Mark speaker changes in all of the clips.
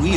Speaker 1: we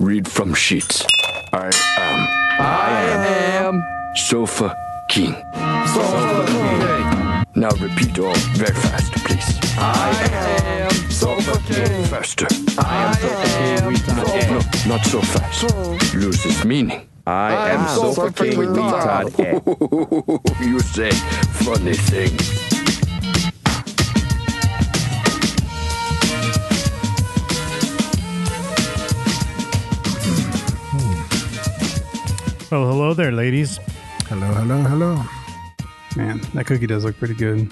Speaker 2: read from sheets. I am. I am. Sofa King. Sofa King. Now repeat all very fast, please. I am Sofa King. Faster. I am Sofa King. No, not so Ah, fast. Loses meaning.
Speaker 3: I am so fucking with
Speaker 2: Ah.
Speaker 3: retard.
Speaker 2: you say funny thing.
Speaker 4: Well, hello there, ladies.
Speaker 5: Hello, hello, hello. Man, that cookie does look pretty good.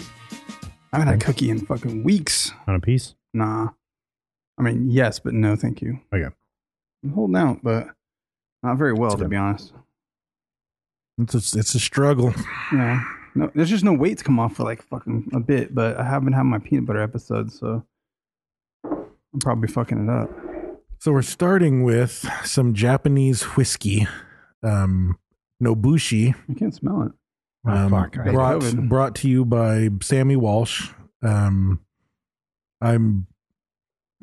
Speaker 5: I haven't had cookie in fucking weeks.
Speaker 4: On a piece?
Speaker 5: Nah. I mean, yes, but no, thank you.
Speaker 4: Okay.
Speaker 5: I'm holding out, but not very well, to be honest.
Speaker 3: It's a, it's a struggle.
Speaker 5: Yeah. No, there's just no weight to come off for like fucking a bit, but I haven't had my peanut butter episode, so I'm probably fucking it up.
Speaker 3: So we're starting with some Japanese whiskey, um, Nobushi,
Speaker 5: I can't smell it.
Speaker 3: um,
Speaker 4: fuck, I-
Speaker 3: brought
Speaker 5: COVID.
Speaker 3: brought to you by Sammy Walsh. Um, I'm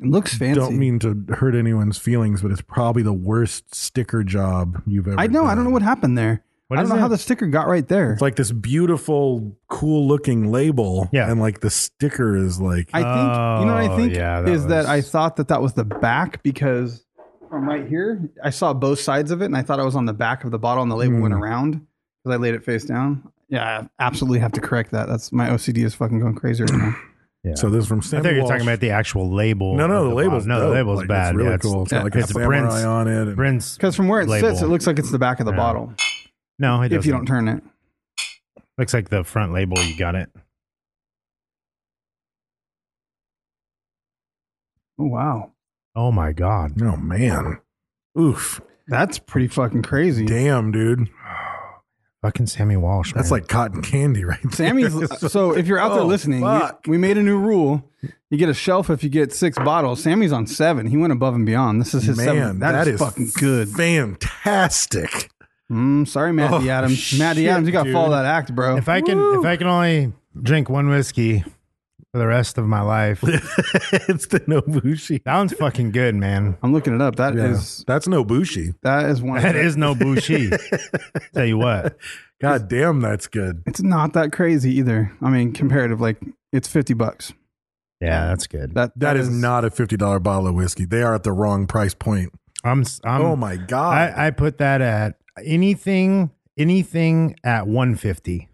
Speaker 5: It looks fancy.
Speaker 3: don't mean to hurt anyone's feelings, but it's probably the worst sticker job you've ever.
Speaker 5: I know. I don't know
Speaker 3: done.
Speaker 5: what happened there.
Speaker 4: What
Speaker 5: I
Speaker 4: is
Speaker 5: don't know
Speaker 4: it?
Speaker 5: how the sticker got right there.
Speaker 3: It's like this beautiful, cool looking label.
Speaker 4: Yeah.
Speaker 3: And like the sticker is like,
Speaker 5: I think you know what I
Speaker 4: Oh,
Speaker 5: think
Speaker 4: yeah, that
Speaker 5: is that I
Speaker 4: was-
Speaker 5: thought that that was the back because from right here I saw both sides of it and I thought I was on the back of the bottle and the label
Speaker 4: Hmm.
Speaker 5: went around because I laid it face down. Yeah, I absolutely have to correct that. That's my OCD is fucking going crazy right now.
Speaker 4: Yeah.
Speaker 3: so this is from
Speaker 4: I
Speaker 3: Sammy
Speaker 4: thought you were
Speaker 3: Walsh.
Speaker 4: talking about the actual label.
Speaker 3: No, no,
Speaker 4: of
Speaker 3: the, label's
Speaker 4: bottle. No,
Speaker 3: dope.
Speaker 4: the label's
Speaker 3: Like, it's
Speaker 4: bad.
Speaker 3: really
Speaker 4: yeah,
Speaker 3: cool. It's got like a
Speaker 4: it's
Speaker 3: samurai
Speaker 4: Brent's-
Speaker 3: on it. and-
Speaker 4: Brent's
Speaker 5: Because from where it
Speaker 4: label.
Speaker 5: sits, it looks like it's the back of the
Speaker 4: Yeah.
Speaker 5: bottle
Speaker 4: no. It
Speaker 5: if
Speaker 4: doesn't.
Speaker 5: you don't turn it.
Speaker 4: looks like the front label. You got it.
Speaker 5: Oh wow,
Speaker 4: Oh my god.
Speaker 3: Oh man. Oof.
Speaker 5: that's pretty fucking crazy.
Speaker 3: Damn, dude.
Speaker 4: Fucking Sammy Walsh.
Speaker 3: That's
Speaker 4: man.
Speaker 3: like cotton candy right there.
Speaker 5: Sammy's.
Speaker 3: It's
Speaker 5: so if you're out there
Speaker 3: oh,
Speaker 5: listening, we,
Speaker 3: fuck.
Speaker 5: we made a new rule. You get a shelf if you get six bottles. Sammy's on seven. He went above and beyond. This is his
Speaker 3: man,
Speaker 5: seventh.
Speaker 3: that is,
Speaker 5: fucking good.
Speaker 3: Fantastic.
Speaker 5: Mm, sorry, Matt
Speaker 3: Oh,
Speaker 5: D. Adams. Matt D.
Speaker 3: shit,
Speaker 5: Adams, you got to
Speaker 3: dude.
Speaker 5: follow that act, bro.
Speaker 4: if I can, if I can only drink one whiskey for the rest of my life, that
Speaker 3: it's the Nobushi.
Speaker 4: one's fucking good, man.
Speaker 5: am looking it up. That is
Speaker 3: Yeah. That's Nobushi.
Speaker 5: that is one. of
Speaker 4: That
Speaker 5: the-
Speaker 4: is no bushi. Tell you what,
Speaker 3: God damn, that's good.
Speaker 5: It's not that crazy either. I mean, comparative, like it's fifty bucks.
Speaker 4: yeah, that's good.
Speaker 5: That
Speaker 3: that is, not a fifty dollar bottle of whiskey. They are at the wrong price point.
Speaker 4: I'm, I'm
Speaker 3: oh my god.
Speaker 4: I, I put that at anything, anything at 150.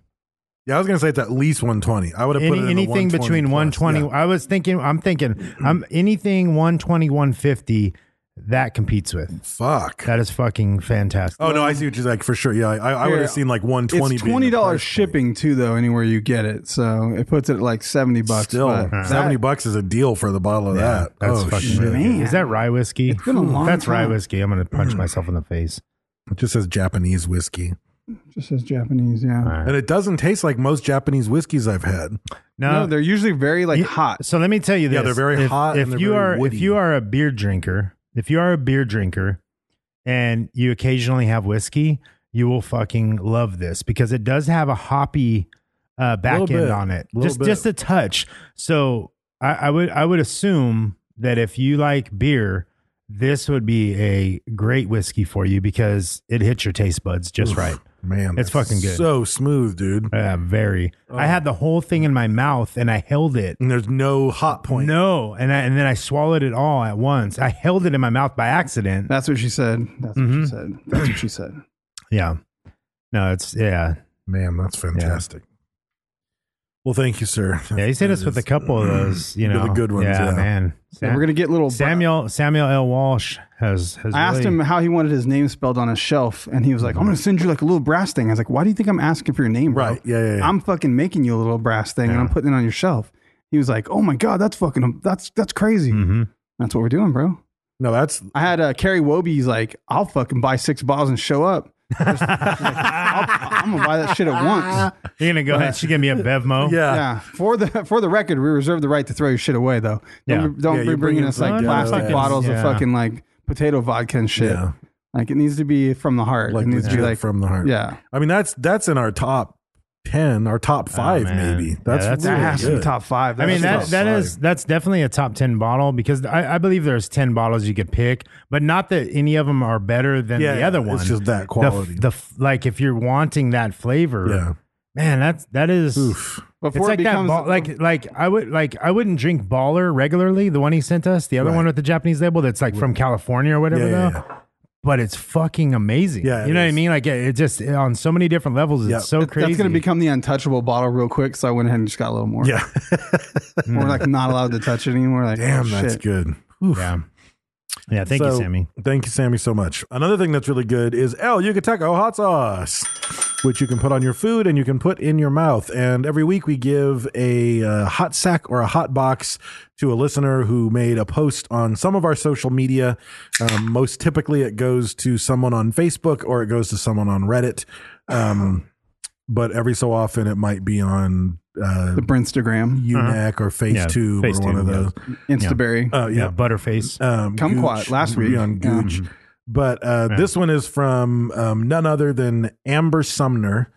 Speaker 3: yeah, I was gonna say it's at least one twenty. I would have put
Speaker 4: Any-
Speaker 3: it in the
Speaker 4: anything
Speaker 3: 120
Speaker 4: between
Speaker 3: plus.
Speaker 4: 120.
Speaker 3: Yeah.
Speaker 4: I was thinking, I'm thinking, I'm anything 120, 150 that competes with.
Speaker 3: Fuck.
Speaker 4: That is fucking fantastic.
Speaker 3: Oh no, I see what you're like for sure. Yeah, I, I would
Speaker 5: Yeah.
Speaker 3: have seen like one twenty.
Speaker 5: It's twenty dollars shipping too, though. Anywhere you get it, so it puts it at like seventy bucks.
Speaker 3: Still,
Speaker 5: but
Speaker 3: seventy
Speaker 5: that-
Speaker 3: bucks is a deal for the bottle of
Speaker 4: Yeah,
Speaker 3: that.
Speaker 4: That's
Speaker 3: oh,
Speaker 4: fucking
Speaker 3: shit.
Speaker 4: really good.
Speaker 5: Man.
Speaker 4: Is that rye whiskey?
Speaker 5: It's been a long
Speaker 4: That's rye
Speaker 5: time.
Speaker 4: whiskey. I'm gonna punch myself in the face.
Speaker 3: It just says Japanese whiskey,
Speaker 5: Just says Japanese, yeah.
Speaker 3: and it doesn't taste like most Japanese whiskeys I've had.
Speaker 5: No, they're usually very like
Speaker 4: Yeah,
Speaker 5: hot.
Speaker 4: So let me tell you this.
Speaker 3: Yeah, they're very
Speaker 4: if,
Speaker 3: hot and
Speaker 4: If
Speaker 3: they're
Speaker 4: you
Speaker 3: very
Speaker 4: are
Speaker 3: woody.
Speaker 4: if you are a beer drinker, if you are a beer drinker and you occasionally have whiskey, you will fucking love this because it does have a hoppy uh back
Speaker 3: Little
Speaker 4: end
Speaker 3: bit.
Speaker 4: on it.
Speaker 3: Little
Speaker 4: Just
Speaker 3: bit.
Speaker 4: just a touch. So I, I would I would assume that if you like beer, this would be a great whiskey for you because it hits your taste buds just right.
Speaker 3: Man, that's
Speaker 4: It's fucking good.
Speaker 3: So smooth, dude.
Speaker 4: Uh, very.
Speaker 3: Oh.
Speaker 4: I had the whole thing in my mouth and I held it.
Speaker 3: And there's no hot point.
Speaker 4: No, and I, and then I swallowed it all at once. I held it in my mouth by accident.
Speaker 3: Uh,
Speaker 5: That's what she said. That's
Speaker 3: Mm-hmm.
Speaker 5: what she said. That's what she said.
Speaker 4: Yeah. No, it's yeah.
Speaker 3: Man, that's fantastic. Well, thank you, sir.
Speaker 4: Yeah, he's hit us with a couple of those, you
Speaker 3: They're
Speaker 4: know.
Speaker 3: the good ones. Yeah,
Speaker 4: man.
Speaker 5: Yeah, we're gonna get little-
Speaker 4: Samuel Samuel L. Walsh has has
Speaker 5: I asked
Speaker 4: really-
Speaker 5: him how he wanted his name spelled on a shelf, and he was like, "I'm gonna send you like a little brass thing." I was like, "Why do you think I'm asking for your name, bro?
Speaker 3: Right. Yeah, yeah, yeah.
Speaker 5: I'm fucking making you a little brass thing, and I'm putting
Speaker 3: Mm-hmm.
Speaker 5: it on your shelf." He was like, "Oh my god, that's fucking that's that's crazy. That's what we're doing, bro.
Speaker 3: No, that's
Speaker 5: I had uh, Kerry Wobe's like, I'll fucking buy six bottles and show up. i am gonna buy that shit at once.
Speaker 4: You're gonna go ahead. She give me a Bevmo.
Speaker 3: yeah.
Speaker 5: Yeah. For the for the record, we reserve the right to throw your shit away though.
Speaker 4: Yeah.
Speaker 5: Don't, don't
Speaker 3: Yeah,
Speaker 5: be
Speaker 3: you bring
Speaker 5: bringing
Speaker 3: in
Speaker 5: us like
Speaker 4: some
Speaker 5: plastic
Speaker 4: fucking-
Speaker 5: bottles
Speaker 4: yeah.
Speaker 5: of fucking like potato vodka and shit.
Speaker 3: Yeah.
Speaker 5: Like it needs to be from the heart.
Speaker 3: Like
Speaker 5: it needs to be
Speaker 3: legit
Speaker 5: like
Speaker 3: from the heart.
Speaker 5: Yeah.
Speaker 3: I mean, that's that's in our top ten, our top
Speaker 5: Oh,
Speaker 3: five,
Speaker 4: man.
Speaker 3: maybe.
Speaker 4: Yeah,
Speaker 3: That's,
Speaker 4: that's-
Speaker 5: That
Speaker 3: really
Speaker 5: has to
Speaker 3: good.
Speaker 5: be top five.
Speaker 4: I mean that
Speaker 3: That's
Speaker 4: that
Speaker 3: top
Speaker 4: is
Speaker 3: five.
Speaker 4: that's definitely a top ten bottle because I, I believe there's ten bottles you could pick, but not that any of them are better than
Speaker 3: Yeah,
Speaker 4: the other
Speaker 3: it's
Speaker 4: one.
Speaker 3: just that
Speaker 4: The f-
Speaker 3: quality.
Speaker 4: The, f- like if you're wanting that flavor,
Speaker 3: Yeah.
Speaker 4: man, that's that is.
Speaker 3: Oof.
Speaker 5: Before
Speaker 4: it's
Speaker 5: it
Speaker 4: like
Speaker 5: becomes-
Speaker 4: that, ball, like like I would like I wouldn't drink Baller regularly. The one he sent us, the other
Speaker 3: Right.
Speaker 4: one with the Japanese label, that's like from California or whatever.
Speaker 3: Yeah, yeah,
Speaker 4: though,
Speaker 3: yeah.
Speaker 4: but it's fucking amazing.
Speaker 3: Yeah, it
Speaker 4: you know what I
Speaker 3: is.
Speaker 4: mean. Like it, it just on so many different levels.
Speaker 3: Yeah.
Speaker 4: It's so crazy.
Speaker 5: That's gonna become the untouchable bottle real quick. So I went ahead and just got a little more.
Speaker 3: Yeah.
Speaker 5: We're like not allowed to touch it anymore. Like
Speaker 3: Damn,
Speaker 5: oh,
Speaker 3: that's
Speaker 5: shit.
Speaker 3: good.
Speaker 4: yeah. Yeah, thank you,
Speaker 3: So,
Speaker 4: Sammy.
Speaker 3: Thank you, Sammy, so much. Another thing that's really good is El Yucateco hot sauce, which you can put on your food and you can put in your mouth. And every week we give a uh, hot sack or a hot box to a listener who made a post on some of our social media. Um, most typically, it goes to someone on Facebook or it goes to someone on Reddit. Um, but every so often, it might be on uh,
Speaker 5: The Brinstagram,
Speaker 3: UNEC or FaceTube or one
Speaker 4: FaceTube,
Speaker 3: of
Speaker 4: Uh-huh. yeah.
Speaker 3: those.
Speaker 5: Instaberry.
Speaker 3: Oh,
Speaker 4: Yeah, Butterface.
Speaker 3: um,
Speaker 5: Kumquat
Speaker 3: Gooch,
Speaker 5: last week.
Speaker 3: Leon
Speaker 5: Yeah.
Speaker 3: Gooch.
Speaker 4: Mm-hmm.
Speaker 3: But uh, this one is from um, none other than Amber Sumner,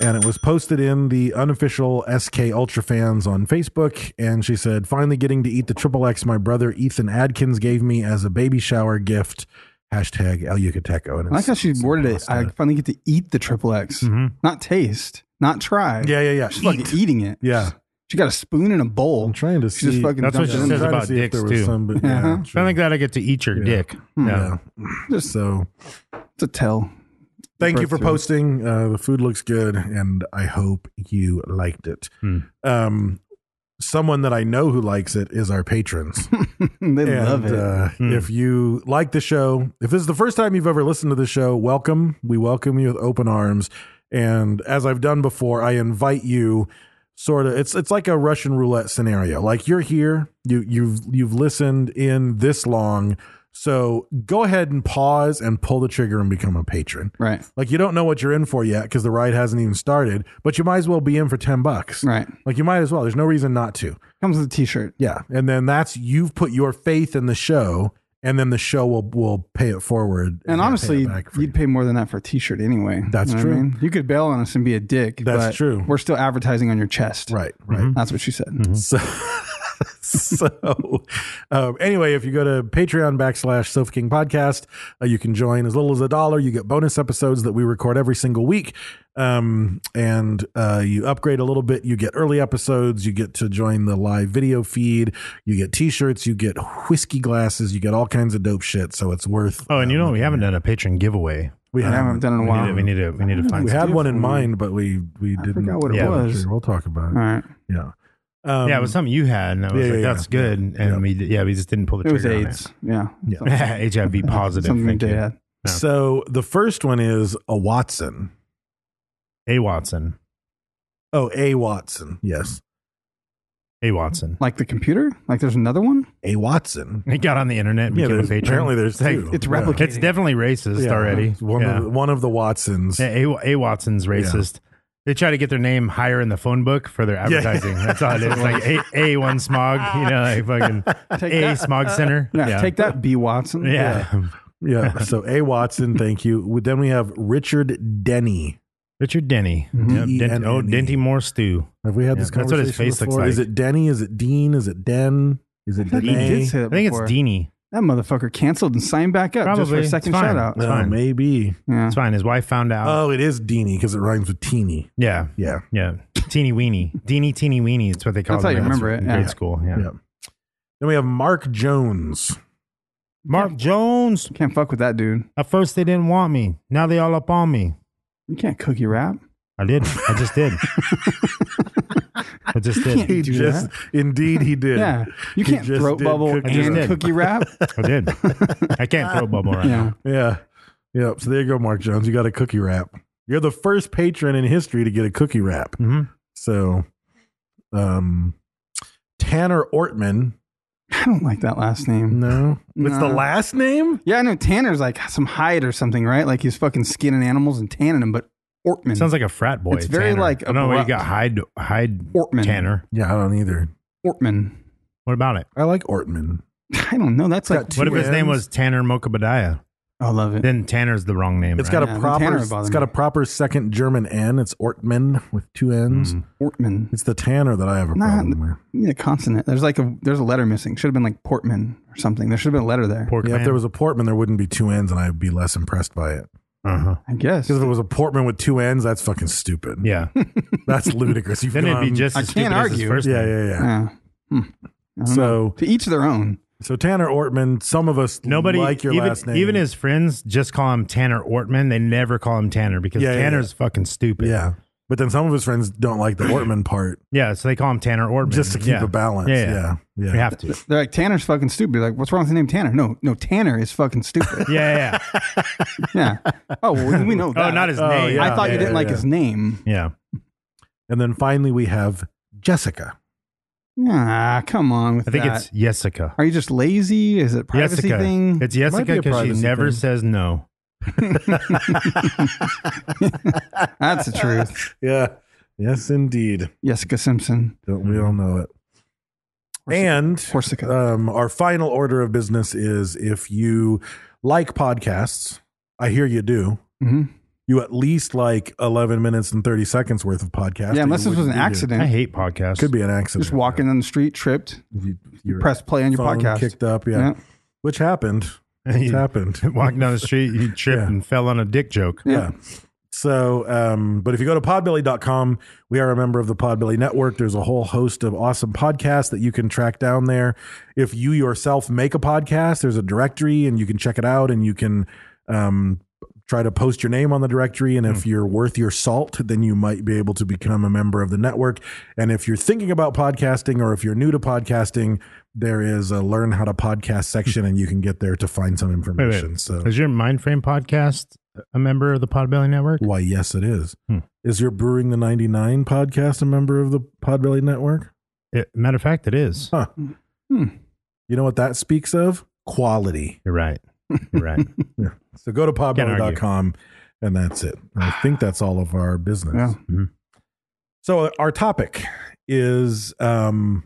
Speaker 3: and it was posted in the unofficial SK Ultra fans on Facebook. And she said, "Finally getting to eat the triple X my brother Ethan Adkins gave me as a baby shower gift." Hashtag El Yucateco. And
Speaker 5: I like how
Speaker 3: it's-
Speaker 5: she
Speaker 3: it's
Speaker 5: worded it.
Speaker 3: pasta.
Speaker 5: I finally get to eat the triple X, not taste, not try.
Speaker 3: Mm-hmm. yeah, yeah, yeah.
Speaker 5: She's fucking eating it.
Speaker 3: Yeah.
Speaker 5: She got a spoon and a bowl.
Speaker 3: I'm trying to
Speaker 5: She
Speaker 3: see.
Speaker 5: just fucking Uh-huh.
Speaker 4: That's what she
Speaker 5: dumped it in
Speaker 4: says
Speaker 5: there.
Speaker 3: trying to
Speaker 4: about
Speaker 3: see if
Speaker 4: dicks,
Speaker 3: there was
Speaker 4: too.
Speaker 3: some, but yeah,
Speaker 4: I
Speaker 3: true.
Speaker 4: like that I get to eat your dick.
Speaker 3: yeah.
Speaker 5: Just
Speaker 3: So
Speaker 5: to tell.
Speaker 3: Thank you
Speaker 5: Birth
Speaker 3: for
Speaker 5: to it.
Speaker 3: posting. Uh, the food looks good, and I hope you liked it. Um, someone that I know who likes it is our patrons.
Speaker 5: they
Speaker 3: and
Speaker 5: love it.
Speaker 3: Uh, if you like the show, if this is the first time you've ever listened to the show, welcome. We welcome you with open arms. And as I've done before, I invite you. Sort of, it's it's like a Russian roulette scenario. Like you're here, you you've you've listened in this long, so go ahead and pause and pull the trigger and become a patron.
Speaker 5: right.
Speaker 3: Like you don't know what you're in for yet because the ride hasn't even started, but you might as well be in for ten bucks.
Speaker 5: Right.
Speaker 3: Like you might as well. There's no reason not to.
Speaker 5: Comes with a t shirt.
Speaker 3: Yeah. And then that's you've put your faith in the show, and then the show will will pay it forward.
Speaker 5: And
Speaker 3: they'll
Speaker 5: honestly,
Speaker 3: pay it back for
Speaker 5: you'd
Speaker 3: you.
Speaker 5: pay more than that for a t shirt anyway.
Speaker 3: That's
Speaker 5: You know what I
Speaker 3: true.
Speaker 5: mean? You could bail on us and be a dick.
Speaker 3: That's
Speaker 5: but
Speaker 3: true.
Speaker 5: We're still advertising on your chest.
Speaker 3: right, right.
Speaker 5: That's what she said.
Speaker 3: So, so um, anyway, if you go to Patreon backslash Sofa King Podcast, uh, you can join as little as a dollar. You get bonus episodes that we record every single week, um, and uh, you upgrade a little bit. You get early episodes. You get to join the live video feed. You get T-shirts. You get whiskey glasses. You get all kinds of dope shit. So it's worth.
Speaker 4: Oh, and you
Speaker 3: um,
Speaker 4: know we haven't done a patron giveaway.
Speaker 3: we
Speaker 5: I haven't
Speaker 3: haven't.
Speaker 5: done it in a
Speaker 4: We need
Speaker 5: while.
Speaker 4: to we need to, we need to find.
Speaker 3: We had
Speaker 4: something.
Speaker 3: one in mind, but we we didn't.
Speaker 5: forgot what it
Speaker 3: Yeah,
Speaker 5: was.
Speaker 3: We'll talk about it.
Speaker 5: All right.
Speaker 3: Yeah. Um,
Speaker 4: yeah, it was something you had, and I was
Speaker 3: Yeah,
Speaker 4: like,
Speaker 3: yeah,
Speaker 4: "That's
Speaker 3: yeah.
Speaker 4: good." And
Speaker 3: Yeah.
Speaker 4: we did- yeah we just didn't pull the
Speaker 5: It was
Speaker 4: trigger.
Speaker 5: AIDS. Yeah.
Speaker 3: Yeah.
Speaker 4: On it. HIV positive.
Speaker 5: Something your
Speaker 4: thank
Speaker 5: dad
Speaker 4: you.
Speaker 5: had.
Speaker 3: So the first one is a Watson.
Speaker 4: A Watson.
Speaker 3: Oh, A Watson. Yes.
Speaker 4: A Watson.
Speaker 5: Like the computer? Like there's another one?
Speaker 3: A Watson.
Speaker 4: He got on the internet. And
Speaker 3: Yeah,
Speaker 4: became a
Speaker 3: there's,
Speaker 4: patron.
Speaker 3: apparently there's
Speaker 4: like,
Speaker 3: two.
Speaker 5: It's
Speaker 3: Yeah.
Speaker 5: replicated.
Speaker 4: It's definitely racist
Speaker 3: Yeah.
Speaker 4: already.
Speaker 3: It's One,
Speaker 4: yeah.
Speaker 3: of the, one of the Watsons.
Speaker 4: Yeah, A, A Watson's racist. They try to get their name higher in the phone book for their
Speaker 3: Yeah.
Speaker 4: advertising. That's all it is. Like A A one smog, you know, like fucking A
Speaker 5: that.
Speaker 4: smog center.
Speaker 5: Yeah, Take that, B. Watson.
Speaker 4: Yeah.
Speaker 3: Yeah. So A Watson, thank you. We- Then we have Richard Denny.
Speaker 4: Richard Denny.
Speaker 3: E
Speaker 4: Yep. Dent, oh,
Speaker 3: D-E-N-N-E.
Speaker 4: Denty Moore Stew.
Speaker 3: Have we had
Speaker 4: Yeah,
Speaker 3: this
Speaker 4: that's what
Speaker 3: conversation
Speaker 4: his face looks
Speaker 3: before?
Speaker 4: like.
Speaker 3: Is it Denny? Is it Dean? Is it Den? Is it
Speaker 5: I think he did
Speaker 3: Denny?
Speaker 5: say
Speaker 4: I
Speaker 5: that
Speaker 4: think it's
Speaker 5: before.
Speaker 4: Deanie.
Speaker 5: That motherfucker canceled and signed back up just for
Speaker 4: Probably.
Speaker 5: a second
Speaker 4: It's fine.
Speaker 5: shout out.
Speaker 4: It's fine.
Speaker 3: Oh, maybe.
Speaker 5: Yeah.
Speaker 4: It's fine. His wife found out.
Speaker 3: Oh, it is Deanie because it rhymes with teeny.
Speaker 4: yeah.
Speaker 3: Yeah.
Speaker 4: Yeah. Teeny weeny. Deanie teeny weeny. It's what they call
Speaker 5: That's how
Speaker 4: it
Speaker 5: you
Speaker 4: in
Speaker 5: remember it,
Speaker 4: in
Speaker 5: yeah.
Speaker 4: grade school. Yeah.
Speaker 3: Yeah. Then we have Mark Jones.
Speaker 4: Mark Jones.
Speaker 5: Can't fuck with that dude.
Speaker 4: At first they didn't want me. Now they all up on me.
Speaker 5: You can't cookie rap.
Speaker 4: I did. I just did. I just did.
Speaker 3: He
Speaker 5: do
Speaker 3: just, indeed, he did.
Speaker 5: Yeah.
Speaker 3: He
Speaker 5: You can't
Speaker 3: just
Speaker 5: throat
Speaker 3: did
Speaker 5: bubble
Speaker 3: cookie
Speaker 5: and
Speaker 4: rap.
Speaker 5: cookie rap.
Speaker 4: I did. I can't throw bubble right
Speaker 5: Yeah.
Speaker 4: now.
Speaker 3: Yeah. Yep. So there you go, Mark Jones. You got a cookie wrap. You're the first patron in history to get a cookie wrap.
Speaker 5: Mm-hmm.
Speaker 4: Mhm.
Speaker 3: So, um, Tanner Ortman
Speaker 5: I don't like that last name.
Speaker 3: No, it's the
Speaker 5: No.
Speaker 3: last name.
Speaker 5: Yeah, I know Tanner's like some hide or something, right? Like he's fucking skinning animals and tanning them, but Ortman.
Speaker 4: Sounds like a frat boy.
Speaker 5: It's very,
Speaker 4: Tanner.
Speaker 5: like,
Speaker 4: I don't know where you
Speaker 5: abrupt.
Speaker 4: got Hyde Hyde
Speaker 5: Ortman.
Speaker 4: Tanner.
Speaker 3: Yeah, I don't either.
Speaker 5: Ortman.
Speaker 4: What about it?
Speaker 3: I like Ortman.
Speaker 5: I don't know. That's like,
Speaker 3: got
Speaker 4: What if
Speaker 3: Two
Speaker 4: his name
Speaker 3: N's.
Speaker 4: was Tanner Mokabadiah?
Speaker 5: I love it.
Speaker 4: Then Tanner's the wrong name.
Speaker 3: It's
Speaker 4: right?
Speaker 3: got
Speaker 5: Yeah,
Speaker 3: a
Speaker 5: the
Speaker 3: proper.
Speaker 5: Tanner would bother
Speaker 3: It's got a
Speaker 5: me.
Speaker 3: proper second German N. It's Ortman with two N's.
Speaker 5: Mm-hmm. Ortman.
Speaker 3: It's the Tanner that I have a
Speaker 5: Nah,
Speaker 3: problem with.
Speaker 5: you need a consonant. There's like a there's a letter missing. Should have been like Portman or something. There should have been a letter there.
Speaker 4: Pork
Speaker 3: Yeah, if
Speaker 4: man.
Speaker 3: there was a Portman, there wouldn't be two N's, and I'd be less impressed by it.
Speaker 4: Uh-huh.
Speaker 5: I guess.
Speaker 3: Because if it was a Portman with two N's, that's fucking stupid.
Speaker 4: Yeah.
Speaker 3: that's ludicrous. You've
Speaker 4: then it'd be
Speaker 3: gone-
Speaker 4: just
Speaker 5: I
Speaker 4: as stupid
Speaker 5: can't
Speaker 4: as his
Speaker 5: argue.
Speaker 4: first
Speaker 3: yeah,
Speaker 4: name.
Speaker 3: yeah, yeah.
Speaker 5: Yeah. Hmm. I don't
Speaker 3: So-
Speaker 5: know. to each their own.
Speaker 3: So Tanner Ortman, some of us
Speaker 4: Nobody
Speaker 3: like your
Speaker 4: even,
Speaker 3: last name,
Speaker 4: even his friends just call him Tanner Ortman. They never call him Tanner because
Speaker 3: Yeah, yeah,
Speaker 4: Tanner's fucking stupid.
Speaker 3: yeah. But then some of his friends don't like the Ortman part,
Speaker 4: Yeah, so they call him Tanner Ortman
Speaker 3: just to keep
Speaker 4: yeah.
Speaker 3: a balance.
Speaker 4: Yeah,
Speaker 3: Yeah, yeah.
Speaker 4: We have to. Yeah,
Speaker 5: They're like Tanner's fucking stupid. Like, what's wrong with the name Tanner? No, no, Tanner is fucking stupid.
Speaker 4: yeah, yeah.
Speaker 5: yeah. Oh, well, we know.
Speaker 4: oh,
Speaker 5: That.
Speaker 4: not his
Speaker 3: Oh,
Speaker 4: name.
Speaker 3: yeah.
Speaker 5: I thought
Speaker 3: Yeah,
Speaker 5: you didn't
Speaker 3: yeah,
Speaker 5: like
Speaker 3: yeah.
Speaker 5: his name.
Speaker 4: Yeah.
Speaker 3: And then finally we have Jessica.
Speaker 5: Ah, come on with
Speaker 4: I think
Speaker 5: that.
Speaker 4: it's Jessica.
Speaker 5: Are you just lazy? Is it privacy
Speaker 4: Jessica. It's
Speaker 5: thing?
Speaker 3: Might be
Speaker 4: Jessica
Speaker 3: a
Speaker 4: because she
Speaker 3: privacy
Speaker 4: never
Speaker 3: thing.
Speaker 4: says no.
Speaker 5: That's the truth.
Speaker 3: Yeah. Yes, indeed.
Speaker 5: Jessica Simpson.
Speaker 3: Don't we all know it? And
Speaker 5: Corsica.
Speaker 3: um, our final order of business is if you like podcasts, I hear you do.
Speaker 5: Mhm.
Speaker 3: You at least like 11 minutes and 30 seconds worth of podcast.
Speaker 5: Yeah,
Speaker 3: or
Speaker 5: unless
Speaker 3: you
Speaker 5: this was an
Speaker 3: wouldn't be here.
Speaker 5: accident.
Speaker 4: I hate podcasts.
Speaker 3: Could be an accident.
Speaker 5: just walking down the street, tripped.
Speaker 3: You,
Speaker 5: You press play on your
Speaker 3: phone
Speaker 5: podcast.
Speaker 3: Kicked up, yeah.
Speaker 5: Yeah.
Speaker 3: Which happened. It's happened.
Speaker 4: Walking down the street, you tripped
Speaker 3: Yeah.
Speaker 4: and fell on a dick joke.
Speaker 3: Yeah. So, um, but if you go to podbelly.com, we are a member of the Podbelly Network. There's a whole host of awesome podcasts that you can track down there. If you yourself make a podcast, there's a directory and you can check it out and you can um, try to post your name on the directory. And
Speaker 4: Hmm.
Speaker 3: if you're worth your salt, then you might be able to become a member of the network. And if you're thinking about podcasting or if you're new to podcasting, there is a learn how to podcast section and you can get there to find some
Speaker 4: Wait,
Speaker 3: information.
Speaker 4: wait.
Speaker 3: So
Speaker 4: Is your Mind Frame podcast a member of the Podbelly Network?
Speaker 3: why, yes, it is. Is your Brewing the 99 podcast a member of the Podbelly Network?
Speaker 4: It- matter of fact, it is.
Speaker 3: Huh.
Speaker 5: Hmm.
Speaker 3: You know what that speaks of? Quality.
Speaker 4: You're right. You're right.
Speaker 3: Yeah. So go to
Speaker 4: argue.
Speaker 3: podbelly.com and that's it. I think that's all of our business.
Speaker 5: Yeah.
Speaker 3: So our topic is um,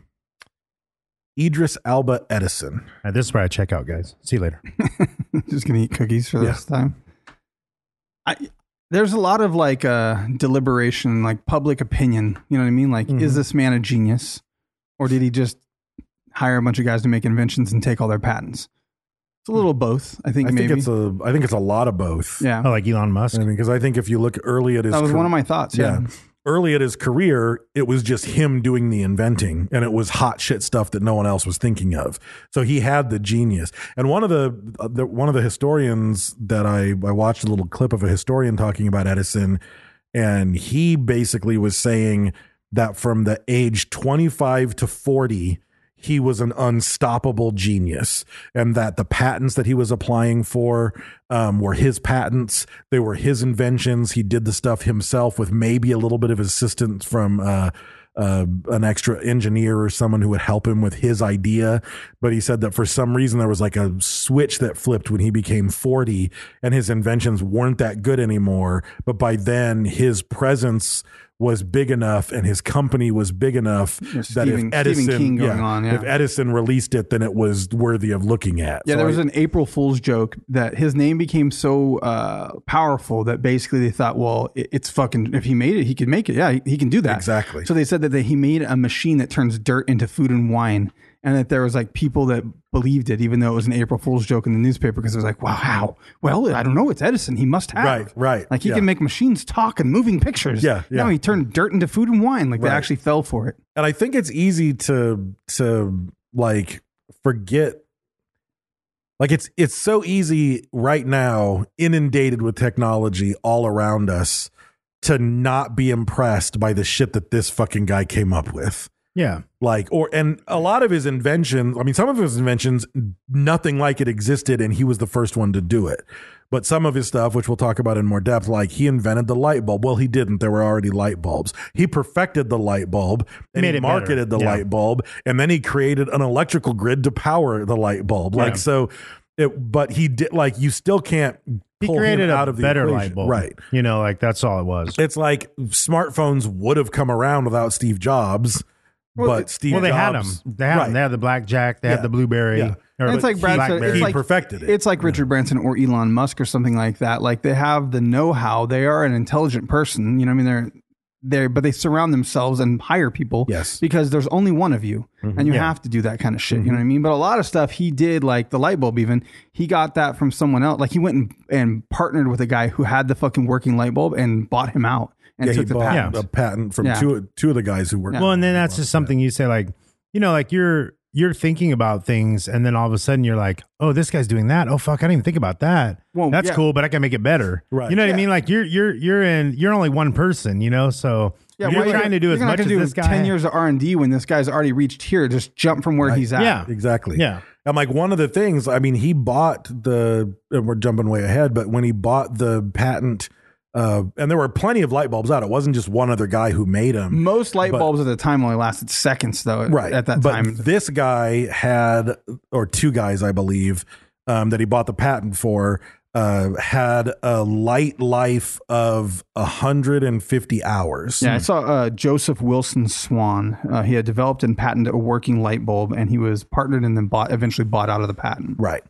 Speaker 3: Idris Alba Edison.
Speaker 4: Uh, this is where I check out, guys. See you later.
Speaker 5: just gonna eat cookies for the
Speaker 3: Yeah.
Speaker 5: rest of time. I there's a lot of like uh deliberation, like public opinion. You know what I mean? Like,
Speaker 3: Mm-hmm.
Speaker 5: is this man a genius, or did he just hire a bunch of guys to make inventions and take all their patents? It's a little both. I think
Speaker 3: Hmm. I
Speaker 5: maybe.
Speaker 3: think it's a I think it's a lot of both.
Speaker 5: yeah,
Speaker 4: Oh, like Elon
Speaker 3: I
Speaker 4: Musk.
Speaker 3: mean, because I think if you look early at his
Speaker 5: that was
Speaker 3: car-
Speaker 5: one of my thoughts.
Speaker 3: Yeah.
Speaker 5: Yeah,
Speaker 3: Early at his career, it was just him doing the inventing and it was hot shit stuff that no one else was thinking of. So he had the genius. And one of the, uh, the one of the historians that I, I watched a little clip of a historian talking about Edison and he basically was saying that from the age 25 to 40 he was an unstoppable genius and that the patents that he was applying for um, were his patents they were his inventions he did the stuff himself with maybe a little bit of assistance from uh, uh, an extra engineer or someone who would help him with his idea but he said that for some reason there was like a switch that flipped when he became 40 and his inventions weren't that good anymore but by then his presence was big enough and his company was big enough that
Speaker 5: Stephen-
Speaker 3: if Edison,
Speaker 5: Stephen King going
Speaker 3: yeah,
Speaker 5: on, yeah.
Speaker 3: if Edison released it, then it was worthy of looking at.
Speaker 5: Yeah,
Speaker 3: So
Speaker 5: there was
Speaker 3: I-
Speaker 5: an April Fool's joke that his name became so uh, powerful that basically they thought, well, it, it's fucking. If he made it, he could make it. Yeah, he, he can do that.
Speaker 3: Exactly.
Speaker 5: So they said that they, he made a machine that turns dirt into food and wine, and that there was like people that believed it, even though it was an April Fool's joke in the newspaper, because it was like, wow, how? Well, I don't know. It's Edison. He must have.
Speaker 3: Right, right,
Speaker 5: Like he
Speaker 3: yeah.
Speaker 5: can make machines talk and moving pictures.
Speaker 3: Yeah, yeah.
Speaker 5: No, he turned dirt into food and wine. Like
Speaker 3: Right.
Speaker 5: they actually fell for it.
Speaker 3: and I think it's easy to to like forget. Like it's it's so easy right now, inundated with technology all around us, to not be impressed by the shit that this fucking guy came up with.
Speaker 4: Yeah.
Speaker 3: like or and a lot of his inventions i mean some of his inventions nothing like it existed and he was the first one to do it but some of his stuff which we'll talk about in more depth like he invented the light bulb well he didn't there were already light bulbs he perfected the light bulb and
Speaker 4: Made
Speaker 3: he
Speaker 4: it better.
Speaker 3: marketed the
Speaker 4: Yeah.
Speaker 3: light bulb and then he created an electrical grid to power the light bulb like
Speaker 4: Yeah.
Speaker 3: so it, but he did like you still can't
Speaker 4: He
Speaker 3: pull him
Speaker 4: created a
Speaker 3: out of the
Speaker 4: better
Speaker 3: equation.
Speaker 4: light bulb.
Speaker 3: right
Speaker 4: You know, like that's all it was.
Speaker 3: it's like smartphones would have come around without Steve Jobs, but Steve
Speaker 4: well, they had them.
Speaker 3: Jobs,
Speaker 4: They had
Speaker 3: right,
Speaker 4: them. They had the black jack. They
Speaker 3: Yeah.
Speaker 4: had the blueberry.
Speaker 3: Yeah.
Speaker 4: or
Speaker 5: And it's like Brad said,
Speaker 4: blackberry.
Speaker 5: it's
Speaker 3: He
Speaker 5: like,
Speaker 3: perfected it.
Speaker 5: It's like Richard Branson or Elon Musk or something like that. Like they have the know-how. They are an intelligent person. You know, what I mean, they're they're but they surround themselves and hire people.
Speaker 3: Yes.
Speaker 5: because there's only one of you,
Speaker 4: Mm-hmm.
Speaker 5: and you have to do that kind of shit. You know what I mean? But a lot of stuff he did, like the light bulb, even he got that from someone else. Like he went and, and partnered with a guy who had the fucking working light bulb and bought him out and
Speaker 3: yeah, he
Speaker 5: took the
Speaker 3: bought
Speaker 5: patent.
Speaker 3: a patent from
Speaker 5: Yeah.
Speaker 3: two two of the guys who worked.
Speaker 4: well, and then that's just something you say, like, you know, like you're you're thinking about things, and then all of a sudden you're like, oh, this guy's doing that. Oh fuck, I didn't even think about that.
Speaker 5: Well,
Speaker 4: that's
Speaker 5: yeah.
Speaker 4: cool, but I can make it better.
Speaker 3: Right.
Speaker 4: You know what
Speaker 5: Yeah.
Speaker 4: I mean? Like you're you're you're in you're only one person, you know, so.
Speaker 5: why
Speaker 4: you're
Speaker 5: you-
Speaker 4: trying to do
Speaker 5: you're
Speaker 4: as
Speaker 5: not
Speaker 4: much as
Speaker 5: gonna do
Speaker 4: this guy.
Speaker 5: Ten years of R and D when this guy's already reached here. Just jump from where he's at.
Speaker 4: Yeah.
Speaker 3: exactly.
Speaker 4: Yeah.
Speaker 3: I'm like one of the things. I mean, he bought the. And we're jumping way ahead, but when he bought the patent, uh, and there were plenty of light bulbs out. It wasn't just one other guy who made them.
Speaker 5: Most light
Speaker 3: But-
Speaker 5: bulbs at the time only lasted seconds, though.
Speaker 3: right
Speaker 5: at that
Speaker 3: but
Speaker 5: time,
Speaker 3: this guy had or two guys i believe um, that he bought the patent for uh, had a light life of 150 hours
Speaker 5: yeah, I saw uh, Joseph Wilson Swan. Uh, he had developed and patented a working light bulb, and he was partnered and then bought, eventually bought out of the patent.
Speaker 3: right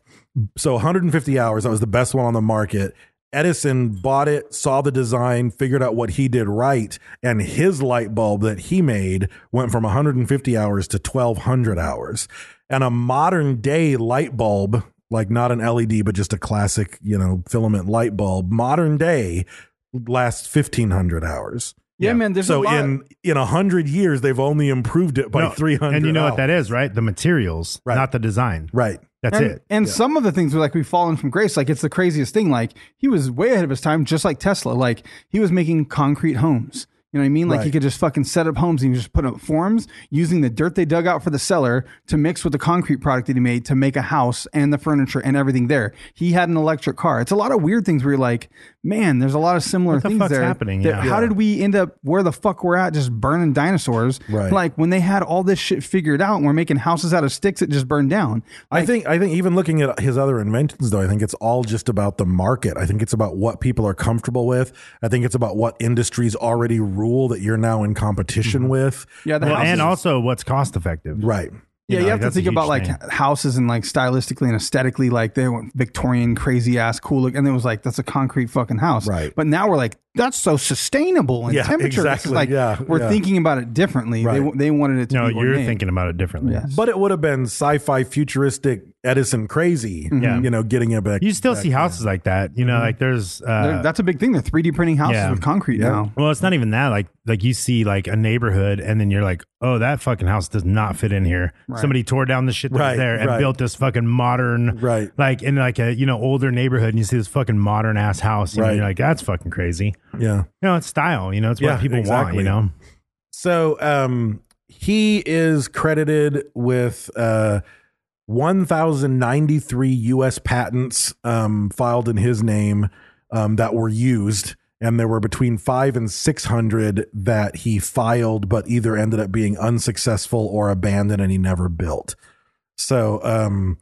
Speaker 3: so 150 hours that was the best one on the market edison bought it saw the design figured out what he did right and his light bulb that he made went from 150 hours to 1200 hours and a modern day light bulb like not an led but just a classic you know filament light bulb modern day lasts 1500 hours
Speaker 5: Yeah, man. There's
Speaker 3: so
Speaker 5: a lot.
Speaker 3: in in 100 years they've only improved it by
Speaker 4: No,
Speaker 3: 300
Speaker 4: And you know what that
Speaker 3: hours.
Speaker 4: is, right? The materials,
Speaker 3: Right.
Speaker 4: not the design.
Speaker 3: right
Speaker 4: That's
Speaker 5: and,
Speaker 4: it.
Speaker 5: and some of the things were like we've fallen from grace. Like it's the craziest thing. Like he was way ahead of his time, just like Tesla. Like he was making concrete homes. You know what I mean? Like he
Speaker 3: Right.
Speaker 5: could just fucking set up homes and he just put up forms using the dirt they dug out for the cellar to mix with the concrete product that he made to make a house and the furniture and everything there. He had an electric car. It's a lot of weird things where you're like, man, there's a lot of similar
Speaker 4: What the
Speaker 5: things
Speaker 4: fuck's
Speaker 5: there.
Speaker 4: happening?
Speaker 5: that-
Speaker 4: Yeah.
Speaker 5: How
Speaker 4: Yeah.
Speaker 5: did we end up where the fuck we're at just burning dinosaurs?
Speaker 3: Right.
Speaker 5: Like when they had all this shit figured out and we're making houses out of sticks that just burned down.
Speaker 3: I think I think even looking at his other inventions though, I think it's all just about the market. I think it's about what people are comfortable with. I think it's about what industries already rule that you're now in competition with.
Speaker 5: Yeah, the
Speaker 4: Well,
Speaker 5: houses-
Speaker 4: and also what's cost effective.
Speaker 3: Right.
Speaker 5: Yeah, you,
Speaker 4: know, like,
Speaker 5: have to
Speaker 4: that's a
Speaker 5: think about like
Speaker 4: huge thing.
Speaker 5: houses and like stylistically and aesthetically, like they went Victorian, crazy ass, cool look, and it was like that's a concrete fucking house.
Speaker 3: Right.
Speaker 5: But now we're like that's so sustainable and
Speaker 3: Yeah,
Speaker 5: temperature. It's
Speaker 3: exactly,
Speaker 5: like
Speaker 3: yeah,
Speaker 5: we're
Speaker 3: yeah.
Speaker 5: thinking about it differently.
Speaker 3: Right.
Speaker 5: They they wanted it to.
Speaker 4: No,
Speaker 5: be
Speaker 4: you're
Speaker 5: ornate.
Speaker 4: thinking about it differently.
Speaker 5: Yes.
Speaker 3: But it would have been sci-fi futuristic Edison crazy,
Speaker 4: Yeah.
Speaker 3: you know, getting it back.
Speaker 4: You still see houses like that. You know, like there's
Speaker 5: Mm-hmm. They're-
Speaker 4: uh,
Speaker 5: that's a big thing. They're 3D printing houses
Speaker 4: Yeah.
Speaker 5: with concrete
Speaker 3: Yeah.
Speaker 5: now.
Speaker 4: well, it's not even that. Like like you see like a neighborhood and then you're like, "Oh, that fucking house does not fit in here."
Speaker 5: Right.
Speaker 4: Somebody tore down the shit that
Speaker 3: Right,
Speaker 4: was there and
Speaker 3: right.
Speaker 4: built this fucking modern
Speaker 3: Right.
Speaker 4: like in like a, you know, older neighborhood and you see this fucking modern ass house and
Speaker 3: Right.
Speaker 4: you're like, "That's fucking crazy."
Speaker 3: yeah.
Speaker 4: You know, it's style, you know, it's what
Speaker 3: Yeah,
Speaker 4: people want,
Speaker 3: exactly.
Speaker 4: you know.
Speaker 3: So um he is credited with uh 1093 US patents um filed in his name um that were used and there were between 5 and 600 that he filed but either ended up being unsuccessful or abandoned and he never built. So um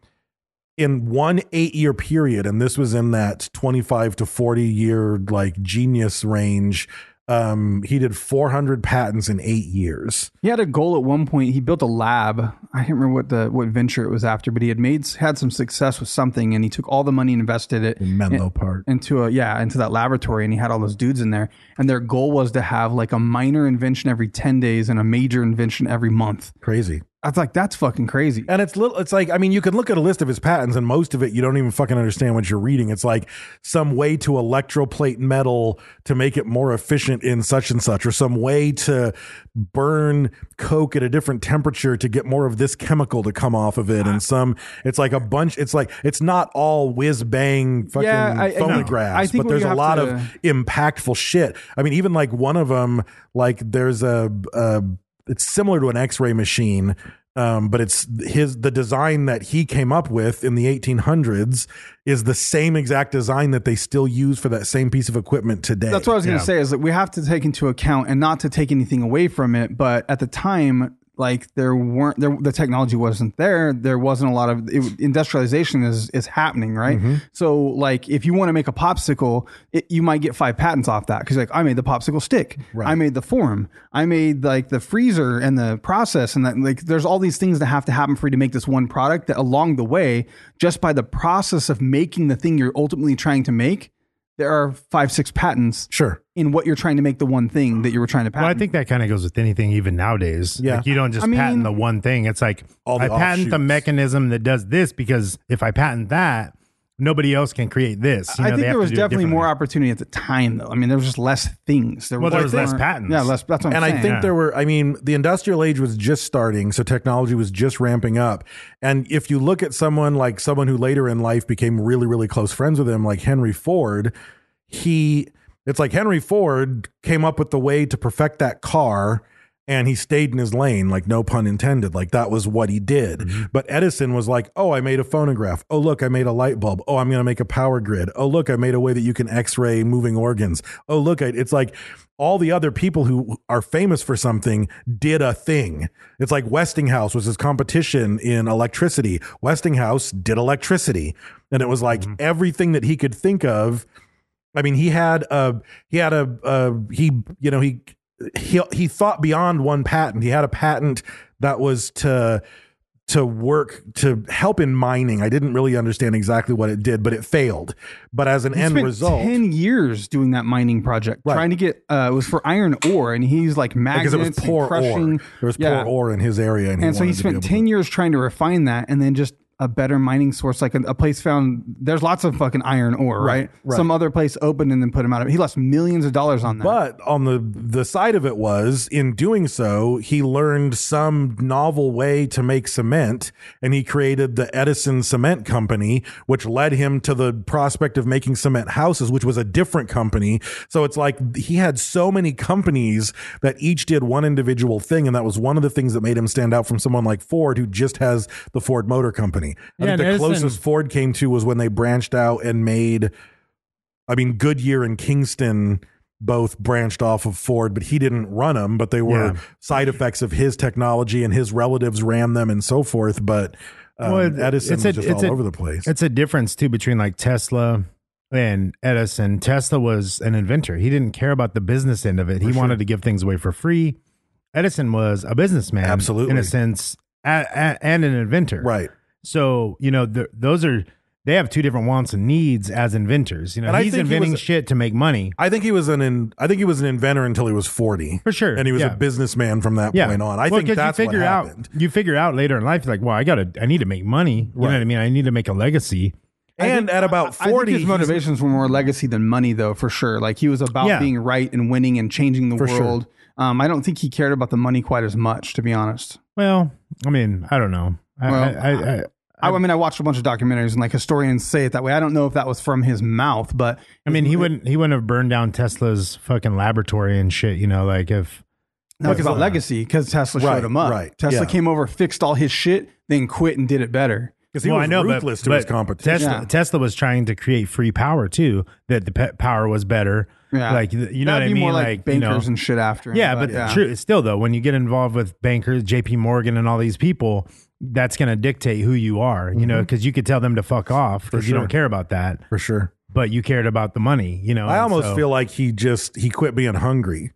Speaker 3: in one eight year period, and this was in that 25 to 40 year like genius range, um, he did 400 patents in eight years.
Speaker 5: He had a goal at one point. He built a lab. I can't remember what the what venture it was after, but he had made had some success with something, and he took all the money and invested it
Speaker 3: In Menlo Park.
Speaker 5: into a yeah into that laboratory and he had all those dudes in there and their goal was to have like a minor invention every 10 days and a major invention every month
Speaker 3: Crazy.
Speaker 5: i was like that's fucking crazy
Speaker 3: And it's little, it's like, I mean, you can look at a list of his patents and most of it, you don't even fucking understand what you're reading. It's like some way to electroplate metal to make it more efficient in such and such, or some way to burn coke at a different temperature to get more of this chemical to come off of it. And some, it's like a bunch, it's like, it's not all whiz bang fucking
Speaker 5: Yeah, I- I- no.
Speaker 3: phonographs,
Speaker 5: I think
Speaker 3: but
Speaker 5: what
Speaker 3: there's
Speaker 5: you
Speaker 3: a
Speaker 5: have
Speaker 3: lot
Speaker 5: to-
Speaker 3: of impactful shit. I mean, even like one of them, like there's a, a it's similar to an X-ray machine, um, but it's his the design that he came up with in the 1800s is the same exact design that they still use for that same piece of equipment today.
Speaker 5: That's what I was going to say is that we have to take into account and not to take anything away from it, but at the time, like there weren't there the technology wasn't there. There wasn't a lot of it, industrialization is is happening, right? So like if you want to make a popsicle, it, you might get five patents off that because like I made the popsicle stick, I made the form, I made like the freezer and the process, and that like there's all these things that have to happen for you to make this one product. That along the way, just by the process of making the thing you're ultimately trying to make there are five, six patents
Speaker 3: Sure.
Speaker 5: in what you're trying to make the one thing that you were trying to patent.
Speaker 4: Well, I think that kind of goes with anything even nowadays.
Speaker 3: Yeah.
Speaker 4: Like you don't just
Speaker 5: I mean-
Speaker 4: patent the one thing. It's like
Speaker 3: All the
Speaker 4: I patent the
Speaker 3: offshoots.
Speaker 4: mechanism that does this because if I patent that, nobody else can create this. You
Speaker 5: I
Speaker 4: know,
Speaker 5: think
Speaker 4: they have
Speaker 5: there
Speaker 4: to
Speaker 5: was
Speaker 4: do it
Speaker 5: definitely more
Speaker 4: differently.
Speaker 5: opportunity at the time, though. I mean, there was just less things. There
Speaker 4: Well, there was less
Speaker 5: weren't-
Speaker 4: patents.
Speaker 5: Yeah, less. That's what
Speaker 3: and
Speaker 5: I'm saying.
Speaker 3: I think
Speaker 4: Yeah.
Speaker 3: there were. I mean, the industrial age was just starting, so technology was just ramping up. And if you look at someone like someone who later in life became really, really close friends with him, like Henry Ford, he it's like Henry Ford came up with the way to perfect that car. And he stayed in his lane, like no pun intended. Like that was what he did. But Edison was like, oh, I made a phonograph. Oh, look, I made a light bulb. Oh, I'm going to make a power grid. Oh, look, I made a way that you can x ray moving organs. Oh, look, I, it's like all the other people who are famous for something did a thing. It's like Westinghouse was his competition in electricity. Westinghouse did electricity. And it was like everything that he could think of. I mean, he had a he had a uh, he you know he he he thought beyond one patent. He had a patent that was to to work to help in mining. I didn't really understand exactly what it did, but it failed. But as an
Speaker 5: He
Speaker 3: end
Speaker 5: spent
Speaker 3: result,
Speaker 5: ten years doing that mining project,
Speaker 3: Right.
Speaker 5: trying to get. Uh, it was for iron ore, and he's like magnets
Speaker 3: because it was poor
Speaker 5: and crushing.
Speaker 3: ore. There was
Speaker 5: Yeah.
Speaker 3: poor ore in his area, and,
Speaker 5: and so he
Speaker 3: wanted to be
Speaker 5: spent
Speaker 3: able to-
Speaker 5: 10 years trying to refine that and then just a better mining source like a, a place found there's lots of fucking iron ore right,
Speaker 3: right.
Speaker 5: some other place opened and then put him out of he lost millions of dollars on that
Speaker 3: But on the the side of it was in doing so, he learned some novel way to make cement, and he created the Edison Cement Company, which led him to the prospect of making cement houses, which was a different company. So it's like he had so many companies that each did one individual thing, and that was one of the things that made him stand out from someone like Ford, who just has the Ford Motor Company. I
Speaker 4: Yeah,
Speaker 3: think the
Speaker 4: and Edison-
Speaker 3: closest Ford came to was when they branched out and made. I mean, Goodyear and Kingston both branched off of Ford, but he didn't run them, but they were
Speaker 4: Yeah.
Speaker 3: side effects of his technology and his relatives ran them and so forth. But um,
Speaker 4: Well, it-
Speaker 3: Edison
Speaker 4: it's
Speaker 3: was
Speaker 4: a-
Speaker 3: just
Speaker 4: it's
Speaker 3: all
Speaker 4: a-
Speaker 3: over the place.
Speaker 4: It's a difference too between like Tesla and Edison. Tesla was an inventor. He didn't care about the business end of it. he wanted to give things away for free. Edison was a businessman,
Speaker 3: Absolutely.
Speaker 4: in a sense, a, a, and an inventor,
Speaker 3: right.
Speaker 4: So you know, th those are they have two different wants and needs as inventors. You know,
Speaker 3: And I
Speaker 4: he's
Speaker 3: think he
Speaker 4: inventing
Speaker 3: was-
Speaker 4: shit to make money.
Speaker 3: I think he was an in, I think he was an inventor until he was 40.
Speaker 4: For sure,
Speaker 3: And he was
Speaker 4: yeah.
Speaker 3: a businessman from that point on. I
Speaker 4: Well,
Speaker 3: think
Speaker 4: 'cause
Speaker 3: that's
Speaker 4: you figure
Speaker 3: what
Speaker 4: out
Speaker 3: happened.
Speaker 4: you figure out later in life, like, well, I gotta, I need to make money. You know
Speaker 3: Right.
Speaker 4: what I mean? I need to make a legacy.
Speaker 3: and at about
Speaker 5: I think
Speaker 3: 40,
Speaker 5: his
Speaker 3: he's-
Speaker 5: motivations were more legacy than money, though, for sure. Like he was about
Speaker 4: Yeah.
Speaker 5: being right and winning and changing the
Speaker 3: For sure.
Speaker 5: world. Um, I don't think he cared about the money quite as much, to be honest.
Speaker 4: Well, I mean, I don't know. I,
Speaker 5: Well,
Speaker 4: I, I, I,
Speaker 5: I, I mean, I watched a bunch of documentaries and like historians say it that way. I don't know if that was from his mouth, but
Speaker 4: I mean, he wouldn't, he wouldn't have burned down Tesla's fucking laboratory and shit. You know, like if
Speaker 5: No, it's about legacy because Tesla
Speaker 3: Right,
Speaker 5: showed him up.
Speaker 3: right,
Speaker 5: Tesla
Speaker 3: yeah.
Speaker 5: came over, fixed all his shit, then quit and did it better.
Speaker 3: 'cause he
Speaker 4: well,
Speaker 3: was
Speaker 4: I know, but-
Speaker 3: ruthless to
Speaker 4: but
Speaker 3: his competition.
Speaker 4: Tesla,
Speaker 5: Yeah.
Speaker 4: Tesla was trying to create free power too. That the pe- power was better.
Speaker 5: Yeah.
Speaker 4: like you know what I
Speaker 5: That'd be
Speaker 4: mean.
Speaker 5: more like,
Speaker 4: like you
Speaker 5: bankers
Speaker 4: know,
Speaker 5: and shit after. him,
Speaker 4: Yeah, but the truth is still though, when you get involved with bankers, J.P. Morgan, and all these people, that's going to dictate who you are. You
Speaker 5: Mm-hmm.
Speaker 4: know, because you could tell them to fuck off because you
Speaker 3: sure.
Speaker 4: don't care about that,
Speaker 3: For sure.
Speaker 4: but you cared about the money. You know,
Speaker 3: I
Speaker 4: and
Speaker 3: almost
Speaker 4: so-
Speaker 3: feel like he just he quit being hungry.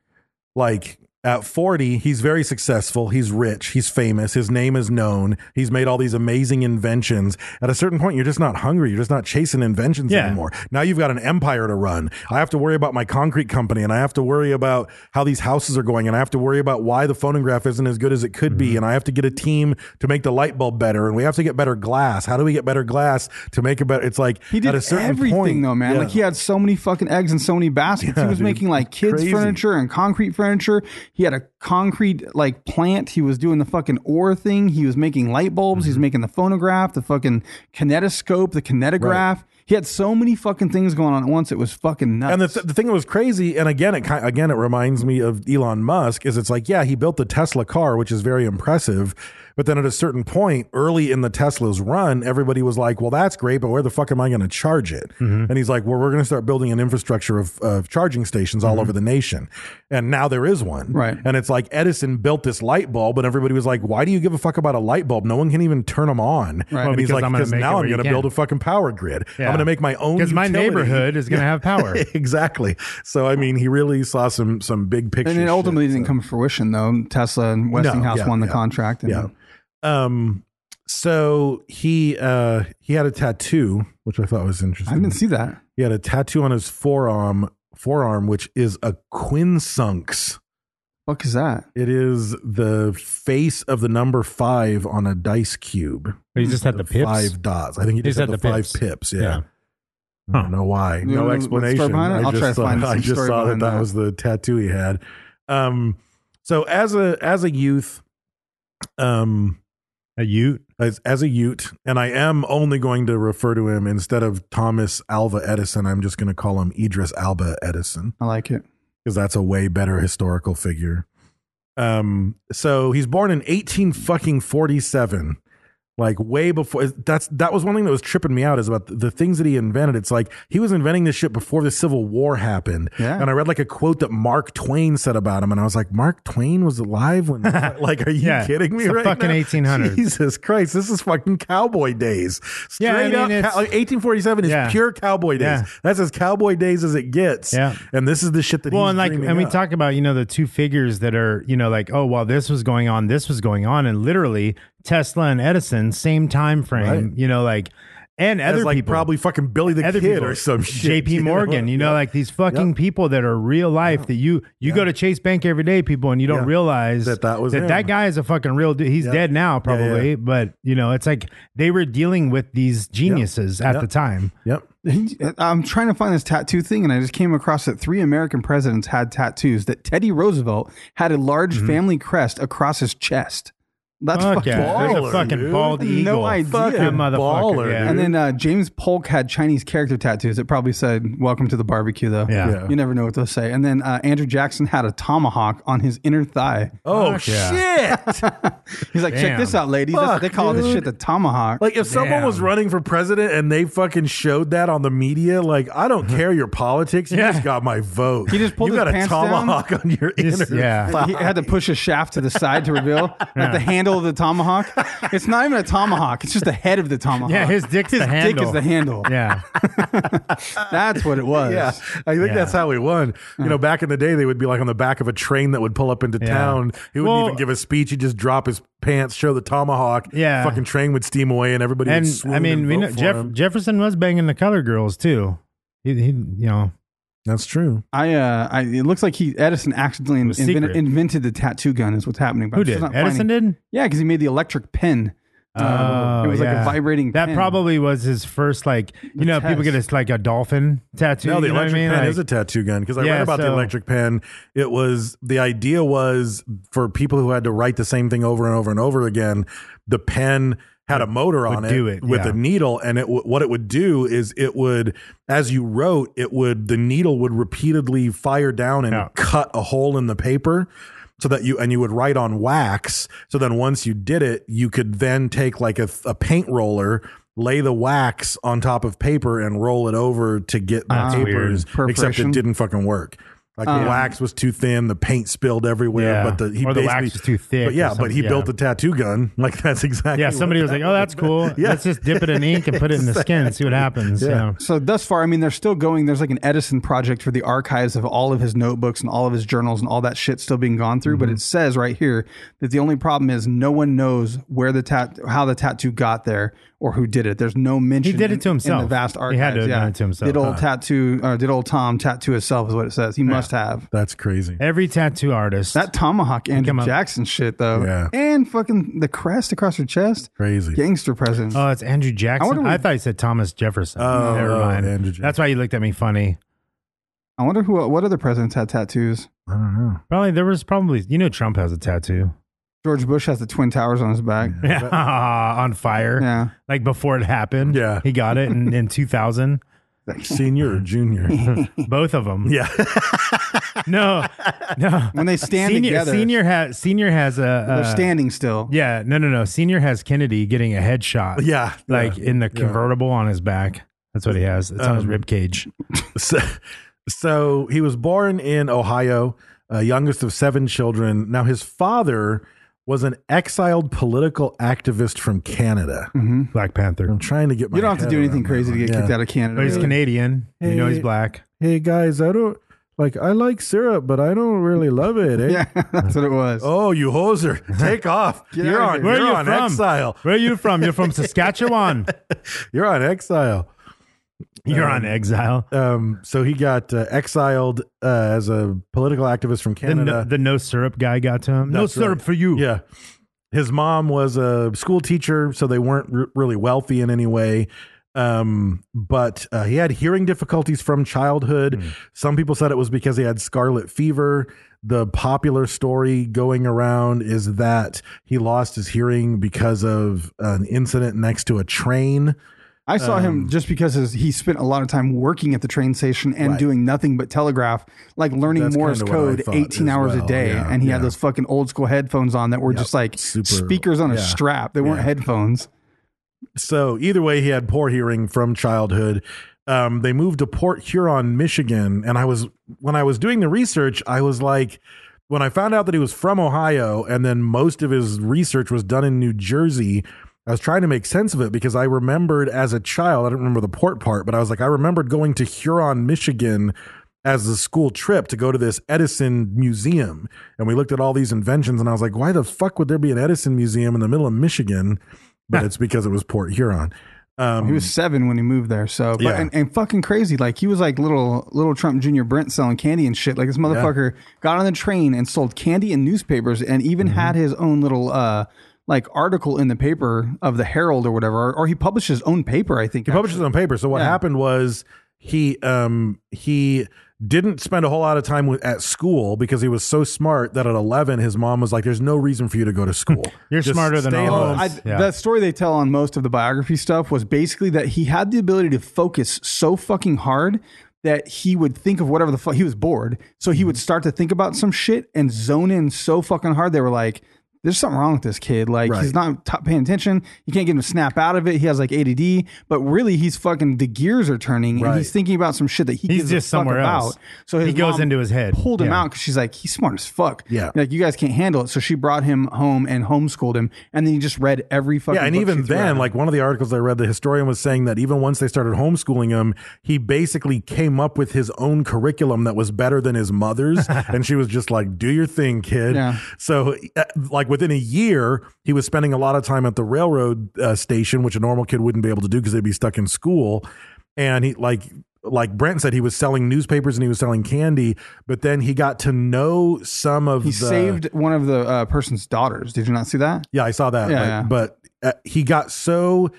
Speaker 3: Like at 40, he's very successful, he's rich, he's famous, his name is known, he's made all these amazing inventions. At a certain point, you're just not hungry, you're just not chasing inventions
Speaker 4: Yeah.
Speaker 3: anymore. Now you've got an empire to run. I have to worry about my concrete company and I have to worry about how these houses are going and I have to worry about why the phonograph isn't as good as it could
Speaker 5: Mm-hmm.
Speaker 3: be and I have to get a team to make the light bulb better and we have to get better glass. How do we get better glass to make a better It's like
Speaker 5: He did
Speaker 3: at a certain
Speaker 5: everything
Speaker 3: point,
Speaker 5: though, man.
Speaker 3: Yeah.
Speaker 5: Like he had so many fucking eggs and so many baskets.
Speaker 3: Yeah,
Speaker 5: he was
Speaker 3: dude.
Speaker 5: making like kids
Speaker 3: Crazy.
Speaker 5: furniture and concrete furniture. He had a concrete like plant. He was doing the fucking ore Mm-hmm. thing. He was making light bulbs. He was making the phonograph, the fucking kinetoscope, the kinetograph. He had so many fucking things going on at once. It was fucking nuts.
Speaker 3: And the, th- the thing that was crazy, and again, it kind again it reminds me of Elon Musk. Is it's like, yeah, he built the Tesla car, which is very impressive, but then at a certain point, early in the Tesla's run, everybody was like, "Well, that's great, but where the fuck am I going to charge it?"
Speaker 4: Mm-hmm.
Speaker 3: And he's like, "Well, we're going to start building an infrastructure of, of charging stations
Speaker 4: Mm-hmm.
Speaker 3: all over the nation, and now there is one."
Speaker 5: Right.
Speaker 3: And it's like Edison built this light bulb, and everybody was like, "Why do you give a fuck about a light bulb? No one can even turn them on."
Speaker 5: Right. Well,
Speaker 3: and he's
Speaker 4: because
Speaker 3: like,
Speaker 4: I'm gonna make it
Speaker 3: now
Speaker 4: where
Speaker 3: I'm
Speaker 4: you
Speaker 3: going to
Speaker 4: can."
Speaker 3: build a fucking power grid.
Speaker 4: Yeah.
Speaker 3: I'm going to make my own."
Speaker 4: because my
Speaker 3: utility."
Speaker 4: neighborhood is going to have power.
Speaker 3: exactly. So I mean, he really saw some some big picture.
Speaker 5: and it ultimately
Speaker 3: shit,
Speaker 5: didn't
Speaker 3: so-
Speaker 5: come to fruition though. Tesla and Westinghouse
Speaker 3: yeah,
Speaker 5: won the
Speaker 3: yeah.
Speaker 5: contract. And
Speaker 3: Yeah. Um. So he uh he had a tattoo, which I thought was
Speaker 5: I
Speaker 3: interesting.
Speaker 5: didn't see that.
Speaker 3: He had a tattoo on his forearm, forearm, which is a quinsunx.
Speaker 5: Fuck is that?
Speaker 3: It is the face of the number five on a dice cube.
Speaker 4: He just had the pips.
Speaker 3: Five dots. I think he just had, the, five pips. Yeah. I
Speaker 4: Huh.
Speaker 3: don't know why.
Speaker 5: know
Speaker 3: No
Speaker 5: the story
Speaker 3: explanation.
Speaker 5: behind it?
Speaker 3: I
Speaker 5: I'll
Speaker 3: just
Speaker 5: try to
Speaker 3: saw,
Speaker 5: find
Speaker 3: I
Speaker 5: some
Speaker 3: just
Speaker 5: story
Speaker 3: saw that
Speaker 5: behind
Speaker 3: that
Speaker 5: that.
Speaker 3: was the tattoo he had. Um, so as a as a youth, um,
Speaker 4: A Ute.
Speaker 3: as, as a Ute, and I am only going to refer to him instead of Thomas Alva Edison. I'm just going to call him Idris Alba Edison
Speaker 5: I like it.
Speaker 3: because that's a way better historical figure. Um, so he's born in 18 fucking 47, like way before. That's that was one thing that was tripping me out is about the, the things that he invented. It's like he was inventing this shit before the Civil War happened.
Speaker 5: Yeah.
Speaker 3: And I read like a quote that Mark Twain said about him, and I was like, Mark Twain was alive when? like, are you
Speaker 4: Yeah.
Speaker 3: kidding me?
Speaker 4: It's the
Speaker 3: right
Speaker 4: fucking
Speaker 3: now?
Speaker 4: 1800s.
Speaker 3: Jesus Christ, this is fucking cowboy days. Straight
Speaker 4: Yeah, I mean,
Speaker 3: up, cow-
Speaker 4: it's-
Speaker 3: 1847 is
Speaker 4: Yeah.
Speaker 3: pure cowboy days.
Speaker 4: Yeah.
Speaker 3: That's as cowboy days as it gets.
Speaker 4: Yeah.
Speaker 3: And this is the shit that
Speaker 4: Well,
Speaker 3: he's
Speaker 4: and like,
Speaker 3: dreaming
Speaker 4: and we
Speaker 3: up.
Speaker 4: talk about you know the two figures that are you know like oh while this was going on, this was going on, and literally Tesla and Edison same time frame.
Speaker 3: Right.
Speaker 4: You know like, and
Speaker 3: As,
Speaker 4: other
Speaker 3: like
Speaker 4: people
Speaker 3: probably fucking Billy the
Speaker 4: other
Speaker 3: Kid
Speaker 4: people,
Speaker 3: or some shit.
Speaker 4: JP Morgan, you know,
Speaker 3: Yeah.
Speaker 4: like these fucking
Speaker 3: Yep.
Speaker 4: people that are real life that you you go to Chase Bank every day, people, and you don't
Speaker 3: Yeah.
Speaker 4: realize
Speaker 3: That that was
Speaker 4: that,
Speaker 3: him.
Speaker 4: that guy is a fucking real dude. He's
Speaker 3: Yeah.
Speaker 4: dead now,
Speaker 3: Yeah, yeah.
Speaker 4: probably, but you know, it's like they were dealing with these geniuses at
Speaker 3: Yep.
Speaker 4: the time.
Speaker 3: Yep.
Speaker 5: I'm trying to find this tattoo thing, and I just came across that three American presidents had tattoos. That Teddy Roosevelt had a large
Speaker 3: Mm-hmm.
Speaker 5: family crest across his chest. That's
Speaker 4: Fuck
Speaker 5: fucking
Speaker 4: yeah. There's a
Speaker 3: baller,
Speaker 4: fucking
Speaker 3: dude.
Speaker 4: bald
Speaker 5: No
Speaker 4: eagle.
Speaker 5: idea.
Speaker 4: Fuck that
Speaker 5: Fucking
Speaker 4: motherfucker.
Speaker 3: baller,
Speaker 4: yeah.
Speaker 3: dude.
Speaker 5: And then uh, James Polk had Chinese character tattoos. It probably said "Welcome to the barbecue," though.
Speaker 4: Yeah.
Speaker 3: Yeah.
Speaker 5: you never know what they'll say. And then uh, Andrew Jackson had a tomahawk on his inner thigh.
Speaker 3: Oh
Speaker 4: Fuck yeah.
Speaker 3: shit.
Speaker 5: He's like, "Check
Speaker 4: Damn.
Speaker 5: this out, ladies! That's what
Speaker 3: Fuck,
Speaker 5: they call this
Speaker 3: dude.
Speaker 5: shit the tomahawk."
Speaker 3: like if someone
Speaker 4: Damn.
Speaker 3: was running for president and they fucking showed that on the media, like I don't care your politics, you
Speaker 4: Yeah.
Speaker 3: just got my vote.
Speaker 5: He just pulled
Speaker 3: you
Speaker 5: his
Speaker 3: got a
Speaker 5: pants down.
Speaker 3: tomahawk on your
Speaker 4: Just-
Speaker 3: inner
Speaker 4: yeah.
Speaker 3: thigh.
Speaker 5: he had to push a shaft to the side to reveal that the handle of the tomahawk. It's not even a tomahawk; it's just the head of the tomahawk.
Speaker 4: Yeah, his dick's
Speaker 5: his
Speaker 4: the
Speaker 5: dick
Speaker 4: handle.
Speaker 5: is the handle.
Speaker 4: Yeah.
Speaker 5: That's what it was.
Speaker 3: Yeah, I think
Speaker 4: Yeah. Mm.
Speaker 3: that's how he won. You know, back in the day, they would be like on the back of a train that would pull up into
Speaker 4: Yeah.
Speaker 3: town. He wouldn't
Speaker 4: Well-
Speaker 3: even give a speech. He'd just drop his pants, show the tomahawk.
Speaker 4: Yeah.
Speaker 3: fucking train would steam away, and everybody.
Speaker 4: and
Speaker 3: would swoon
Speaker 4: I mean,
Speaker 3: and
Speaker 4: we
Speaker 3: vote
Speaker 4: know,
Speaker 3: for
Speaker 4: Jeff,
Speaker 3: him.
Speaker 4: Jefferson was banging the color girls too. He, he you know,
Speaker 3: That's true.
Speaker 5: I, uh, I. It looks like he Edison accidentally
Speaker 4: It was
Speaker 5: invented,
Speaker 4: secret.
Speaker 5: invented the tattoo gun. Is what's happening. But
Speaker 4: who
Speaker 5: I'm still
Speaker 4: did?
Speaker 5: not
Speaker 4: Edison
Speaker 5: finding-
Speaker 4: did?
Speaker 5: Yeah, because he made the electric pen. Uh,
Speaker 4: Oh,
Speaker 5: it was like
Speaker 4: yeah.
Speaker 5: a vibrating.
Speaker 4: That
Speaker 5: pen.
Speaker 4: probably was his first, like you know, people get
Speaker 5: test.
Speaker 4: it's like a dolphin tattoo.
Speaker 3: No, the
Speaker 4: you know what I
Speaker 3: electric
Speaker 4: mean?
Speaker 3: pen
Speaker 4: Like-
Speaker 3: is a tattoo gun because I read
Speaker 4: Yeah,
Speaker 3: about the
Speaker 4: so-
Speaker 3: electric pen. It was the idea was for people who had to write the same thing over and over and over again. The pen had a motor
Speaker 4: would
Speaker 3: on
Speaker 4: do it,
Speaker 3: with
Speaker 4: yeah.
Speaker 3: a needle, and it w- what it would do is it would, as you wrote, it would the needle would repeatedly fire down and
Speaker 4: Yeah.
Speaker 3: cut a hole in the paper. So that you and you would write on wax. So then once you did it, you could then take like a, a paint roller, lay the wax on top of paper, and roll it over to get the
Speaker 4: That's weird.
Speaker 3: papers, except it
Speaker 5: Perforation.
Speaker 3: didn't fucking work. Like the
Speaker 5: Um,
Speaker 3: wax was too thin, the paint spilled everywhere.
Speaker 4: Yeah.
Speaker 3: But the he
Speaker 4: Or the wax
Speaker 3: basically-
Speaker 4: was too thick
Speaker 3: But
Speaker 4: or
Speaker 3: yeah, but he
Speaker 4: something,
Speaker 3: built
Speaker 4: yeah.
Speaker 3: a tattoo gun. Like that's exactly.
Speaker 4: yeah,
Speaker 3: what
Speaker 4: somebody was
Speaker 3: that
Speaker 4: like, "Oh, that's
Speaker 3: would've been.
Speaker 4: cool.
Speaker 3: Yeah.
Speaker 4: Let's just dip it in ink and put it in the skin, see what happens." Yeah,
Speaker 5: So thus far, I mean, they're still going. There's like an Edison project for the archives of all of his notebooks and all of his journals and all that shit still being gone through.
Speaker 4: Mm-hmm.
Speaker 5: But it says right here that the only problem is no one knows where the tat, how the tattoo got there or who did it. There's no mention.
Speaker 4: did it
Speaker 5: in-
Speaker 4: to
Speaker 5: In
Speaker 4: himself.
Speaker 5: the vast
Speaker 4: He
Speaker 5: archives.
Speaker 4: had to have
Speaker 5: yeah.
Speaker 4: done it to himself.
Speaker 5: Did old
Speaker 4: Huh.
Speaker 5: tattoo or did old Tom tattoo himself is what it says. He must have.
Speaker 3: That's crazy.
Speaker 4: every tattoo artist.
Speaker 5: That tomahawk
Speaker 4: Come
Speaker 5: Andrew
Speaker 4: up.
Speaker 5: Jackson shit though,
Speaker 3: Yeah.
Speaker 5: and fucking the crest across her chest,
Speaker 3: Crazy.
Speaker 5: gangster president.
Speaker 4: oh, it's Andrew Jackson.
Speaker 5: wonder
Speaker 4: I,
Speaker 5: what-
Speaker 4: thought he said Thomas Jefferson.
Speaker 3: Oh,
Speaker 4: Never
Speaker 3: oh,
Speaker 4: mind.
Speaker 3: Andrew
Speaker 4: That's why you looked at me funny.
Speaker 5: I wonder who, what other presidents had tattoos.
Speaker 3: I don't know.
Speaker 4: Probably there was probably you know Trump has a tattoo.
Speaker 5: George Bush has the twin towers on his back.
Speaker 4: on fire.
Speaker 5: Yeah.
Speaker 4: Like before it happened.
Speaker 3: Yeah.
Speaker 4: He got it in, in 2000.
Speaker 3: Senior or junior?
Speaker 4: Both of them.
Speaker 3: yeah.
Speaker 4: No, no.
Speaker 5: When they stand
Speaker 4: senior,
Speaker 5: together,
Speaker 4: Senior has, senior has a.
Speaker 5: they're
Speaker 4: uh,
Speaker 5: standing still.
Speaker 4: Yeah, no, no, no. Senior has Kennedy getting a headshot.
Speaker 3: Yeah,
Speaker 4: Like
Speaker 3: yeah,
Speaker 4: in the
Speaker 3: yeah. Um,
Speaker 4: convertible on his back. That's what he has. It's on his rib cage.
Speaker 3: so, so he was born in Ohio, uh, youngest of seven children. Now his father was an exiled political activist from Canada.
Speaker 4: Black Panther.
Speaker 3: I'm trying to get my
Speaker 5: You don't have to
Speaker 3: head
Speaker 5: do anything
Speaker 3: around
Speaker 5: crazy
Speaker 3: that
Speaker 5: to get
Speaker 3: one.
Speaker 5: kicked
Speaker 3: Yeah.
Speaker 5: out of Canada.
Speaker 4: But he's Canadian. You know he's
Speaker 3: Hey.
Speaker 4: black.
Speaker 3: Hey guys, I don't like I like syrup, but I don't really love it. Eh?
Speaker 5: Yeah, that's what it was.
Speaker 3: Oh, you hoser! Take off!
Speaker 5: Get
Speaker 3: you're
Speaker 5: out of
Speaker 3: on.
Speaker 5: here.
Speaker 4: Where
Speaker 3: you're
Speaker 4: are you
Speaker 3: on
Speaker 4: from?
Speaker 3: exile.
Speaker 4: Where are you from? You're from Saskatchewan.
Speaker 3: You're on exile.
Speaker 4: You're on exile.
Speaker 3: Um, so he got uh, exiled uh, as a political activist from
Speaker 4: the,
Speaker 3: Canada.
Speaker 4: no, the no syrup guy got to him. Um, No
Speaker 3: That's right.
Speaker 4: syrup for you.
Speaker 3: Yeah. His mom was a school teacher, so they weren't r- really wealthy in any way. Um, but uh, he had hearing difficulties from childhood.
Speaker 4: Hmm.
Speaker 3: Some people said it was because he had scarlet fever. The popular story going around is that he lost his hearing because of an incident next to a train.
Speaker 5: I saw
Speaker 3: um,
Speaker 5: him just because his, he spent a lot of time working at the train station and
Speaker 3: Right.
Speaker 5: doing nothing but telegraph, like learning
Speaker 3: That's
Speaker 5: Morse
Speaker 3: kinda what I
Speaker 5: code
Speaker 3: thought
Speaker 5: 18
Speaker 3: as
Speaker 5: hours
Speaker 3: well,
Speaker 5: a day.
Speaker 3: yeah,
Speaker 5: and he
Speaker 3: yeah.
Speaker 5: had those fucking old school headphones on that were just like
Speaker 3: super-
Speaker 5: speakers on a
Speaker 3: yeah,
Speaker 5: strap. They weren't
Speaker 3: yeah.
Speaker 5: headphones.
Speaker 3: So either way, he had poor hearing from childhood. Um, they moved to Port Huron, Michigan, and I was when I was doing the research, I was like, when I found out that he was from Ohio, and then most of his research was done in New Jersey. I was trying to make sense of it because I remembered as a child, I don't remember the port part, but I was like, I remembered going to Huron, Michigan as a school trip to go to this Edison museum. And we looked at all these inventions and I was like, why the fuck would there be an Edison museum in the middle of Michigan? But it's because it was Port Huron. Um,
Speaker 5: He was seven when he moved there. So, but,
Speaker 3: Yeah.
Speaker 5: and, and fucking crazy. Like he was like little little Trump Jr. Brent selling candy and shit. Like this motherfucker got on the train and sold candy and newspapers, and even
Speaker 3: Mm-hmm.
Speaker 5: had his own little uh like article in the paper of the Herald or whatever. Or, or he published his own paper. I think
Speaker 3: He published it on paper. So what
Speaker 5: Yeah.
Speaker 3: happened was he um he didn't spend a whole lot of time with, at school because he was so smart that at 11 his mom was like there's no reason for you to go to school.
Speaker 4: You're
Speaker 3: Just
Speaker 4: smarter than
Speaker 3: stay
Speaker 4: all
Speaker 3: home."
Speaker 4: of
Speaker 5: I,
Speaker 4: us. Yeah.
Speaker 5: The story they tell on most of the biography stuff was basically that he had the ability to focus so fucking hard that he would think of whatever the fuck he was bored. So he
Speaker 4: Mm-hmm.
Speaker 5: would start to think about some shit and zone in so fucking hard. They were like, there's something wrong with this kid. Like he's not t- paying attention. You can't get him to snap out of it. He has like ADD, but really he's fucking the gears are turning and
Speaker 3: Right.
Speaker 5: he's thinking about some shit that he
Speaker 4: He's
Speaker 5: gives a
Speaker 4: just
Speaker 5: fuck
Speaker 4: somewhere
Speaker 5: about.
Speaker 4: else.
Speaker 5: So his
Speaker 4: He goes
Speaker 5: mom
Speaker 4: into his head.
Speaker 5: Pulled him
Speaker 4: Yeah.
Speaker 5: out because she's like, he's smart as fuck.
Speaker 3: Yeah.
Speaker 5: Like you guys can't handle it. So she brought him home and homeschooled him, and then he just read every fucking.
Speaker 3: Yeah, and
Speaker 5: book
Speaker 3: even
Speaker 5: she threw at
Speaker 3: then,
Speaker 5: him.
Speaker 3: like one of the articles I read, the historian was saying that even once they started homeschooling him, he basically came up with his own curriculum that was better than his mother's, and she was just like, "Do your thing, kid."
Speaker 5: Yeah.
Speaker 3: So, uh, like within a year, he was spending a lot of time at the railroad uh, station, which a normal kid wouldn't be able to do because they'd be stuck in school, and he like. Like Brent said, he was selling newspapers and he was selling candy, but then he got to know some of
Speaker 5: he
Speaker 3: the
Speaker 5: saved one of the uh, person's daughters. Did you not see that?
Speaker 3: yeah, I saw that.
Speaker 5: Yeah,
Speaker 3: like,
Speaker 5: yeah.
Speaker 3: But uh, he got so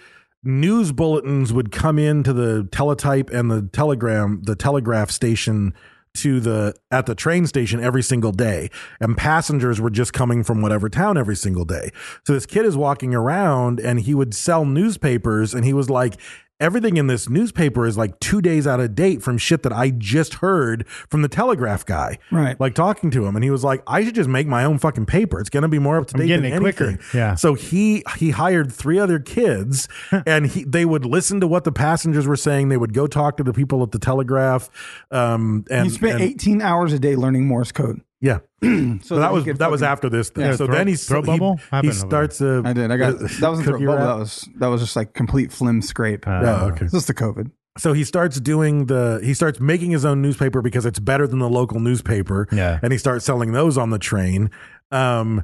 Speaker 3: news bulletins would come into the teletype and the telegram, the telegraph station to the at the train station every single day and passengers were just coming from whatever town every single day. So this kid is walking around and he would sell newspapers and he was like everything in this newspaper is like 2 days out of date from shit that I just heard from the telegraph guy.
Speaker 5: Right.
Speaker 3: Like talking to him and he was like I should just make my own fucking paper. It's going to be more up to
Speaker 4: I'm
Speaker 3: date
Speaker 4: getting
Speaker 3: than
Speaker 4: it quicker.
Speaker 3: anything.
Speaker 4: Yeah.
Speaker 3: So he he hired three other kids, and he, they would listen to what the passengers were saying. They would go talk to the people at the telegraph. Um, and
Speaker 5: he spent
Speaker 3: and-
Speaker 5: 18 hours a day learning Morse code.
Speaker 3: Yeah.
Speaker 5: So
Speaker 3: So that
Speaker 5: he
Speaker 3: was that
Speaker 5: could
Speaker 3: was
Speaker 5: fucking-
Speaker 3: after this. Thing.
Speaker 4: Yeah,
Speaker 3: so
Speaker 4: throw-
Speaker 3: then he
Speaker 4: throw
Speaker 3: he,
Speaker 4: bubble?
Speaker 3: He
Speaker 4: Happened over
Speaker 3: starts a.
Speaker 5: I did. I got that wasn't throat
Speaker 3: cookie
Speaker 5: bubble.
Speaker 3: wrap.
Speaker 5: That was that was just like complete phlegm scrape.
Speaker 3: Yeah, Uh, okay.
Speaker 5: It's just the COVID.
Speaker 3: so he starts doing the he starts making his own newspaper because it's better than the local newspaper
Speaker 4: Yeah.
Speaker 3: and he starts selling those on the train um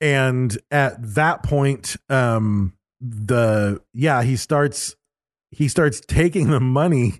Speaker 3: and at that point um the yeah he starts he starts taking the money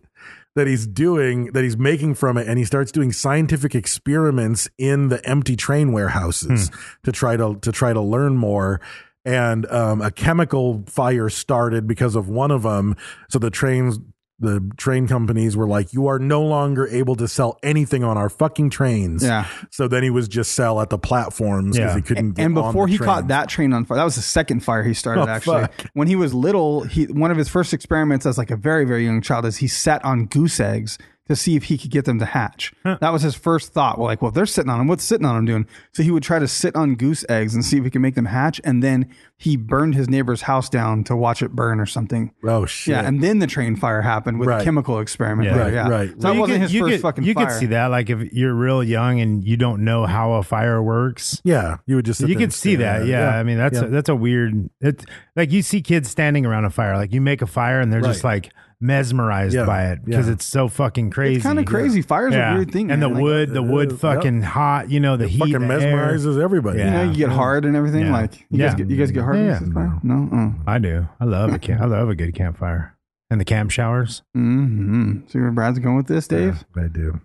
Speaker 3: that he's doing that he's making from it and he starts doing scientific experiments in the empty train warehouses
Speaker 4: Hmm.
Speaker 3: to try to to try to learn more and um, a chemical fire started because of one of them so the trains the train companies were like, you are no longer able to sell anything on our fucking trains.
Speaker 5: Yeah.
Speaker 3: So then he was just sell at the platforms because
Speaker 4: Yeah.
Speaker 3: he couldn't get
Speaker 5: and
Speaker 3: on
Speaker 5: before
Speaker 3: the
Speaker 5: he
Speaker 3: train.
Speaker 5: caught that train on fire that was the second fire he started
Speaker 3: Oh,
Speaker 5: actually
Speaker 3: fuck.
Speaker 5: when he was little he one of his first experiments as like a very very young child is he sat on goose eggs to see if he could get them to hatch that was his first thought well like well if they're sitting on them what's sitting on them doing so he would try to sit on goose eggs and see if he could make them hatch and then he burned his neighbor's house down to watch it burn or something
Speaker 3: Oh, shit.
Speaker 5: yeah, and then the train fire happened with
Speaker 3: Right.
Speaker 5: a chemical experiment.
Speaker 4: Yeah.
Speaker 5: Yeah,
Speaker 3: Right,
Speaker 5: yeah.
Speaker 3: right.
Speaker 5: So
Speaker 3: Well,
Speaker 5: that
Speaker 4: you
Speaker 5: wasn't
Speaker 4: could-
Speaker 5: his
Speaker 4: you
Speaker 5: first
Speaker 4: could-
Speaker 5: fucking
Speaker 4: You
Speaker 5: fire.
Speaker 4: could see that, like if you're real young and you don't know how a fire works.
Speaker 3: yeah, you would just sit
Speaker 4: you
Speaker 3: there
Speaker 4: could
Speaker 3: and
Speaker 4: see
Speaker 3: stare at
Speaker 4: that,
Speaker 3: it.
Speaker 4: yeah. I mean, that's
Speaker 3: Yeah.
Speaker 4: a, that's a weird. It's like you see kids standing around a fire, like you make a fire and they're just
Speaker 3: Right.
Speaker 4: like mesmerized
Speaker 3: Yeah,
Speaker 4: by it because
Speaker 3: yeah.
Speaker 4: it's so fucking crazy.
Speaker 5: It's kinda crazy. Fire's a weird thing,
Speaker 4: and
Speaker 5: man.
Speaker 4: the
Speaker 5: Like,
Speaker 4: wood, the
Speaker 3: uh,
Speaker 4: wood,
Speaker 3: yep.
Speaker 4: fucking hot. You know, the heat
Speaker 3: fucking
Speaker 4: the air.
Speaker 3: mesmerizes everybody.
Speaker 4: Yeah.
Speaker 5: You know, you get hard and everything.
Speaker 4: Yeah.
Speaker 5: Like you
Speaker 4: Yeah.
Speaker 5: guys, get, you guys get hard.
Speaker 4: Yeah,
Speaker 5: when you
Speaker 4: yeah.
Speaker 5: see fire? No. Oh.
Speaker 4: I do. I love a camp. I love a good campfire and the camp showers.
Speaker 5: hmm See where Brad's going with this, Dave?
Speaker 3: I do.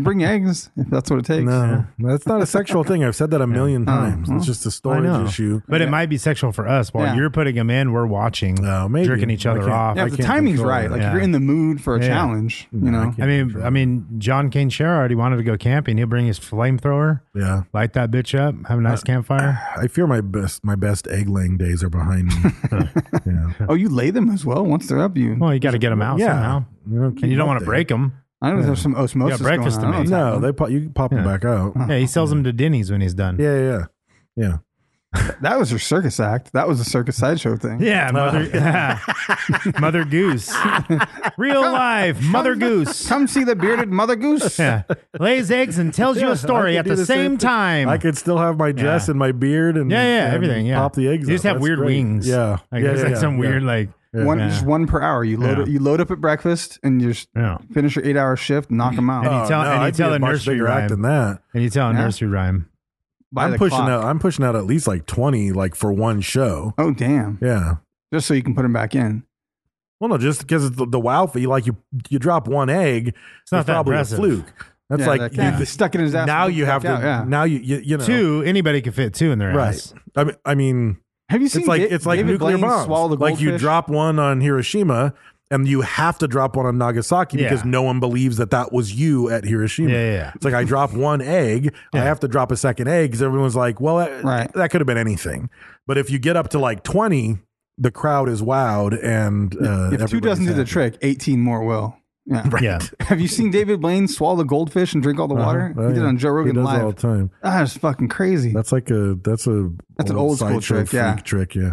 Speaker 5: bring eggs if that's what it takes.
Speaker 3: No, that's not a sexual thing. I've said that a million times.
Speaker 5: well,
Speaker 3: it's just a
Speaker 4: I know.
Speaker 3: storage issue.
Speaker 4: but it might be sexual for us. While
Speaker 5: Yeah. Oh,
Speaker 4: you're putting them in, we're watching,
Speaker 3: No, maybe.
Speaker 4: jerking each
Speaker 3: I
Speaker 4: other
Speaker 3: can't-
Speaker 4: off.
Speaker 5: Yeah,
Speaker 3: I
Speaker 5: if the
Speaker 3: can't
Speaker 5: timing's
Speaker 3: control
Speaker 5: right.
Speaker 3: that.
Speaker 5: Like
Speaker 4: Yeah.
Speaker 5: if you're in the mood for a
Speaker 4: Yeah.
Speaker 5: challenge, you
Speaker 3: No, I
Speaker 5: know.
Speaker 3: can't
Speaker 4: I mean,
Speaker 3: control
Speaker 4: I mean, John Kane Share already wanted to go camping. He'll bring his flamethrower,
Speaker 3: that. yeah.
Speaker 4: light that bitch up, have a
Speaker 3: Uh,
Speaker 4: nice campfire.
Speaker 3: I fear my best my best egg laying days are behind me. yeah.
Speaker 5: Oh, you lay them as well once they're up. You.
Speaker 4: Well, you got to get them out
Speaker 3: Yeah.
Speaker 4: somehow,
Speaker 3: You don't keep
Speaker 4: and you don't
Speaker 3: up
Speaker 4: want to
Speaker 3: there.
Speaker 4: break them.
Speaker 5: I don't know if there's some osmosis.
Speaker 4: You got breakfast
Speaker 5: going
Speaker 4: to
Speaker 5: on.
Speaker 4: make.
Speaker 5: I
Speaker 3: No,
Speaker 5: don't
Speaker 3: they pop, you can pop them
Speaker 4: Yeah.
Speaker 3: back out.
Speaker 4: Yeah, he sells them to Denny's when he's done.
Speaker 3: Yeah, yeah, yeah.
Speaker 5: know. that was your circus act. That was a circus sideshow thing.
Speaker 4: Yeah, mother, mother goose, real life, mother goose.
Speaker 5: Come see the bearded mother goose.
Speaker 4: Yeah, lays eggs and tells you
Speaker 3: Yeah,
Speaker 4: a story
Speaker 3: I could
Speaker 4: at
Speaker 3: do
Speaker 4: the,
Speaker 3: same
Speaker 4: same
Speaker 3: thing.
Speaker 4: time.
Speaker 3: I could still have my dress
Speaker 4: Yeah.
Speaker 3: and my beard and
Speaker 4: yeah, yeah,
Speaker 3: and
Speaker 4: everything. Yeah,
Speaker 3: pop the eggs.
Speaker 4: You just
Speaker 3: up.
Speaker 4: have
Speaker 3: That's
Speaker 4: weird
Speaker 3: great.
Speaker 4: wings.
Speaker 3: Yeah,
Speaker 4: like
Speaker 3: yeah,
Speaker 4: it's
Speaker 3: yeah,
Speaker 4: like
Speaker 3: yeah,
Speaker 4: some
Speaker 3: yeah.
Speaker 4: weird like.
Speaker 5: One,
Speaker 4: Yeah.
Speaker 5: Just one per hour. You load
Speaker 4: Yeah.
Speaker 5: it, you load up at breakfast and you just
Speaker 4: Yeah.
Speaker 5: finish your eight hour shift, knock them out.
Speaker 4: And
Speaker 3: Oh,
Speaker 4: you tell
Speaker 3: no,
Speaker 4: and you
Speaker 3: I'd
Speaker 4: tell
Speaker 3: be
Speaker 4: a
Speaker 3: a much
Speaker 4: nursery
Speaker 3: bigger
Speaker 4: rhyme
Speaker 3: act than that.
Speaker 4: And you tell a
Speaker 5: Yeah.
Speaker 4: nursery rhyme.
Speaker 5: By
Speaker 3: I'm
Speaker 5: the
Speaker 3: pushing
Speaker 5: clock.
Speaker 3: out. I'm pushing out at least like twenty, like for one show.
Speaker 5: Oh damn!
Speaker 3: Yeah.
Speaker 5: Just so you can put them back in.
Speaker 3: Well, no, just because the, the wow fee, like you you drop one egg, it's,
Speaker 4: not that
Speaker 3: probably
Speaker 4: impressive.
Speaker 3: a fluke. That's
Speaker 5: Yeah,
Speaker 3: like
Speaker 5: that-
Speaker 3: you-
Speaker 5: yeah. Stuck in his ass
Speaker 3: Now
Speaker 5: and
Speaker 3: you
Speaker 5: back
Speaker 3: have to.
Speaker 5: out, yeah.
Speaker 3: Now you you, you know
Speaker 4: Two, anybody could fit two in their
Speaker 3: right.
Speaker 4: ass.
Speaker 3: I mean, I mean
Speaker 5: Have you
Speaker 3: it's
Speaker 5: seen?
Speaker 3: like
Speaker 5: Da-
Speaker 3: it's like
Speaker 5: David
Speaker 3: nuclear
Speaker 5: Blaine
Speaker 3: bombs.
Speaker 5: Swallow the
Speaker 3: like you
Speaker 5: goldfish?
Speaker 3: drop one on Hiroshima. And you have to drop one on Nagasaki
Speaker 4: Yeah.
Speaker 3: because no one believes that that was you at Hiroshima.
Speaker 4: Yeah, yeah, yeah.
Speaker 3: It's like I drop one egg, I
Speaker 4: Yeah.
Speaker 3: have to drop a second egg because everyone's like, "Well, that,
Speaker 5: Right.
Speaker 3: that could have been anything." But if you get up to like twenty, the crowd is wowed, and uh,
Speaker 5: If two
Speaker 3: everybody's
Speaker 5: doesn't do the
Speaker 3: happy.
Speaker 5: trick, 18 more will. Yeah.
Speaker 4: Yeah.
Speaker 5: Have you seen David Blaine swallow the goldfish and drink all the water?
Speaker 3: Oh,
Speaker 5: he did
Speaker 3: yeah.
Speaker 5: on Joe Rogan
Speaker 3: He does it
Speaker 5: Live.
Speaker 3: all the time.
Speaker 5: That's fucking crazy.
Speaker 3: That's like a that's a
Speaker 5: That's an old school
Speaker 3: sideshow
Speaker 5: trick, yeah.
Speaker 3: freak trick, yeah.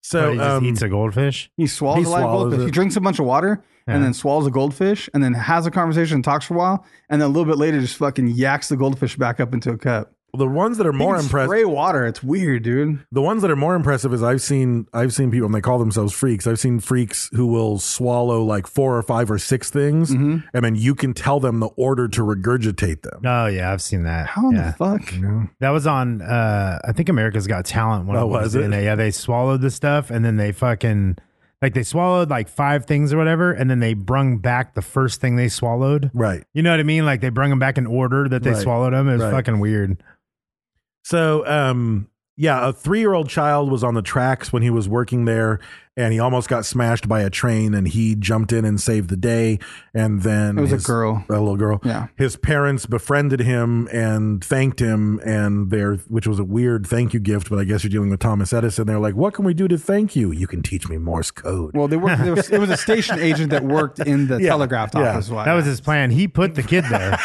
Speaker 4: So
Speaker 3: So
Speaker 4: he just
Speaker 3: um,
Speaker 4: eats a goldfish.
Speaker 5: he swallows
Speaker 3: he
Speaker 5: a live
Speaker 3: swallows
Speaker 5: goldfish.
Speaker 3: it.
Speaker 5: He drinks a bunch of water
Speaker 4: Yeah.
Speaker 5: and then swallows a goldfish and then has a conversation and talks for a while. And then a little bit later, just fucking yaks the goldfish back up into a cup.
Speaker 3: the ones that are more
Speaker 5: He can
Speaker 3: impressive,
Speaker 5: Spray water. It's weird, dude.
Speaker 3: the ones that are more impressive is I've seen I've seen people and they call themselves freaks. I've seen freaks who will swallow like four or five or six things,
Speaker 5: Mm-hmm.
Speaker 3: and then you can tell them the order to regurgitate them.
Speaker 4: Oh yeah, I've seen that.
Speaker 5: How in
Speaker 4: yeah.
Speaker 5: the fuck?
Speaker 4: That was on uh I think America's Got Talent when
Speaker 3: Oh,
Speaker 4: it was
Speaker 3: was it?
Speaker 4: in it. Yeah, they swallowed the stuff and then they fucking like they swallowed like five things or whatever and then they brung back the first thing they swallowed.
Speaker 3: Right.
Speaker 4: You know what I mean? Like they brung them back in order that they
Speaker 3: Right.
Speaker 4: swallowed them. It was
Speaker 3: Right.
Speaker 4: fucking weird.
Speaker 3: So, um, yeah, a three year old child was on the tracks when he was working there and he almost got smashed by a train and he jumped in and saved the day. And then
Speaker 5: It was a girl.
Speaker 3: a little girl.
Speaker 5: Yeah.
Speaker 3: His parents befriended him and thanked him. And their, which was a weird thank you gift, but I guess you're dealing with Thomas Edison. They're like, what can we do to thank you? You can teach me Morse code.
Speaker 5: Well, they worked, there was, it was a station agent that worked in the
Speaker 3: Yeah,
Speaker 5: telegraph
Speaker 3: yeah.
Speaker 5: office.
Speaker 4: That was his plan. He put the kid there.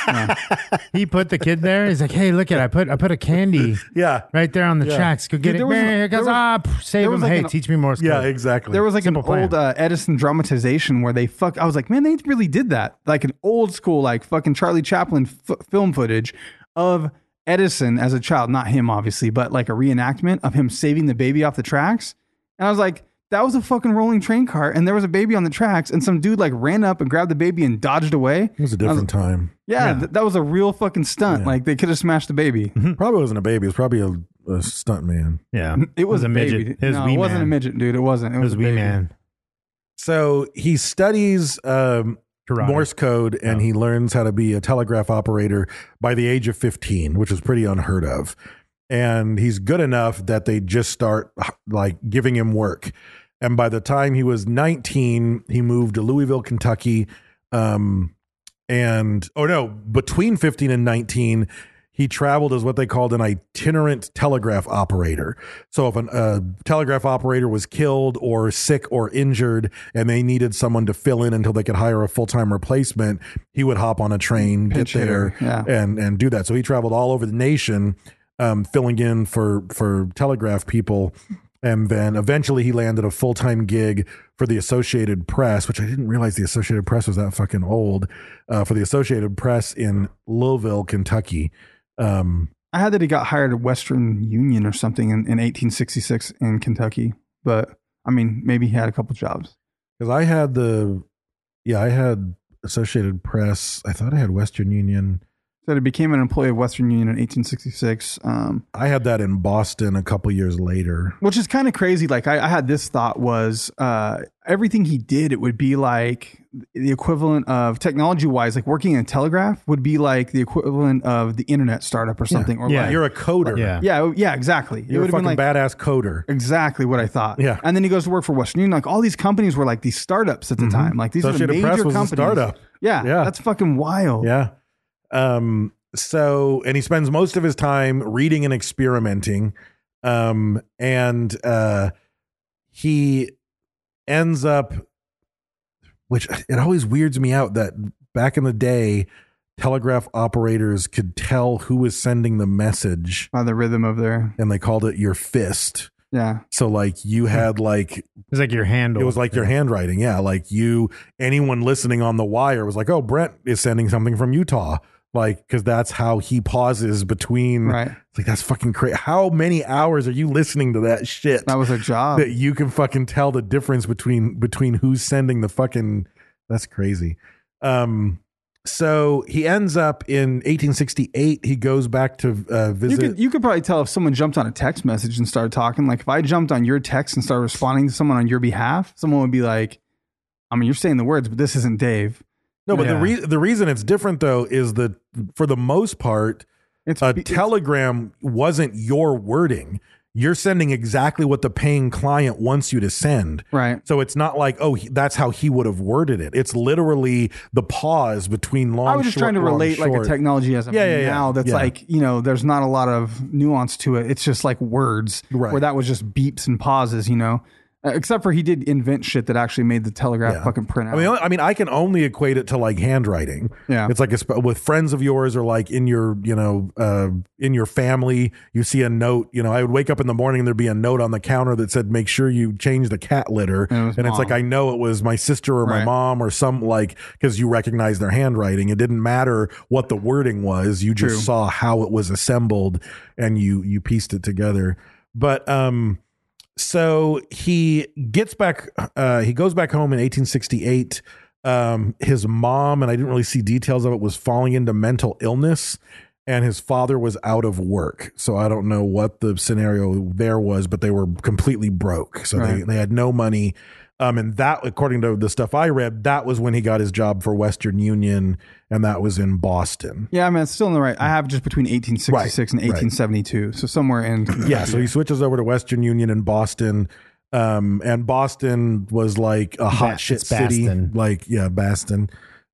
Speaker 4: He put the kid there. He's like, "Hey, look at I put I put a candy
Speaker 3: Yeah.
Speaker 4: right there on the
Speaker 3: Yeah.
Speaker 4: tracks. Go get
Speaker 5: Dude, there
Speaker 4: it.
Speaker 5: was-
Speaker 4: Here it goes.
Speaker 5: there was-
Speaker 4: Ah, pff, save
Speaker 5: there
Speaker 4: him.
Speaker 5: was like
Speaker 4: hey,
Speaker 5: an-
Speaker 4: teach me Morse.
Speaker 3: yeah,
Speaker 4: code.
Speaker 3: exactly.
Speaker 5: There was like
Speaker 4: Simple
Speaker 5: an
Speaker 4: plan.
Speaker 5: old uh, Edison dramatization where they fuck. I was like, man, they really did that. Like an old school, like fucking Charlie Chaplin f- film footage of Edison as a child, not him obviously, but like a reenactment of him saving the baby off the tracks. And I was like, that was a fucking rolling train car, and there was a baby on the tracks, and some dude like ran up and grabbed the baby and dodged away.
Speaker 3: it was a different time.
Speaker 5: Yeah, th- that was a real fucking stunt. Like they could have smashed the baby.
Speaker 4: Mm-hmm.
Speaker 3: Probably wasn't a baby. It was probably a, a stunt man.
Speaker 4: Yeah,
Speaker 5: It was,
Speaker 4: a midget.
Speaker 5: Baby.
Speaker 4: It was
Speaker 5: no,
Speaker 4: wee
Speaker 5: it wasn't
Speaker 4: man.
Speaker 5: a midget, dude. It wasn't. It
Speaker 4: It
Speaker 5: was,
Speaker 4: was
Speaker 5: a
Speaker 4: wee
Speaker 5: baby.
Speaker 4: man.
Speaker 3: So he studies um,
Speaker 4: Karate.
Speaker 3: Morse code and he learns how to be a telegraph operator by the age of 15, which is pretty unheard of. And he's good enough that they just start like giving him work. And by the time he was 19, he moved to Louisville, Kentucky. Um, and oh no, between 15 and 19, he traveled as what they called an itinerant telegraph operator. So if a uh, telegraph operator was killed or sick or injured and they needed someone to fill in until they could hire a full-time replacement, he would hop on a train,
Speaker 5: Pinch
Speaker 3: get there
Speaker 5: hitter, yeah.
Speaker 3: and and do that. So he traveled all over the nation um, filling in for for telegraph people. And then eventually he landed a full time gig for the Associated Press, which I didn't realize the Associated Press was that fucking old. Uh, for the Associated Press in Louisville, Kentucky. Um,
Speaker 5: I had that he got hired at Western Union or something in, in 1866 in Kentucky, but I mean, maybe he had a couple jobs.
Speaker 3: Because I had the, yeah, I had Associated Press. I thought I had Western Union.
Speaker 5: So he became an employee of Western Union in 1866, um,
Speaker 3: I had that in Boston a couple years later.
Speaker 5: which is kind of crazy. Like I, I had this thought was uh, everything he did, it would be like the equivalent of technology wise, like working in a telegraph would be like the equivalent of the internet startup or something. Or
Speaker 4: Yeah.
Speaker 5: like,
Speaker 3: You're a coder.
Speaker 4: Yeah.
Speaker 5: yeah, yeah, exactly.
Speaker 3: You're a
Speaker 5: would've
Speaker 3: fucking badass coder.
Speaker 5: Exactly what I thought.
Speaker 3: Yeah.
Speaker 5: And then he goes to work for Western Union. Like all these companies were like these startups at the time. Like these are the
Speaker 3: Mm-hmm. Associated
Speaker 5: major
Speaker 3: Press was a
Speaker 5: companies.
Speaker 3: startup.
Speaker 5: Yeah.
Speaker 3: Yeah.
Speaker 5: That's fucking wild.
Speaker 3: Yeah. Um, so, and he spends most of his time reading and experimenting. Um, and uh, he ends up, which it always weirds me out that back in the day, telegraph operators could tell who was sending the message
Speaker 5: By the rhythm of their
Speaker 3: and they called it your fist.
Speaker 5: yeah.
Speaker 3: So, like, you had like
Speaker 4: It's like your handle.
Speaker 3: it was like your handwriting. Yeah. Like you, anyone listening on the wire was like, oh, Brent is sending something from Utah. Like, cause that's how he pauses between.
Speaker 5: Right.
Speaker 3: It's like, that's fucking crazy. How many hours are you listening to that shit?
Speaker 5: That was their job.
Speaker 3: that you can fucking tell the difference between, between who's sending the fucking, that's crazy. Um, so he ends up in 1868. He goes back to uh,
Speaker 5: You
Speaker 3: visit.
Speaker 5: could, you could probably tell if someone jumped on a text message and started talking. Like if I jumped on your text and started responding to someone on your behalf, someone would be like, I mean, you're saying the words, but this isn't Dave.
Speaker 3: no, but the
Speaker 4: Yeah.
Speaker 3: re- the reason it's different though is that for the most part,
Speaker 5: It's
Speaker 3: a
Speaker 5: be- it's-
Speaker 3: telegram wasn't your wording. You're sending exactly what the paying client wants you to send.
Speaker 5: Right.
Speaker 3: So it's not like, oh, he- that's how he would have worded it. It's literally the pause between long.
Speaker 5: I was just
Speaker 3: short,
Speaker 5: trying to
Speaker 3: long,
Speaker 5: relate like
Speaker 3: short.
Speaker 5: a technology as of
Speaker 3: Yeah, yeah, yeah.
Speaker 5: now that's
Speaker 3: Yeah.
Speaker 5: like, you know, there's not a lot of nuance to it. It's just like words
Speaker 3: Right.
Speaker 5: where that was just beeps and pauses, you know, Uh, except for he did invent shit that actually made the telegraph
Speaker 3: Yeah.
Speaker 5: fucking print out.
Speaker 3: I mean, I mean, I can only equate it to like handwriting.
Speaker 5: Yeah.
Speaker 3: it's like a sp- with friends of yours or like in your, you know, uh, in your family, you see a note. You know, I would wake up in the morning and there'd be a note on the counter that said, "Make sure you change the cat litter."
Speaker 5: And it was
Speaker 3: And it's
Speaker 5: mom.
Speaker 3: like I know it was my sister or my
Speaker 5: Right.
Speaker 3: mom or some like because you recognize their handwriting. It didn't matter what the wording was; you just
Speaker 5: True.
Speaker 3: saw how it was assembled and you you pieced it together. But um so he gets back uh he goes back home in 1868 um his mom and i didn't really see details of it was falling into mental illness and his father was out of work so i don't know what the scenario there was but they were completely broke so they,
Speaker 5: Right.
Speaker 3: they had no money um and that according to the stuff i read that was when he got his job for western union and that was in boston
Speaker 5: yeah, I mean, it's still in the right. I have just between 1866
Speaker 3: Right,
Speaker 5: and
Speaker 3: right.
Speaker 5: 1872. So somewhere in.
Speaker 3: yeah so he switches over to western union in boston um and boston was like a hot
Speaker 4: Ba-
Speaker 3: shit
Speaker 4: it's
Speaker 3: city
Speaker 4: Baston.
Speaker 3: like yeah baston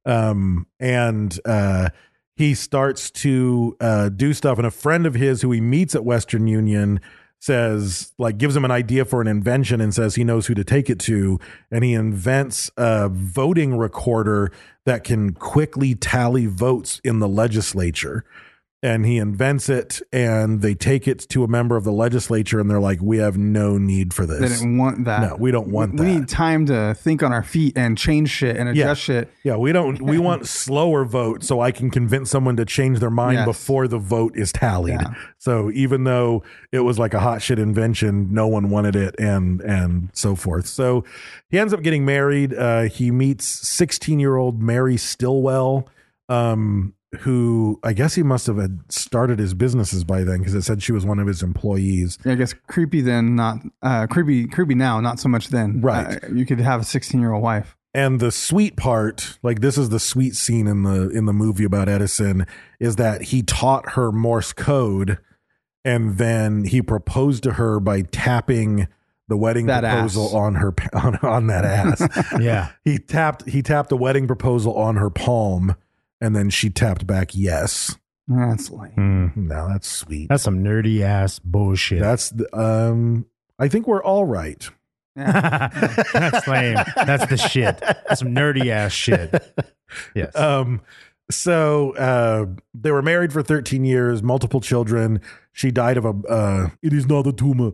Speaker 3: um and uh he starts to uh do stuff and a friend of his who he meets at western union says like gives him an idea for an invention and says he knows who to take it to and he invents a voting recorder that can quickly tally votes in the legislature and he invents it and they take it to a member of the legislature and they're like we have no need for
Speaker 5: They
Speaker 3: this
Speaker 5: didn't want that.
Speaker 3: No, we don't want
Speaker 5: we, We
Speaker 3: that.
Speaker 5: need time to think on our feet and change shit and
Speaker 3: Yeah.
Speaker 5: adjust shit.
Speaker 3: yeah we don't we want slower vote so i can convince someone to change their mind
Speaker 5: Yes.
Speaker 3: before the vote is tallied
Speaker 5: Yeah.
Speaker 3: so even though it was like a hot shit invention no one wanted it and and so forth so he ends up getting married uh he meets 16 year old mary stillwell um who i guess he must have had started his businesses by then because it said she was one of his employees
Speaker 5: Yeah, I guess creepy then, not uh, creepy, creepy now, not so much then.
Speaker 3: Right.
Speaker 5: Uh, you could have a 16 year old wife.
Speaker 3: and the sweet part like this is the sweet scene in the in the movie about edison is that he taught her morse code and then he proposed to her by tapping the wedding
Speaker 5: That
Speaker 3: proposal
Speaker 5: ass.
Speaker 3: on her pa- on, on that ass.
Speaker 4: Yeah.
Speaker 3: he tapped he tapped a wedding proposal on her palm, and then she tapped back yes.
Speaker 5: That's lame.
Speaker 3: Now that's sweet.
Speaker 4: That's some nerdy ass bullshit.
Speaker 3: That's the, um. I think we're all right.
Speaker 4: That's lame. That's the shit. That's some nerdy ass shit. Yes.
Speaker 3: Um, so uh, they were married for 13 years, multiple children. She died of a. Uh, it is not a tumor.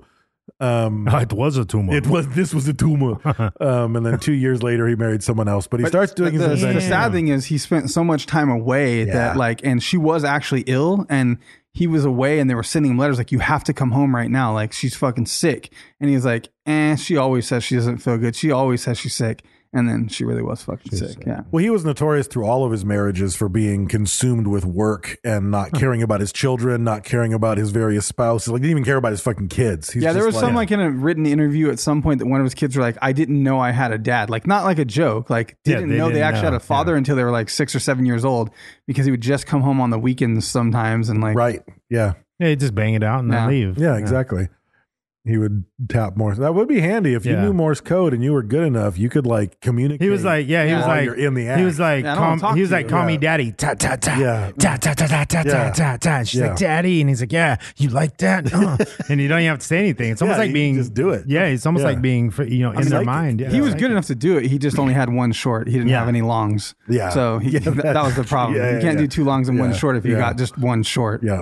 Speaker 3: Um,
Speaker 4: it was a tumor.
Speaker 3: it was. This was a tumor. Um, and then two years later, he married someone else. But he starts doing
Speaker 5: the,
Speaker 3: this.
Speaker 5: the sad thing is he spent so much time away that
Speaker 3: Yeah.
Speaker 5: like and she was actually ill and he was away and they were sending him letters like you have to come home right now like she's fucking sick and he's like eh she always says she doesn't feel good she always says she's sick and then she really was fucking sick. yeah
Speaker 3: Well, he was notorious through all of his marriages for being consumed with work and not caring about his children, not caring about his various spouses. Like, didn't even care about his fucking kids. He's
Speaker 5: yeah, there
Speaker 3: just
Speaker 5: was some like in a written interview at some point that one of his kids were like, "I didn't know I had a dad." Like, not like a joke. Like,
Speaker 4: Yeah,
Speaker 5: didn't
Speaker 4: they
Speaker 5: know they
Speaker 4: didn't
Speaker 5: actually had
Speaker 4: know.
Speaker 5: a father
Speaker 4: Yeah.
Speaker 5: until they were like six or seven years old because he would just come home on the weekends sometimes and like
Speaker 3: right. Yeah.
Speaker 4: Yeah, you just bang it out and
Speaker 5: Yeah.
Speaker 4: then leave.
Speaker 3: Yeah, exactly. He would tap Morse. That would be handy if you
Speaker 4: Yeah.
Speaker 3: knew Morse code and you were good enough. You could like communicate.
Speaker 4: He was like, yeah, he was
Speaker 3: while
Speaker 4: like,
Speaker 3: you're in the act.
Speaker 4: he was like,
Speaker 5: Yeah, I don't wanna
Speaker 4: call,
Speaker 5: talk
Speaker 4: he was
Speaker 5: to
Speaker 4: like,
Speaker 5: you.
Speaker 4: call me
Speaker 3: Yeah.
Speaker 4: daddy, ta ta ta,
Speaker 3: Yeah.
Speaker 4: ta ta ta ta ta ta
Speaker 3: Yeah.
Speaker 4: ta ta. And She's
Speaker 3: Yeah.
Speaker 4: like, daddy, and he's like, yeah, you like that, Uh." and you don't even have to say anything. It's almost
Speaker 3: Yeah,
Speaker 4: like
Speaker 3: you
Speaker 4: being
Speaker 3: just do it.
Speaker 4: Yeah, it's almost
Speaker 3: Yeah.
Speaker 4: like being, fr- you know, in
Speaker 3: mean,
Speaker 4: their
Speaker 3: like,
Speaker 4: mind.
Speaker 3: he
Speaker 4: Yeah.
Speaker 5: He was good enough to do it. He just only had one short. He didn't
Speaker 4: Yeah.
Speaker 5: have any longs.
Speaker 3: Yeah.
Speaker 5: So he,
Speaker 3: Yeah,
Speaker 5: that,
Speaker 3: that's-
Speaker 5: that was the problem.
Speaker 3: yeah,
Speaker 5: you
Speaker 3: yeah,
Speaker 5: can't
Speaker 3: yeah.
Speaker 5: do two longs and one
Speaker 3: Yeah,
Speaker 5: short if you
Speaker 3: yeah.
Speaker 5: got just one short.
Speaker 3: yeah,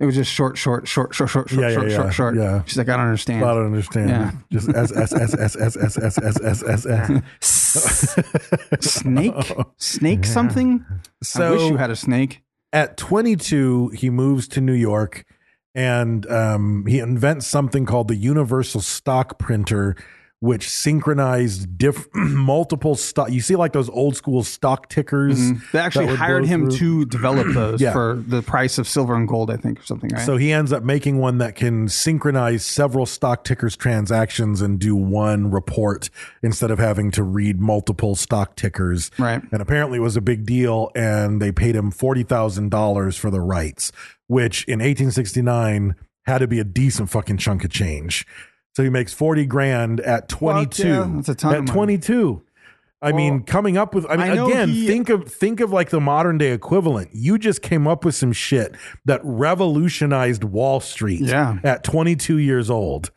Speaker 5: It was just short, short, short, short, short, short,
Speaker 3: Yeah, yeah,
Speaker 5: short,
Speaker 3: yeah,
Speaker 5: short, short.
Speaker 3: yeah.
Speaker 5: She's like, I
Speaker 3: I
Speaker 5: don't understand.
Speaker 3: don't understand.
Speaker 5: Yeah.
Speaker 3: Just S S S S S S S S S S S.
Speaker 5: snake? Snake something? I
Speaker 3: So
Speaker 5: wish you had a snake.
Speaker 3: at 22, he moves to New York and um, he invents something called the Universal Stock Printer, which synchronized diff- multiple stock. You see, like those old school stock tickers.
Speaker 5: Mm-hmm. They actually
Speaker 3: that would
Speaker 5: hired
Speaker 3: blow
Speaker 5: him
Speaker 3: through.
Speaker 5: to develop those
Speaker 3: Yeah.
Speaker 5: for the price of silver and gold, I think, or something, right?
Speaker 3: So he ends up making one that can synchronize several stock tickers transactions and do one report instead of having to read multiple stock tickers.
Speaker 5: Right.
Speaker 3: And apparently it was a big deal and they paid him $40,000 for the rights, which in 1869 had to be a decent fucking chunk of change. So he makes 40 grand at 22.
Speaker 5: yeah, that's a ton
Speaker 3: At
Speaker 5: of money.
Speaker 3: 22. I mean, coming up with I mean
Speaker 5: I know
Speaker 3: again,
Speaker 5: he-
Speaker 3: think of think of like the modern day equivalent. You just came up with some shit that revolutionized Wall Street
Speaker 5: Yeah.
Speaker 3: at 22 years old.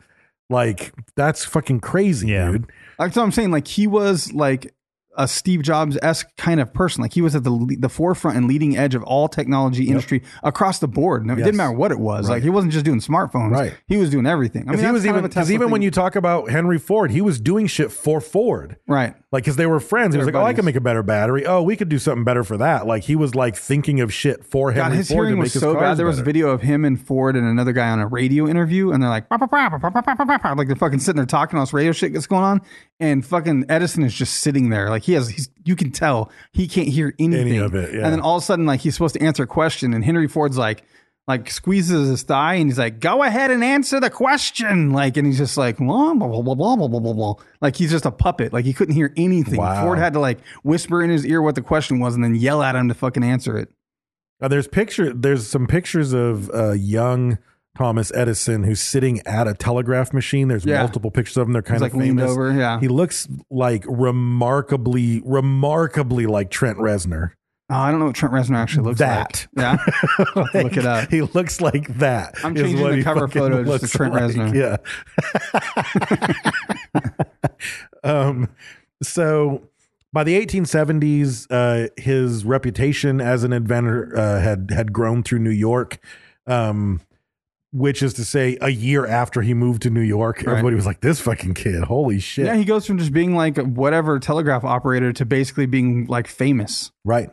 Speaker 3: Like that's fucking crazy,
Speaker 4: Yeah.
Speaker 3: dude.
Speaker 5: That's what I'm saying. Like he was like a Steve Jobs esque kind of person. Like he was at the the forefront and leading edge of all technology industry across the board. No, It
Speaker 3: Yes.
Speaker 5: didn't matter what it was. Like he wasn't just doing smartphones.
Speaker 3: Right.
Speaker 5: He was doing everything. I
Speaker 3: Because
Speaker 5: mean,
Speaker 3: he
Speaker 5: that's
Speaker 3: was
Speaker 5: kind
Speaker 3: even
Speaker 5: of a
Speaker 3: because
Speaker 5: Tesla
Speaker 3: even when
Speaker 5: thing.
Speaker 3: you talk about Henry Ford, he was doing shit for Ford.
Speaker 5: right.
Speaker 3: Like, because they were friends. He was
Speaker 5: They're
Speaker 3: like, oh, I can
Speaker 5: buddies.
Speaker 3: make a better battery. Oh, we could do something better for that. Like, he was like thinking of shit for Henry
Speaker 5: God, his
Speaker 3: Ford to
Speaker 5: hearing
Speaker 3: make
Speaker 5: was
Speaker 3: his
Speaker 5: so
Speaker 3: cars
Speaker 5: bad. There was
Speaker 3: better.
Speaker 5: video of him and Ford and another guy on a radio interview, and they're like, "Bah, bah, bah, bah, bah, bah, bah, bah, bah," like they're fucking sitting there talking all this radio shit that's going on, and fucking Edison is just sitting there, like he has, he's, you can tell he can't hear anything
Speaker 3: of it, yeah.
Speaker 5: And then all of a sudden, like he's supposed to answer a question, and Henry Ford's like, like squeezes his thigh, and he's like, "Go ahead and answer the question," like, and he's just like, blah blah blah blah blah blah blah blah, blah, like he's just a puppet, like he couldn't hear anything.
Speaker 3: Wow.
Speaker 5: Ford had to like whisper in his ear what the question was, and then yell at him to fucking answer it.
Speaker 3: Uh, there's picture. There's some pictures of uh, young Thomas Edison who's sitting at a telegraph machine. There's
Speaker 5: Yeah.
Speaker 3: multiple pictures of him. They're kind
Speaker 5: He's,
Speaker 3: of
Speaker 5: like, leaned
Speaker 3: famous.
Speaker 5: over, yeah.
Speaker 3: he looks like remarkably, remarkably like Trent Reznor.
Speaker 5: Oh, I don't know what Trent Reznor actually looks
Speaker 3: That.
Speaker 5: like. Yeah. I'll have to look it up.
Speaker 3: He looks like that.
Speaker 5: I'm
Speaker 3: is
Speaker 5: changing
Speaker 3: what
Speaker 5: the
Speaker 3: he
Speaker 5: cover
Speaker 3: fucking
Speaker 5: photo just to
Speaker 3: looks
Speaker 5: Trent Reznor.
Speaker 3: Yeah. um, so by the 1870s, uh, his reputation as an inventor uh, had had grown through New York. Um, which is to say, a year after he moved to New York, everybody was like, "This fucking kid, holy shit!"
Speaker 5: Yeah, he goes from just being like whatever telegraph operator to basically being like famous.
Speaker 3: Right.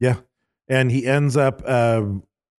Speaker 3: Yeah. And he ends up uh,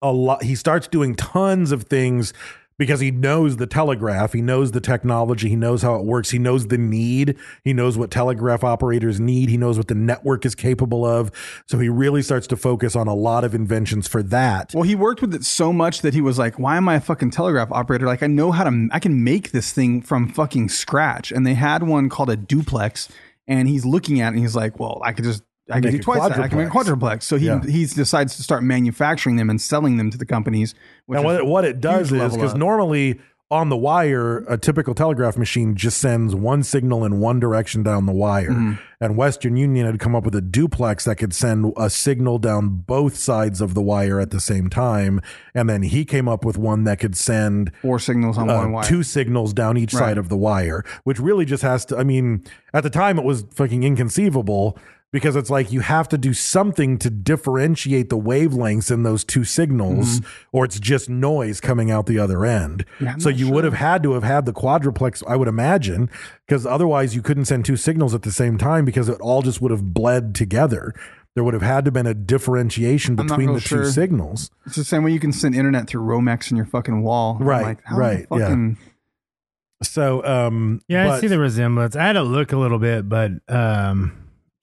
Speaker 3: a lot. He starts doing tons of things because he knows the telegraph. He knows the technology. He knows how it works. He knows the need. He knows what telegraph operators need. He knows what the network is capable of. So he really starts to focus on a lot of inventions for that.
Speaker 5: Well, he worked with it so much that he was like, "Why am I a fucking telegraph operator? Like, I know how to, I can make this thing from fucking scratch." And they had one called a duplex, and he's looking at it and he's like, "Well, I could just, I could
Speaker 3: Make
Speaker 5: do
Speaker 3: a
Speaker 5: twice that. I can make a quadruplex." So he
Speaker 3: Yeah.
Speaker 5: he decides to start manufacturing them and selling them to the companies. Which
Speaker 3: And
Speaker 5: is
Speaker 3: what it, what
Speaker 5: huge
Speaker 3: it does is
Speaker 5: level
Speaker 3: because
Speaker 5: up.
Speaker 3: normally on the wire, a typical telegraph machine just sends one signal in one direction down the wire.
Speaker 5: Mm-hmm.
Speaker 3: And Western Union had come up with a duplex that could send a signal down both sides of the wire at the same time. And then he came up with one that could send
Speaker 5: Four signals on
Speaker 3: uh,
Speaker 5: one wire.
Speaker 3: two signals down each
Speaker 5: Right.
Speaker 3: side of the wire, which really just has to. I mean, at the time, it was fucking inconceivable because it's like you have to do something to differentiate the wavelengths in those two signals,
Speaker 5: Mm-hmm.
Speaker 3: or it's just noise coming out the other end. so you would have had to have had the quadruplex, I would imagine, because otherwise you couldn't send two signals at the same time because it all just would have bled together. There would have had to been a differentiation
Speaker 5: I'm not
Speaker 3: between
Speaker 5: real
Speaker 3: the
Speaker 5: sure.
Speaker 3: two signals.
Speaker 5: It's the same way you can send internet through Romex in your fucking wall. I'm
Speaker 3: Right,
Speaker 5: how the
Speaker 3: right, yeah.
Speaker 5: fucking-
Speaker 3: So, um,
Speaker 4: Yeah, I
Speaker 3: but-
Speaker 4: see the resemblance. I had to look a little bit, but um,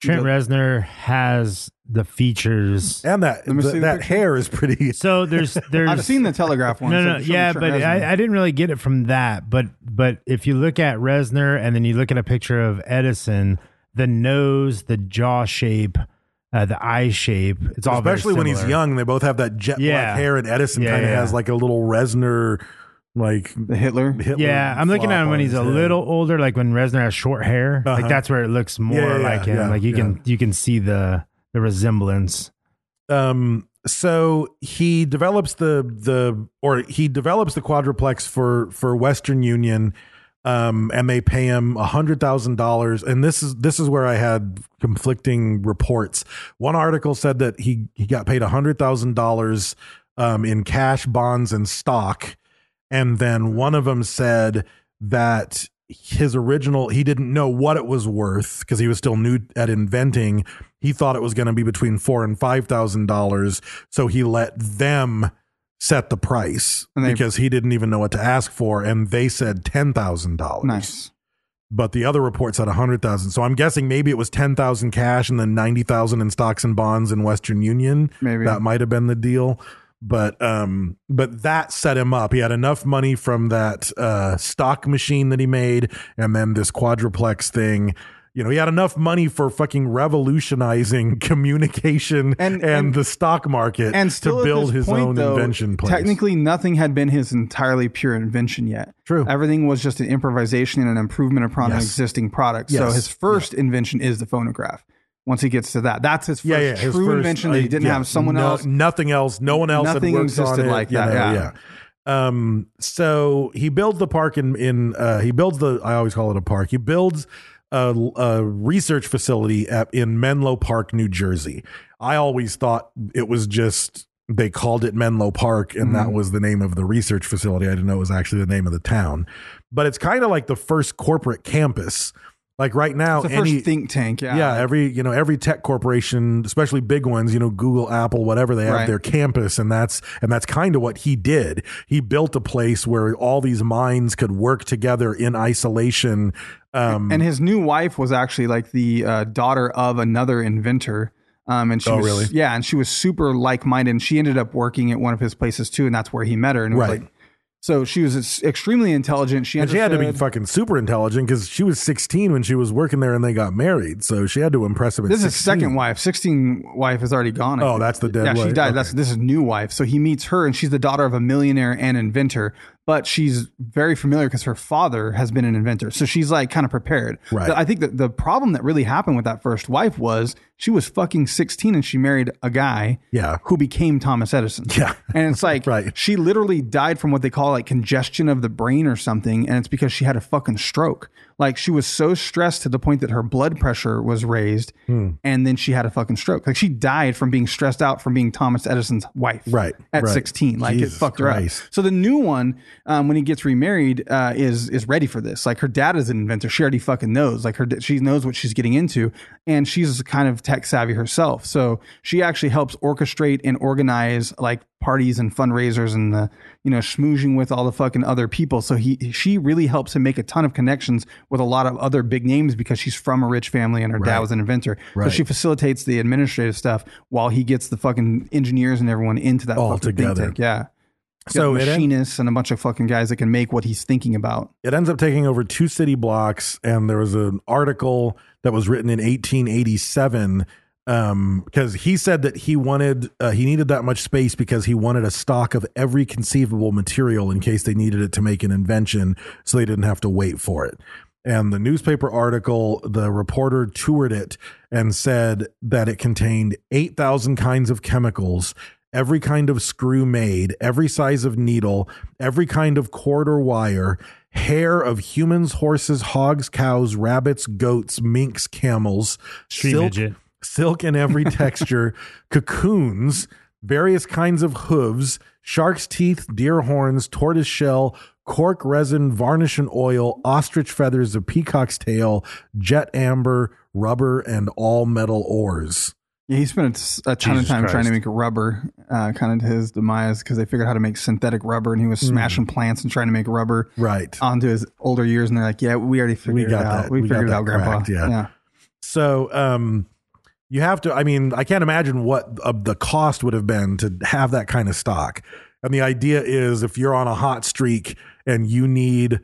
Speaker 4: Trent Reznor has the features.
Speaker 3: and that
Speaker 5: Let me
Speaker 3: the-
Speaker 5: see the
Speaker 3: that
Speaker 5: picture.
Speaker 3: hair is pretty
Speaker 4: So there's there's
Speaker 5: I've seen the Telegraph one.
Speaker 4: No, no,
Speaker 5: so show me
Speaker 4: yeah,
Speaker 5: Trent
Speaker 4: but
Speaker 5: Reznor.
Speaker 4: I, I didn't really get it from that. But but if you look at Resner and then you look at a picture of Edison, the nose, the jaw shape, uh, the eye shape, it's all very
Speaker 3: especially when he's
Speaker 4: similar.
Speaker 3: young. They both have that jet
Speaker 4: Yeah.
Speaker 3: black hair, and Edison
Speaker 4: Yeah,
Speaker 3: kind of
Speaker 4: yeah.
Speaker 3: has like a little Resner, like
Speaker 5: the Hitler.
Speaker 3: Hitler
Speaker 4: Yeah, I'm looking
Speaker 3: flop
Speaker 4: at him
Speaker 3: on
Speaker 4: when he's
Speaker 3: his
Speaker 4: a
Speaker 3: head.
Speaker 4: little older, like when Resner has short hair. Like
Speaker 3: Uh-huh.
Speaker 4: that's where it looks more
Speaker 3: yeah,
Speaker 4: like him.
Speaker 3: yeah,
Speaker 4: like you
Speaker 3: yeah.
Speaker 4: can you can see the the resemblance.
Speaker 3: Um, so he develops the the or he develops the quadruplex for for Western Union. Um, and they pay him a hundred thousand dollars, and this is this is where I had conflicting reports. One article said that he he got paid a hundred thousand dollars um, in cash, bonds, and stock, and then one of them said that his original he didn't know what it was worth because he was still new at inventing he thought it was going to be between four and five thousand dollars so he let them set the price
Speaker 5: And they-
Speaker 3: because he didn't even know what to ask for and they said ten thousand dollars
Speaker 5: Nice.
Speaker 3: but the other report said a hundred thousand so i'm guessing maybe it was ten thousand cash and then ninety thousand in stocks and bonds in western union
Speaker 5: Maybe.
Speaker 3: that might have been the deal but um but that set him up he had enough money from that uh stock machine that he made and then this quadruplex thing you know he had enough money for fucking revolutionizing communication
Speaker 5: And-
Speaker 3: and and,
Speaker 5: and-
Speaker 3: the stock market
Speaker 5: And still,
Speaker 3: to
Speaker 5: at
Speaker 3: build
Speaker 5: this
Speaker 3: his
Speaker 5: point,
Speaker 3: own
Speaker 5: though,
Speaker 3: invention place
Speaker 5: Technically, nothing had been his entirely pure invention yet.
Speaker 3: True.
Speaker 5: Everything was just an improvisation and an improvement upon an
Speaker 3: Yes.
Speaker 5: existing product. So
Speaker 3: Yes.
Speaker 5: his first invention is the phonograph. Once he gets to that, that's his first
Speaker 3: yeah, yeah,
Speaker 5: true
Speaker 3: his first,
Speaker 5: invention that he
Speaker 3: uh,
Speaker 5: didn't
Speaker 3: yeah,
Speaker 5: have someone
Speaker 3: no-
Speaker 5: else.
Speaker 3: nothing else, no one else had
Speaker 5: Nothing
Speaker 3: worked on
Speaker 5: existed
Speaker 3: it,
Speaker 5: like
Speaker 3: you
Speaker 5: that,
Speaker 3: know,
Speaker 5: yeah.
Speaker 3: Um, so he builds the park in in uh, he builds the I always call it a park. He builds a, a research facility at, in Menlo Park, New Jersey. I always thought it was just they called it Menlo Park and
Speaker 5: Mm-hmm.
Speaker 3: that was the name of the research facility. I didn't know it was actually the name of the town. But it's kind of like the first corporate campus. Like right now,
Speaker 5: It's the
Speaker 3: any
Speaker 5: first think tank. Yeah.
Speaker 3: yeah, every you know every tech corporation, especially big ones, you know Google, Apple, whatever they have
Speaker 5: Right.
Speaker 3: their campus, and that's and that's kind of what he did. He built a place where all these minds could work together in isolation. Um,
Speaker 5: and his new wife was actually like the uh, daughter of another inventor. Um, and she
Speaker 3: Oh,
Speaker 5: was,
Speaker 3: really?
Speaker 5: Yeah, and she was super like minded. And she ended up working at one of his places too, and that's where he met her. And it was
Speaker 3: Right.
Speaker 5: like, so she was ex- extremely intelligent. She,
Speaker 3: and she had to be
Speaker 5: understood-
Speaker 3: fucking super intelligent because she was 16 when she was working there and they got married. So she had to impress him. At
Speaker 5: This is his
Speaker 3: 16.
Speaker 5: second wife. Sixteen wife is already gone. I
Speaker 3: Oh,
Speaker 5: think.
Speaker 3: that's the dead
Speaker 5: Yeah, she
Speaker 3: wife.
Speaker 5: died.
Speaker 3: Okay.
Speaker 5: That's this is new wife. So he meets her, and she's the daughter of a millionaire and inventor. But she's very familiar because her father has been an inventor. So she's like kind of prepared.
Speaker 3: Right.
Speaker 5: I think that the problem that really happened with that first wife was she was fucking sixteen and she married a guy.
Speaker 3: Yeah.
Speaker 5: Who became Thomas Edison.
Speaker 3: Yeah.
Speaker 5: And it's like
Speaker 3: Right.
Speaker 5: she literally died from what they call like congestion of the brain or something, and it's because she had a fucking stroke. Like she was so stressed to the point that her blood pressure was raised,
Speaker 3: Hmm.
Speaker 5: and then she had a fucking stroke. Like she died from being stressed out from being Thomas Edison's wife,
Speaker 3: Right,
Speaker 5: At
Speaker 3: right.
Speaker 5: sixteen, like
Speaker 3: Jesus
Speaker 5: it fucked her
Speaker 3: Christ.
Speaker 5: up. So the new one, um, when he gets remarried, uh, is is ready for this. Like her dad is an inventor. She already fucking knows. Like her, da- she knows what she's getting into, and she's kind of tech savvy herself. So she actually helps orchestrate and organize like parties and fundraisers and the you know schmoozing with all the fucking other people. So he she really helps him make a ton of connections with a lot of other big names because she's from a rich family and her dad was an inventor. So
Speaker 3: Right.
Speaker 5: she facilitates the administrative stuff while he gets the fucking engineers and everyone into that
Speaker 3: All
Speaker 5: fucking think
Speaker 3: together.
Speaker 5: tank. Yeah
Speaker 3: So it, en-
Speaker 5: machinists and a bunch of fucking guys that can make what he's thinking about.
Speaker 3: it ends up taking over two city blocks and there was an article that was written in 1887 um because he said that he wanted uh, he needed that much space because he wanted a stock of every conceivable material in case they needed it to make an invention so they didn't have to wait for it and the newspaper article the reporter toured it and said that it contained 8000 kinds of chemicals every kind of screw made every size of needle every kind of cord or wire hair of humans horses hogs cows rabbits goats minks camels
Speaker 4: Street midget.
Speaker 3: silk in every texture, cocoons, various kinds of hooves, shark's teeth, deer horns, tortoise shell, cork resin, varnish and oil, ostrich feathers, a peacock's tail, jet amber, rubber, and all metal ores.
Speaker 5: Yeah, he spent a s- a ton
Speaker 4: Jesus
Speaker 5: of time trying
Speaker 4: Christ.
Speaker 5: to make rubber, uh, kind of to his demise, because they figured out how to make synthetic rubber, and he was smashing plants and trying to make rubber
Speaker 3: Hmm. Right.
Speaker 5: onto his older years. And they're like, "Yeah, we already figured it
Speaker 3: got
Speaker 5: out.
Speaker 3: that.
Speaker 5: We,
Speaker 3: We got
Speaker 5: figured it
Speaker 3: that
Speaker 5: out, Grandpa."
Speaker 3: cracked, yeah. So, um, you have to, I mean, I can't imagine what uh, the cost would have been to have that kind of stock. And the idea is if you're on a hot streak and you need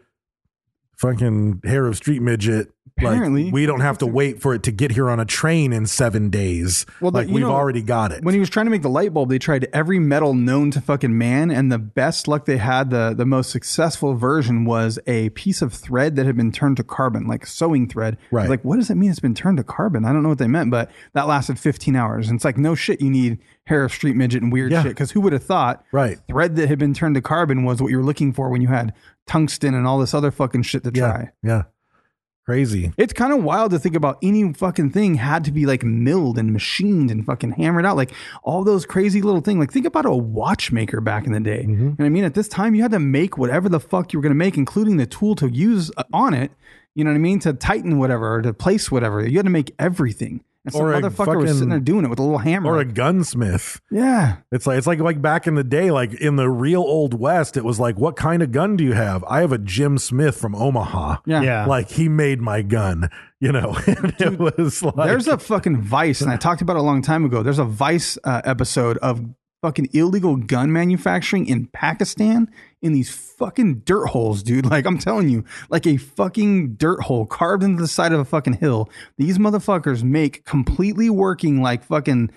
Speaker 3: fucking hair of street midget,
Speaker 5: Apparently.
Speaker 3: like we don't have to wait for it to get here on a train in seven days.
Speaker 5: Well, the-
Speaker 3: like
Speaker 5: you
Speaker 3: we've
Speaker 5: know,
Speaker 3: already got it.
Speaker 5: When he was trying to make the light bulb, they tried every metal known to fucking man, and the best luck they had, the the most successful version was a piece of thread that had been turned to carbon, like sewing thread. I was
Speaker 3: Right.
Speaker 5: Like, what does it mean? It's been turned to carbon. I don't know what they meant, but that lasted 15 hours. And it's like, no shit, you need hair of street midget and weird
Speaker 3: Yeah.
Speaker 5: shit. Because who would have thought?
Speaker 3: Right.
Speaker 5: Thread that had been turned to carbon was what you were looking for when you had tungsten and all this other fucking shit to
Speaker 3: yeah.
Speaker 5: try.
Speaker 3: Yeah. Crazy.
Speaker 5: It's kind of wild to think about any fucking thing had to be like milled and machined and fucking hammered out. Like all those crazy little things. Like think about a watchmaker back in the
Speaker 3: Mm-hmm.
Speaker 5: day. And I mean, at this time, you had to make whatever the fuck you were going to make, including the tool to use uh, on it. You know what I mean? To tighten whatever or to place whatever. You had to make everything. And some
Speaker 3: Or a
Speaker 5: motherfucker was sitting
Speaker 3: fucking-
Speaker 5: there doing it with a little hammer.
Speaker 3: Or a gunsmith.
Speaker 5: yeah.
Speaker 3: It's like it's like like back in the day, like in the real old west, it was like, what kind of gun do you have? I have a Jim Smith from Omaha.
Speaker 5: Yeah.
Speaker 4: Yeah.
Speaker 3: like he made my gun you know and it was like
Speaker 5: There's a fucking Vice, and I talked about it a long time ago. There's a Vice uh, episode of fucking illegal gun manufacturing in Pakistan in these fucking dirt holes, dude. Like I'm telling you, like a fucking dirt hole carved into the side of a fucking hill. These motherfuckers make completely working like fucking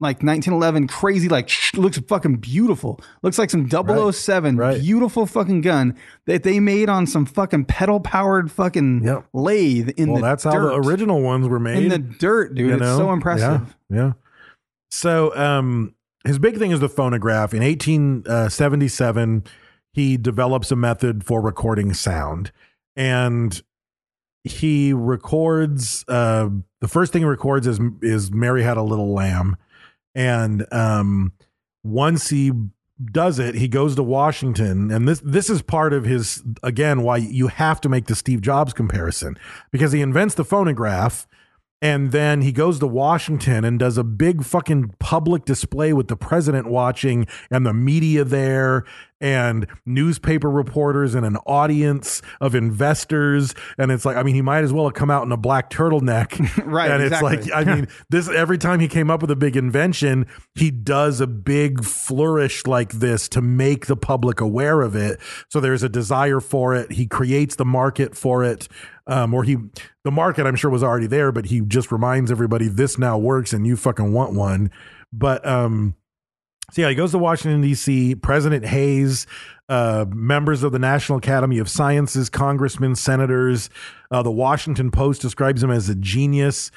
Speaker 5: like 1911 crazy like sh- looks fucking beautiful looks like some 007
Speaker 3: Right.
Speaker 5: beautiful fucking gun that they made on some fucking pedal powered fucking
Speaker 3: Yep.
Speaker 5: lathe in
Speaker 3: well
Speaker 5: the
Speaker 3: that's how the
Speaker 5: dirt
Speaker 3: original ones were made
Speaker 5: in the dirt, dude.
Speaker 3: you
Speaker 5: It's
Speaker 3: know?
Speaker 5: so impressive.
Speaker 3: yeah, yeah. so um his big thing is the phonograph in 1877 he develops a method for recording sound and he records uh the first thing he records is is mary had a little lamb and um once he does it he goes to washington and this this is part of his again why you have to make the steve jobs comparison because he invents the phonograph and then he goes to washington and does a big fucking public display with the president watching and the media there and newspaper reporters and an audience of investors and it's like i mean he might as well have come out in a black turtleneck
Speaker 5: Right,
Speaker 3: and it's
Speaker 5: exactly.
Speaker 3: like i mean this every time he came up with a big invention, he does a big flourish like this to make the public aware of it. So there's a desire for it. He creates the market for it, um, or he the market I'm sure was already there, but he just reminds everybody this now works and you fucking want one. But um, so yeah, he goes to Washington D.C. President Hayes, uh, members of the National Academy of Sciences, congressmen, senators. Uh, the Washington Post describes him as a genius.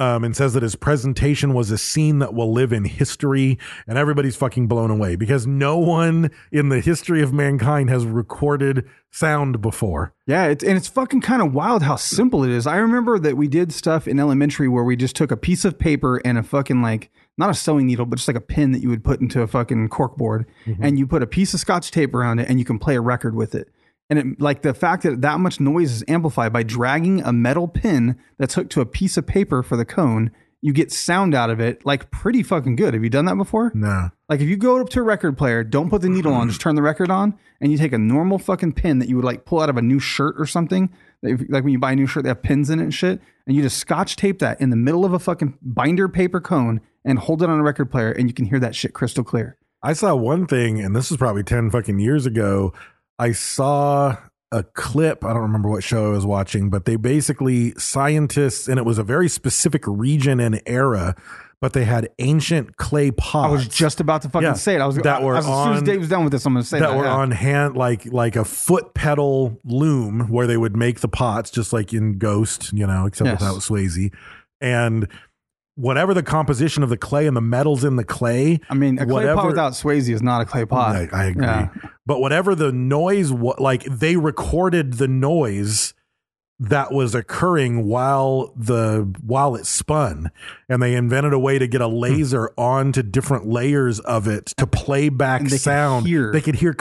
Speaker 3: Um, and says that his presentation was a scene that will live in history, and everybody's fucking blown away because no one in the history of mankind has recorded sound before.
Speaker 5: Yeah, it's, and it's fucking kind of wild how simple it is. I remember that we did stuff in elementary where we just took a piece of paper and a fucking like not a sewing needle, but just like a pin that you would put into a fucking cork board, and you put a piece of scotch tape around it, and you can play a record with it. And it, like the fact that that much noise is amplified by dragging a metal pin that's hooked to a piece of paper for the cone, you get sound out of it like pretty fucking good. Have you done that before?
Speaker 3: No.
Speaker 5: Like if you go up to a record player, don't put the needle on, just turn the record on, and you take a normal fucking pin that you would like pull out of a new shirt or something. that if- Like when you buy a new shirt, they have pins in it and shit, and you just scotch tape that in the middle of a fucking binder paper cone and hold it on a record player, and you can hear that shit crystal clear.
Speaker 3: I saw one thing, and this was probably 10 fucking years ago. I saw a clip. I don't remember what show I was watching, but they basically scientists, and it was a very specific region and era, but they had ancient clay pots.
Speaker 5: I was just about to fucking
Speaker 3: Yeah,
Speaker 5: say it. I was
Speaker 3: that were
Speaker 5: as soon as
Speaker 3: on-
Speaker 5: Dave was done with this, I'm gonna say
Speaker 3: that,
Speaker 5: that.
Speaker 3: were
Speaker 5: yeah.
Speaker 3: on hand like like a foot pedal loom where they would make the pots just like in Ghost, you know, except
Speaker 5: Yes.
Speaker 3: without Swayze. And whatever the composition of the clay and the metals in the clay,
Speaker 5: I mean, a clay pot without Swayze is not a clay pot.
Speaker 3: I, I agree.
Speaker 5: Yeah.
Speaker 3: But whatever the noise wa- like they recorded the noise that was occurring while the while it spun and they invented a way to
Speaker 5: Hmm.
Speaker 3: get a laser onto different layers of it to play back
Speaker 5: And they could
Speaker 3: sound
Speaker 5: hear.
Speaker 3: they could hear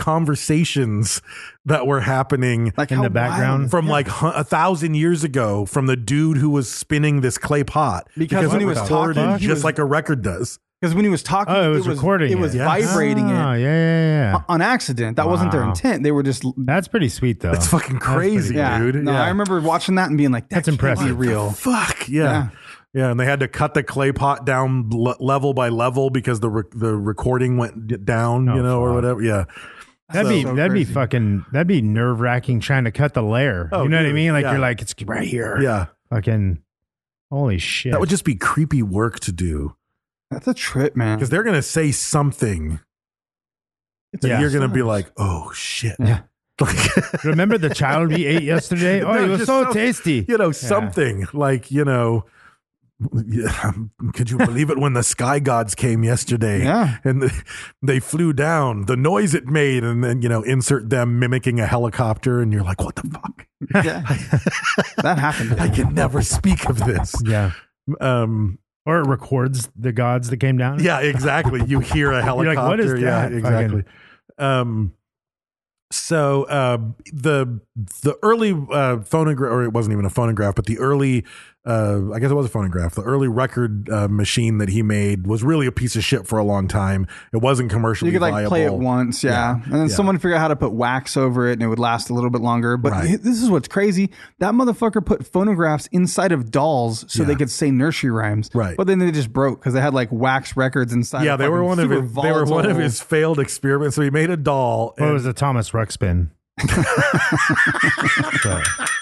Speaker 3: conversations that were happening
Speaker 5: Like
Speaker 4: In
Speaker 5: how
Speaker 4: the background.
Speaker 5: wild-
Speaker 3: from like hun- a thousand years ago from the dude who was spinning this clay pot
Speaker 5: Because when
Speaker 3: it
Speaker 5: he was
Speaker 3: recorded
Speaker 5: talking, he
Speaker 3: just
Speaker 5: was-
Speaker 3: like a record does
Speaker 5: Because when he was talking,
Speaker 4: Oh, it was recording
Speaker 5: It
Speaker 4: it.
Speaker 5: was
Speaker 3: Yeah.
Speaker 5: vibrating
Speaker 4: Oh, yeah,
Speaker 5: it
Speaker 4: yeah, yeah.
Speaker 5: on accident. That wasn't their
Speaker 4: Wow.
Speaker 5: intent. They were just.
Speaker 4: That's pretty sweet though.
Speaker 3: that's fucking
Speaker 4: pretty
Speaker 3: crazy
Speaker 5: Yeah,
Speaker 3: dude
Speaker 5: No,
Speaker 3: yeah.
Speaker 5: I remember watching that and being like,
Speaker 4: That's
Speaker 5: "That can't
Speaker 4: impressive.
Speaker 5: Be real.
Speaker 3: Fuck yeah.
Speaker 5: Yeah.
Speaker 3: yeah, And they had to cut the clay pot down le- level by level because the re- the recording went d- down,
Speaker 4: Oh,
Speaker 3: you know, or
Speaker 4: fuck.
Speaker 3: whatever. Yeah,
Speaker 4: That'd be
Speaker 5: So
Speaker 4: that'd be
Speaker 5: crazy.
Speaker 4: fucking that'd be nerve wracking trying to cut the layer.
Speaker 3: Oh,
Speaker 4: you know what I
Speaker 3: dude,
Speaker 4: mean? Like
Speaker 3: yeah.
Speaker 4: you're like it's right here.
Speaker 3: yeah.
Speaker 4: Fucking holy shit.
Speaker 3: That would just be creepy work to do
Speaker 5: That's a trip, man.
Speaker 3: because they're gonna say something.
Speaker 5: It's
Speaker 3: that
Speaker 4: Yeah.
Speaker 3: you're gonna be
Speaker 5: sucks.
Speaker 3: like, oh shit.
Speaker 4: Yeah.
Speaker 3: Like,
Speaker 4: Remember the child we ate yesterday? Oh,
Speaker 3: No,
Speaker 4: it was
Speaker 3: just
Speaker 4: so
Speaker 3: some-
Speaker 4: tasty.
Speaker 3: You know, something like you know. yeah, Could you believe it when the sky gods came yesterday?
Speaker 5: Yeah.
Speaker 3: and the, they flew down. The noise it made, and then you know, insert them mimicking a helicopter, and you're like, what the fuck?
Speaker 5: Yeah. that happened.
Speaker 3: I can never speak of this.
Speaker 4: Yeah.
Speaker 3: Um,
Speaker 4: Or it records the gods that came down.
Speaker 3: yeah, exactly. You hear a
Speaker 4: You're
Speaker 3: helicopter.
Speaker 4: like, what is
Speaker 3: yeah,
Speaker 4: that?
Speaker 3: exactly. Um, so uh, the the early uh, phonograph, or it wasn't even a phonograph, but the early, uh, I guess it was a phonograph. The early record uh, machine that he made was really a piece of shit for a long time. It wasn't commercially
Speaker 5: You could like
Speaker 3: viable.
Speaker 5: play it once, yeah, and then
Speaker 3: yeah.
Speaker 5: someone figure out how to put wax over it, and it would last a little bit longer. But
Speaker 3: Right.
Speaker 5: hi- this is what's crazy: that motherfucker put phonographs inside of dolls so they
Speaker 3: Yeah.
Speaker 5: could say nursery rhymes.
Speaker 3: Right.
Speaker 5: But then they just broke because they had like wax records inside.
Speaker 3: Yeah,
Speaker 5: of
Speaker 3: they were
Speaker 5: fucking
Speaker 3: one of
Speaker 5: super
Speaker 3: his, they were one of
Speaker 5: volatile-
Speaker 3: his failed experiments. So he made a doll.
Speaker 4: Or it
Speaker 3: and-
Speaker 4: was a Thomas Ruxpin. so,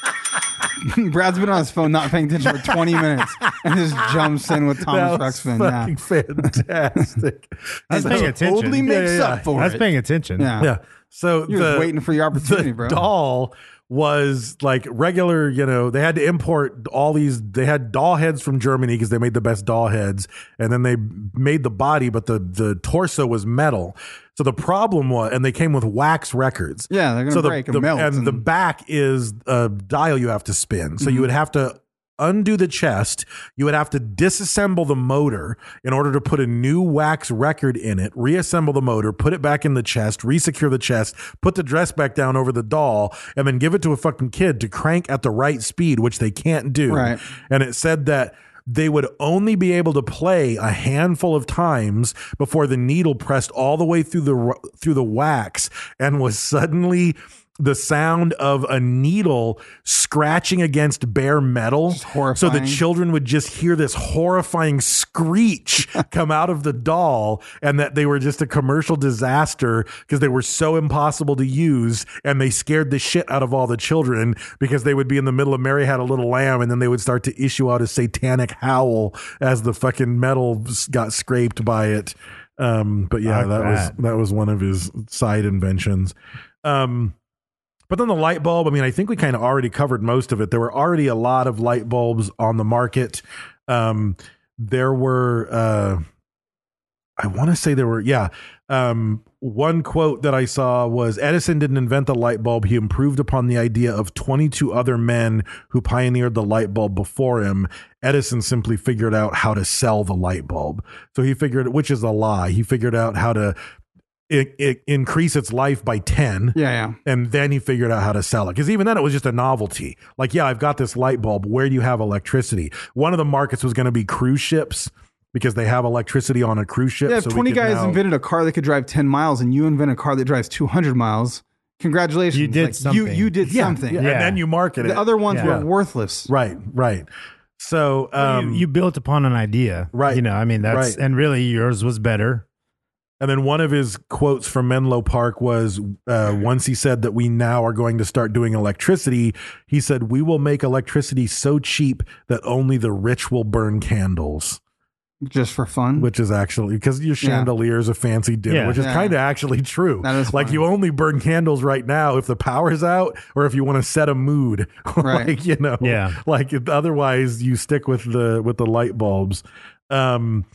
Speaker 5: Brad's been on his phone not paying attention for 20 minutes and just jumps in with Thomas
Speaker 3: That was
Speaker 5: Ruxpin.
Speaker 3: fucking
Speaker 5: Yeah.
Speaker 3: fantastic.
Speaker 4: I was paying attention.
Speaker 5: Totally makes
Speaker 3: Yeah, yeah,
Speaker 5: up for
Speaker 4: I was
Speaker 5: it.
Speaker 4: paying attention.
Speaker 5: Yeah.
Speaker 3: Yeah. So
Speaker 5: You're
Speaker 3: the,
Speaker 5: just waiting for your opportunity,
Speaker 3: the
Speaker 5: bro.
Speaker 3: doll was like regular, you know, they had to import all these, they had doll heads from Germany because they made the best doll heads. And then they made the body, but the, the torso was metal. So the problem was, and they came with wax records.
Speaker 5: Yeah, they're gonna
Speaker 3: so the,
Speaker 5: break and
Speaker 3: the-
Speaker 5: melt
Speaker 3: And the
Speaker 5: and-
Speaker 3: back is a dial you have to spin. So you would have to undo the chest. You would have to disassemble the motor in order to put a new wax record in it, reassemble the motor, put it back in the chest, resecure the chest, put the dress back down over the doll, and then give it to a fucking kid to crank at the right speed, which they can't do.
Speaker 5: Right.
Speaker 3: And it said that they would only be able to play a handful of times before the needle pressed all the way through the ru- through the wax and was suddenly the sound of a needle scratching against bare metal so the
Speaker 5: horrifying.
Speaker 3: children would just hear this horrifying screech come out of the doll and that they were just a commercial disaster because they were so impossible to use and they scared the shit out of all the children because they would be in the middle of Mary had a little lamb and then they would start to issue out a satanic howl as the fucking metal s- got scraped by it um but yeah
Speaker 4: Fuck
Speaker 3: that was
Speaker 4: that.
Speaker 3: that was one of his side inventions um but then the light bulb, I mean, I think we kind of already covered most of it. There were already a lot of light bulbs on the market. Um, there were, uh, I want to say there were, yeah. Um, one quote that I saw was Edison didn't invent the light bulb. He improved upon the idea of 22 other men who pioneered the light bulb before him. Edison simply figured out how to sell the light bulb. So he figured, which is a lie, he figured out how to. i i increase its life by 10
Speaker 5: Yeah, yeah.
Speaker 3: and then he figured out how to sell it because even then it was just a novelty like yeah i've got this light bulb where do you have electricity one of the markets was going to be cruise ships because they have electricity on a cruise ship
Speaker 5: Yeah, if
Speaker 3: so we
Speaker 5: 20
Speaker 3: could
Speaker 5: guys
Speaker 3: now-
Speaker 5: invented a car that could drive 10 miles and you invent a car that drives 200 miles, congratulations.
Speaker 4: You did
Speaker 5: You,
Speaker 4: something.
Speaker 5: you did
Speaker 3: yeah,
Speaker 5: something.
Speaker 3: yeah, and then you market it
Speaker 5: The other ones
Speaker 4: Yeah.
Speaker 5: were worthless.
Speaker 3: right right so um
Speaker 4: you, you built upon an idea.
Speaker 3: Right.
Speaker 4: You know, I mean that's
Speaker 3: Right.
Speaker 4: and really yours was better.
Speaker 3: And then one of his quotes from Menlo Park was uh, once he said that we now are going to start doing electricity, he said, We will make electricity so cheap that only the rich will burn candles,
Speaker 5: just for fun.
Speaker 3: which is actually because your
Speaker 5: Yeah.
Speaker 3: chandeliers a fancy dinner,
Speaker 4: Yeah.
Speaker 3: which is
Speaker 5: Yeah.
Speaker 3: kind of actually true.
Speaker 5: That is
Speaker 3: like
Speaker 5: fun.
Speaker 3: you only burn candles right now if the power's out or if you want to set a mood.
Speaker 5: Right.
Speaker 3: like, you know,
Speaker 4: Yeah.
Speaker 3: like otherwise you stick with the with the light bulbs. Um,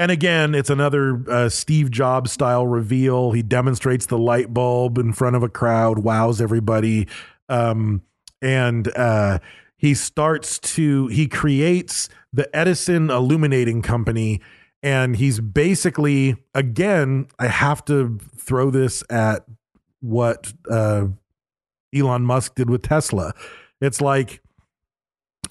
Speaker 3: and again, it's another uh, Steve Jobs style reveal. He demonstrates the light bulb in front of a crowd, wows everybody. Um, and uh, he starts to, he creates the Edison Illuminating Company. And he's basically, again, I have to throw this at what uh, Elon Musk did with Tesla. It's like,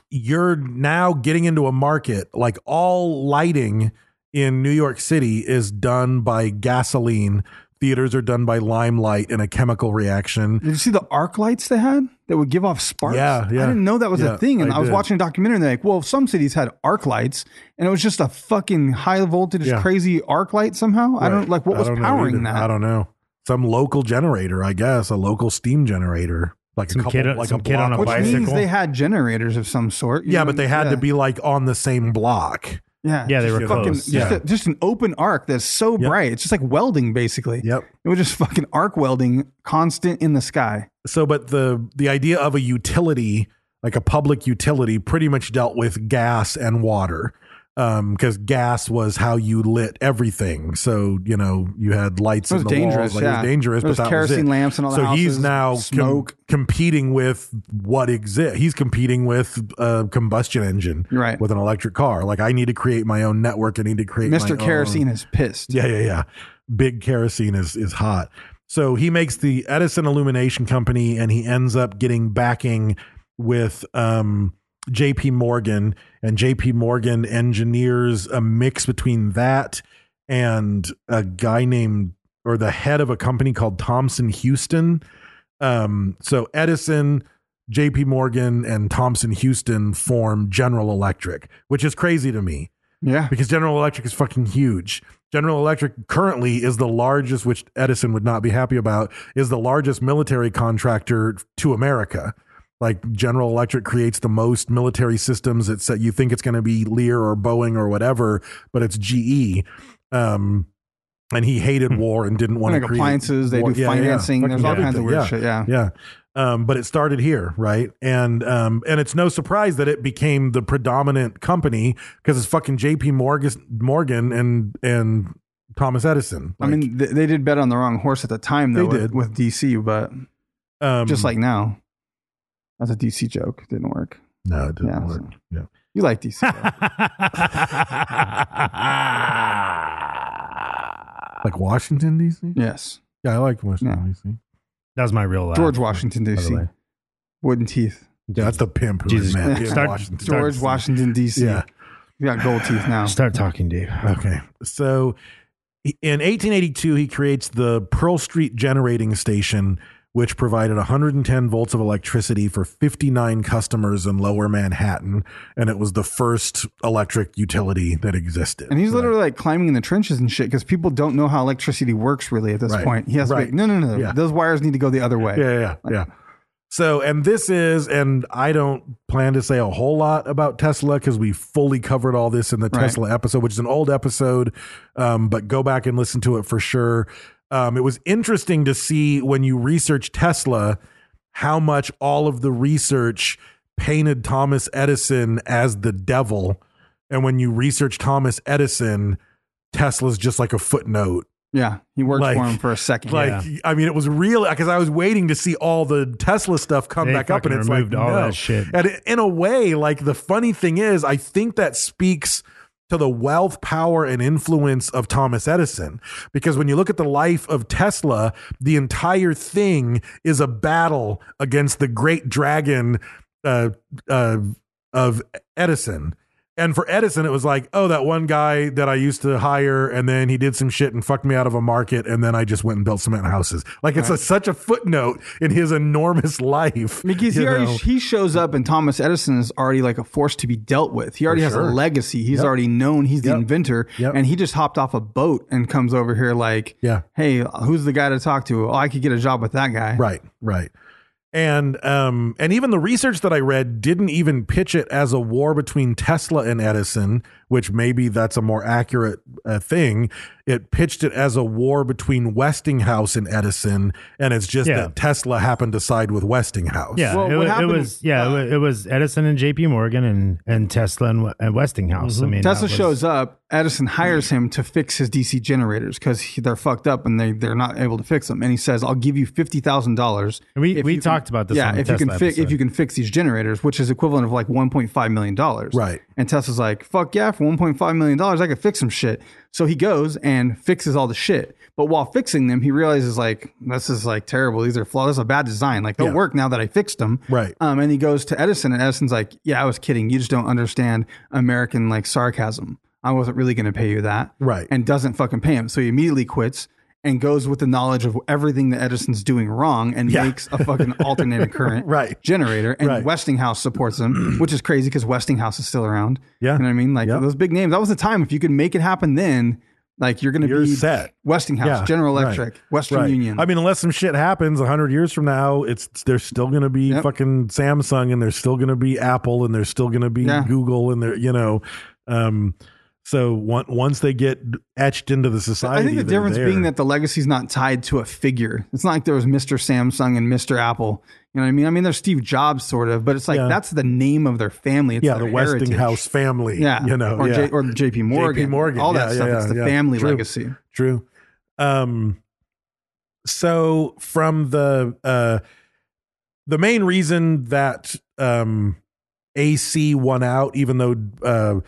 Speaker 3: you're now getting into a market like all lighting in New York City is done by gasoline. Theaters are done by limelight and a chemical reaction.
Speaker 5: Did you see the arc lights they had that would give off sparks?
Speaker 3: Yeah, yeah.
Speaker 5: I didn't know that was
Speaker 3: Yeah,
Speaker 5: a thing. And
Speaker 3: I
Speaker 5: I, was
Speaker 3: did.
Speaker 5: watching a documentary and they're like, well, some cities had arc lights and it was just a fucking high voltage,
Speaker 3: Yeah.
Speaker 5: crazy arc light somehow. I don't like what
Speaker 3: I
Speaker 5: was
Speaker 3: don't know
Speaker 5: powering
Speaker 3: either.
Speaker 5: that.
Speaker 3: I don't know. Some local generator, I guess, a local steam generator, like
Speaker 4: Some
Speaker 3: a couple,
Speaker 4: kid-
Speaker 3: like
Speaker 4: some
Speaker 3: a
Speaker 4: kid on
Speaker 3: block
Speaker 4: a
Speaker 5: Which
Speaker 3: away.
Speaker 5: means
Speaker 4: bicycle.
Speaker 5: they had generators of some sort. you
Speaker 3: Yeah,
Speaker 5: know?
Speaker 3: but they had
Speaker 5: Yeah.
Speaker 3: to be like on the same block.
Speaker 5: Yeah.
Speaker 4: Yeah, they were
Speaker 3: you know,
Speaker 5: fucking
Speaker 4: close.
Speaker 5: just,
Speaker 3: yeah.
Speaker 5: a- just an open arc that's so bright. It's just like welding, basically.
Speaker 3: Yep.
Speaker 5: It was just fucking arc welding, constant in the sky.
Speaker 3: so but the the idea of a utility like a public utility pretty much dealt with gas and water because gas was how you lit everything. So you know you had lights
Speaker 5: It was
Speaker 3: in the walls.
Speaker 5: dangerous,
Speaker 3: Like, It
Speaker 5: yeah.
Speaker 3: was dangerous,
Speaker 5: There was
Speaker 3: but that was
Speaker 5: kerosene
Speaker 3: it.
Speaker 5: lamps in all the
Speaker 3: so he's
Speaker 5: houses,
Speaker 3: now com-
Speaker 5: smoke.
Speaker 3: competing with what exists. He's competing with a combustion engine,
Speaker 5: Right.
Speaker 3: With an electric car. Like I need to create my own network. I need to create my
Speaker 5: Mr.
Speaker 3: own-
Speaker 5: Kerosene is pissed.
Speaker 3: yeah, yeah, yeah. Big kerosene is is hot. So he makes the Edison Illumination Company, and he ends up getting backing with um, J.P. Morgan, and J.P. Morgan engineers a mix between that and a guy named or the head of a company called Thomson Houston. Um, so Edison, J.P. Morgan, and Thomson Houston form General Electric, which is crazy to me
Speaker 5: Yeah.
Speaker 3: because General Electric is fucking huge. General Electric currently is the largest, which Edison would not be happy about, is the largest military contractor to America. Like General Electric creates the most military systems. It's that you think it's going to be Lear or Boeing or whatever, but it's E. GE. Um, and he hated war and didn't want
Speaker 5: Hmm. Like
Speaker 3: to create
Speaker 5: appliances, they
Speaker 3: war-
Speaker 5: do financing,
Speaker 3: Fucking
Speaker 5: there's all kinds of
Speaker 3: everything.
Speaker 5: weird shit, yeah.
Speaker 3: yeah. Um, but it started here, right? And um, and it's no surprise that it became the predominant company because it's fucking J.P. Morgan, Morgan and and Thomas Edison.
Speaker 5: I mean, th- they did bet on the wrong horse at the time, though,
Speaker 3: They
Speaker 5: with-
Speaker 3: did.
Speaker 5: with DC, but
Speaker 3: um,
Speaker 4: Mm-hmm.
Speaker 5: just like now. That's a DC joke. Didn't work.
Speaker 3: no, it didn't
Speaker 5: Yeah,
Speaker 3: work. Yeah.
Speaker 5: You like DC. though.
Speaker 3: Like Washington D.C.
Speaker 5: yes.
Speaker 3: Yeah, I like Washington
Speaker 5: Yeah.
Speaker 3: D.C.
Speaker 4: That was my real laugh.
Speaker 5: George Washington,
Speaker 4: by the
Speaker 5: D.C.
Speaker 4: way.
Speaker 5: Wooden teeth.
Speaker 3: Yeah, that's the pimp who
Speaker 4: Jesus.
Speaker 3: I met in
Speaker 4: Start-
Speaker 3: Washington.
Speaker 5: George
Speaker 3: D.C.
Speaker 5: Washington, D.C.
Speaker 3: Yeah.
Speaker 5: You got gold teeth now.
Speaker 4: Start talking, Dave.
Speaker 3: Okay. So in 1882, he creates the Pearl Street Generating Station, which provided 110 volts of electricity for 59 customers in lower Manhattan. And it was the first electric utility that existed.
Speaker 5: And he's literally like climbing in the trenches and shit because people don't know how electricity works really at this
Speaker 3: Right.
Speaker 5: point. He has
Speaker 3: Right.
Speaker 5: to be like, no, no, no.
Speaker 3: Yeah.
Speaker 5: Those wires need to go the other way.
Speaker 3: Yeah, yeah, yeah. So, and this is, and I don't plan to say a whole lot about Tesla because we fully covered all this in the
Speaker 5: Right.
Speaker 3: Tesla episode, which is an old episode, um, but go back and listen to it for sure. Um, it was interesting to see when you research Tesla how much all of the research painted Thomas Edison as the devil. And when you research Thomas Edison, Tesla's just like a footnote
Speaker 5: Yeah. He worked
Speaker 3: Like-
Speaker 5: for him for a second.
Speaker 3: like I mean, it was real because I was waiting to see all the Tesla stuff come
Speaker 4: They
Speaker 3: back up, and
Speaker 4: fucking
Speaker 3: it's
Speaker 4: removed
Speaker 3: like
Speaker 4: all
Speaker 3: no.
Speaker 4: that shit.
Speaker 3: And it- in a way, like the funny thing is, I think that speaks to the wealth, power, and influence of Thomas Edison. Because when you look at the life of Tesla, the entire thing is a battle against the great dragon uh, uh, of Edison. And for Edison, it was like, oh, that one guy that I used to hire, and then he did some shit and fucked me out of a market, and then I just went and built cement houses. Like it's a, such a footnote in his enormous life.
Speaker 5: Because he
Speaker 3: you
Speaker 5: already
Speaker 3: know?
Speaker 5: he shows up and Thomas Edison is already like a force to be dealt with. He already has
Speaker 3: sure.
Speaker 5: a legacy. He's
Speaker 3: Yep.
Speaker 5: already known. He's the
Speaker 3: Yep.
Speaker 5: inventor,
Speaker 3: Yep.
Speaker 5: and he just hopped off a boat and comes over here like,
Speaker 3: Yeah.
Speaker 5: hey, who's the guy to talk to? Oh, I could get a job with that guy.
Speaker 3: Right, right. And um and even the research that I read didn't even pitch it as a war between Tesla and Edison, which maybe that's a more accurate uh, thing. It pitched it as a war between Westinghouse and Edison, and it's just
Speaker 4: Yeah.
Speaker 3: that Tesla happened to side with Westinghouse.
Speaker 4: Yeah,
Speaker 5: Well,
Speaker 4: it,
Speaker 5: what
Speaker 4: wa- it
Speaker 5: happened- uh,
Speaker 4: was yeah, it, wa- it was Edison and J.P. Morgan and and Tesla and, and Westinghouse. I mean,
Speaker 5: Mm-hmm. Tesla
Speaker 4: that was- Hmm.
Speaker 5: shows up. Edison hires him to fix his DC generators because they're fucked up and they they're not able to fix them. And he says, "I'll give you fifty thousand dollars."
Speaker 4: We- we talked about this
Speaker 5: Yeah,
Speaker 4: on the
Speaker 5: if you
Speaker 4: Tesla
Speaker 5: can fix if
Speaker 4: episode.
Speaker 5: you can fix these generators, which is equivalent of like one point five million dollars.
Speaker 3: Right.
Speaker 5: And Tesla's like, "Fuck yeah! For one point five million dollars, I could fix some shit." So he goes and fixes all the shit. But while fixing them, he realizes like this is like terrible. These are flawed. This is a bad design. Like they'll
Speaker 3: Yeah.
Speaker 5: work now that I fixed them.
Speaker 3: Right.
Speaker 5: Um, and he goes to Edison, and Edison's like, "Yeah, I was kidding. You just don't understand American like sarcasm. I wasn't really going to pay you that."
Speaker 3: Right.
Speaker 5: And doesn't fucking pay him, so he immediately quits and goes with the knowledge of everything that Edison's doing wrong and
Speaker 3: Yeah.
Speaker 5: makes a fucking alternating current
Speaker 3: Right.
Speaker 5: generator. And
Speaker 3: Right.
Speaker 5: Westinghouse supports him, which is crazy because Westinghouse is still around.
Speaker 3: Yeah.
Speaker 5: You know what I mean? Like
Speaker 3: Yeah.
Speaker 5: those big names. That was the time. If you could make it happen, then like you're going to
Speaker 3: You're
Speaker 5: be
Speaker 3: set.
Speaker 5: Westinghouse,
Speaker 3: Yeah,
Speaker 5: General
Speaker 3: right,
Speaker 5: Electric, Western
Speaker 3: right.
Speaker 5: Union.
Speaker 3: I mean, unless some shit happens hundred years from now, it's there's still going to be
Speaker 5: Yep.
Speaker 3: fucking Samsung, and there's still going to be Apple, and there's still going to be
Speaker 5: Yeah.
Speaker 3: Google, and there, you know, um, so on- once they get etched into the
Speaker 5: I
Speaker 3: society,
Speaker 5: think the
Speaker 3: they're
Speaker 5: difference
Speaker 3: there.
Speaker 5: being that the legacy's not tied to a figure. It's not like there was Mr. Samsung and Mr. Apple. You know what I mean? I mean, there's Steve Jobs, sort of, but it's like
Speaker 3: Yeah.
Speaker 5: that's the name of their family. It's
Speaker 3: yeah, the
Speaker 5: their heritage.
Speaker 3: Westinghouse family,
Speaker 5: Yeah.
Speaker 3: you know,
Speaker 5: or,
Speaker 3: yeah.
Speaker 5: J, or JP Morgan.
Speaker 3: Morgan,
Speaker 5: All that
Speaker 3: yeah,
Speaker 5: stuff.
Speaker 3: yeah,
Speaker 5: it's the
Speaker 3: yeah,
Speaker 5: family
Speaker 3: true.
Speaker 5: legacy.
Speaker 3: True. Um so from the uh the main reason that um AC won out even though uh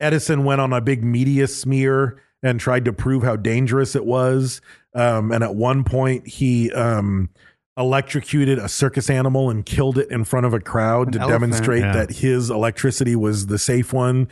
Speaker 3: Edison went on a big media smear and tried to prove how dangerous it was um and at one point he um electrocuted a circus animal and killed it in front of a crowd
Speaker 5: An
Speaker 3: to
Speaker 5: elephant.
Speaker 3: demonstrate
Speaker 4: Yeah.
Speaker 3: that his electricity was the safe one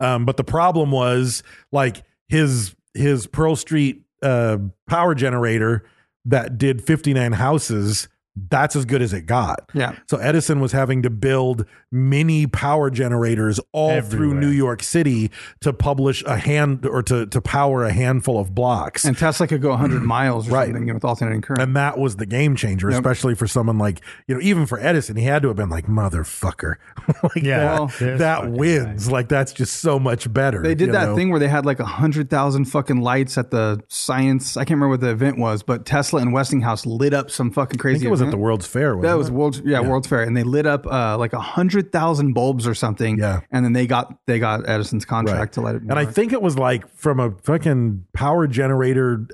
Speaker 3: um, but the problem was like his his Pearl Street uh, power generator that did 59 houses. That's as good as it got.
Speaker 5: Yeah.
Speaker 3: So Edison was having to build mini power generators all through
Speaker 4: Everywhere.
Speaker 3: New York City to publish a hand or to to power a handful of blocks.
Speaker 5: And Tesla could go 100 miles or
Speaker 3: Mm-hmm. Right.
Speaker 5: something with alternating current.
Speaker 3: And that was the game changer,
Speaker 5: Yep.
Speaker 3: especially for someone like, you know, even for Edison, he had to have been like, motherfucker. like
Speaker 4: Yeah,
Speaker 3: that,
Speaker 4: well, this
Speaker 3: that
Speaker 4: fucking
Speaker 3: wins. Like that's just so much better.
Speaker 5: They did
Speaker 3: you
Speaker 5: that
Speaker 3: know?
Speaker 5: thing where they had like a hundred thousand fucking lights at the science. I can't remember what the event was, but Tesla and Westinghouse lit up some fucking
Speaker 3: I
Speaker 5: crazy.
Speaker 3: think it was at
Speaker 5: event.
Speaker 3: the World's Fair. Wasn't
Speaker 5: That was
Speaker 3: it?
Speaker 5: World's yeah, World's Fair, and they lit up uh, like a hundred thousand bulbs or something.
Speaker 3: Yeah.
Speaker 5: and then they got they got Edison's contract to light it.
Speaker 3: And I think it was like from a fucking power generator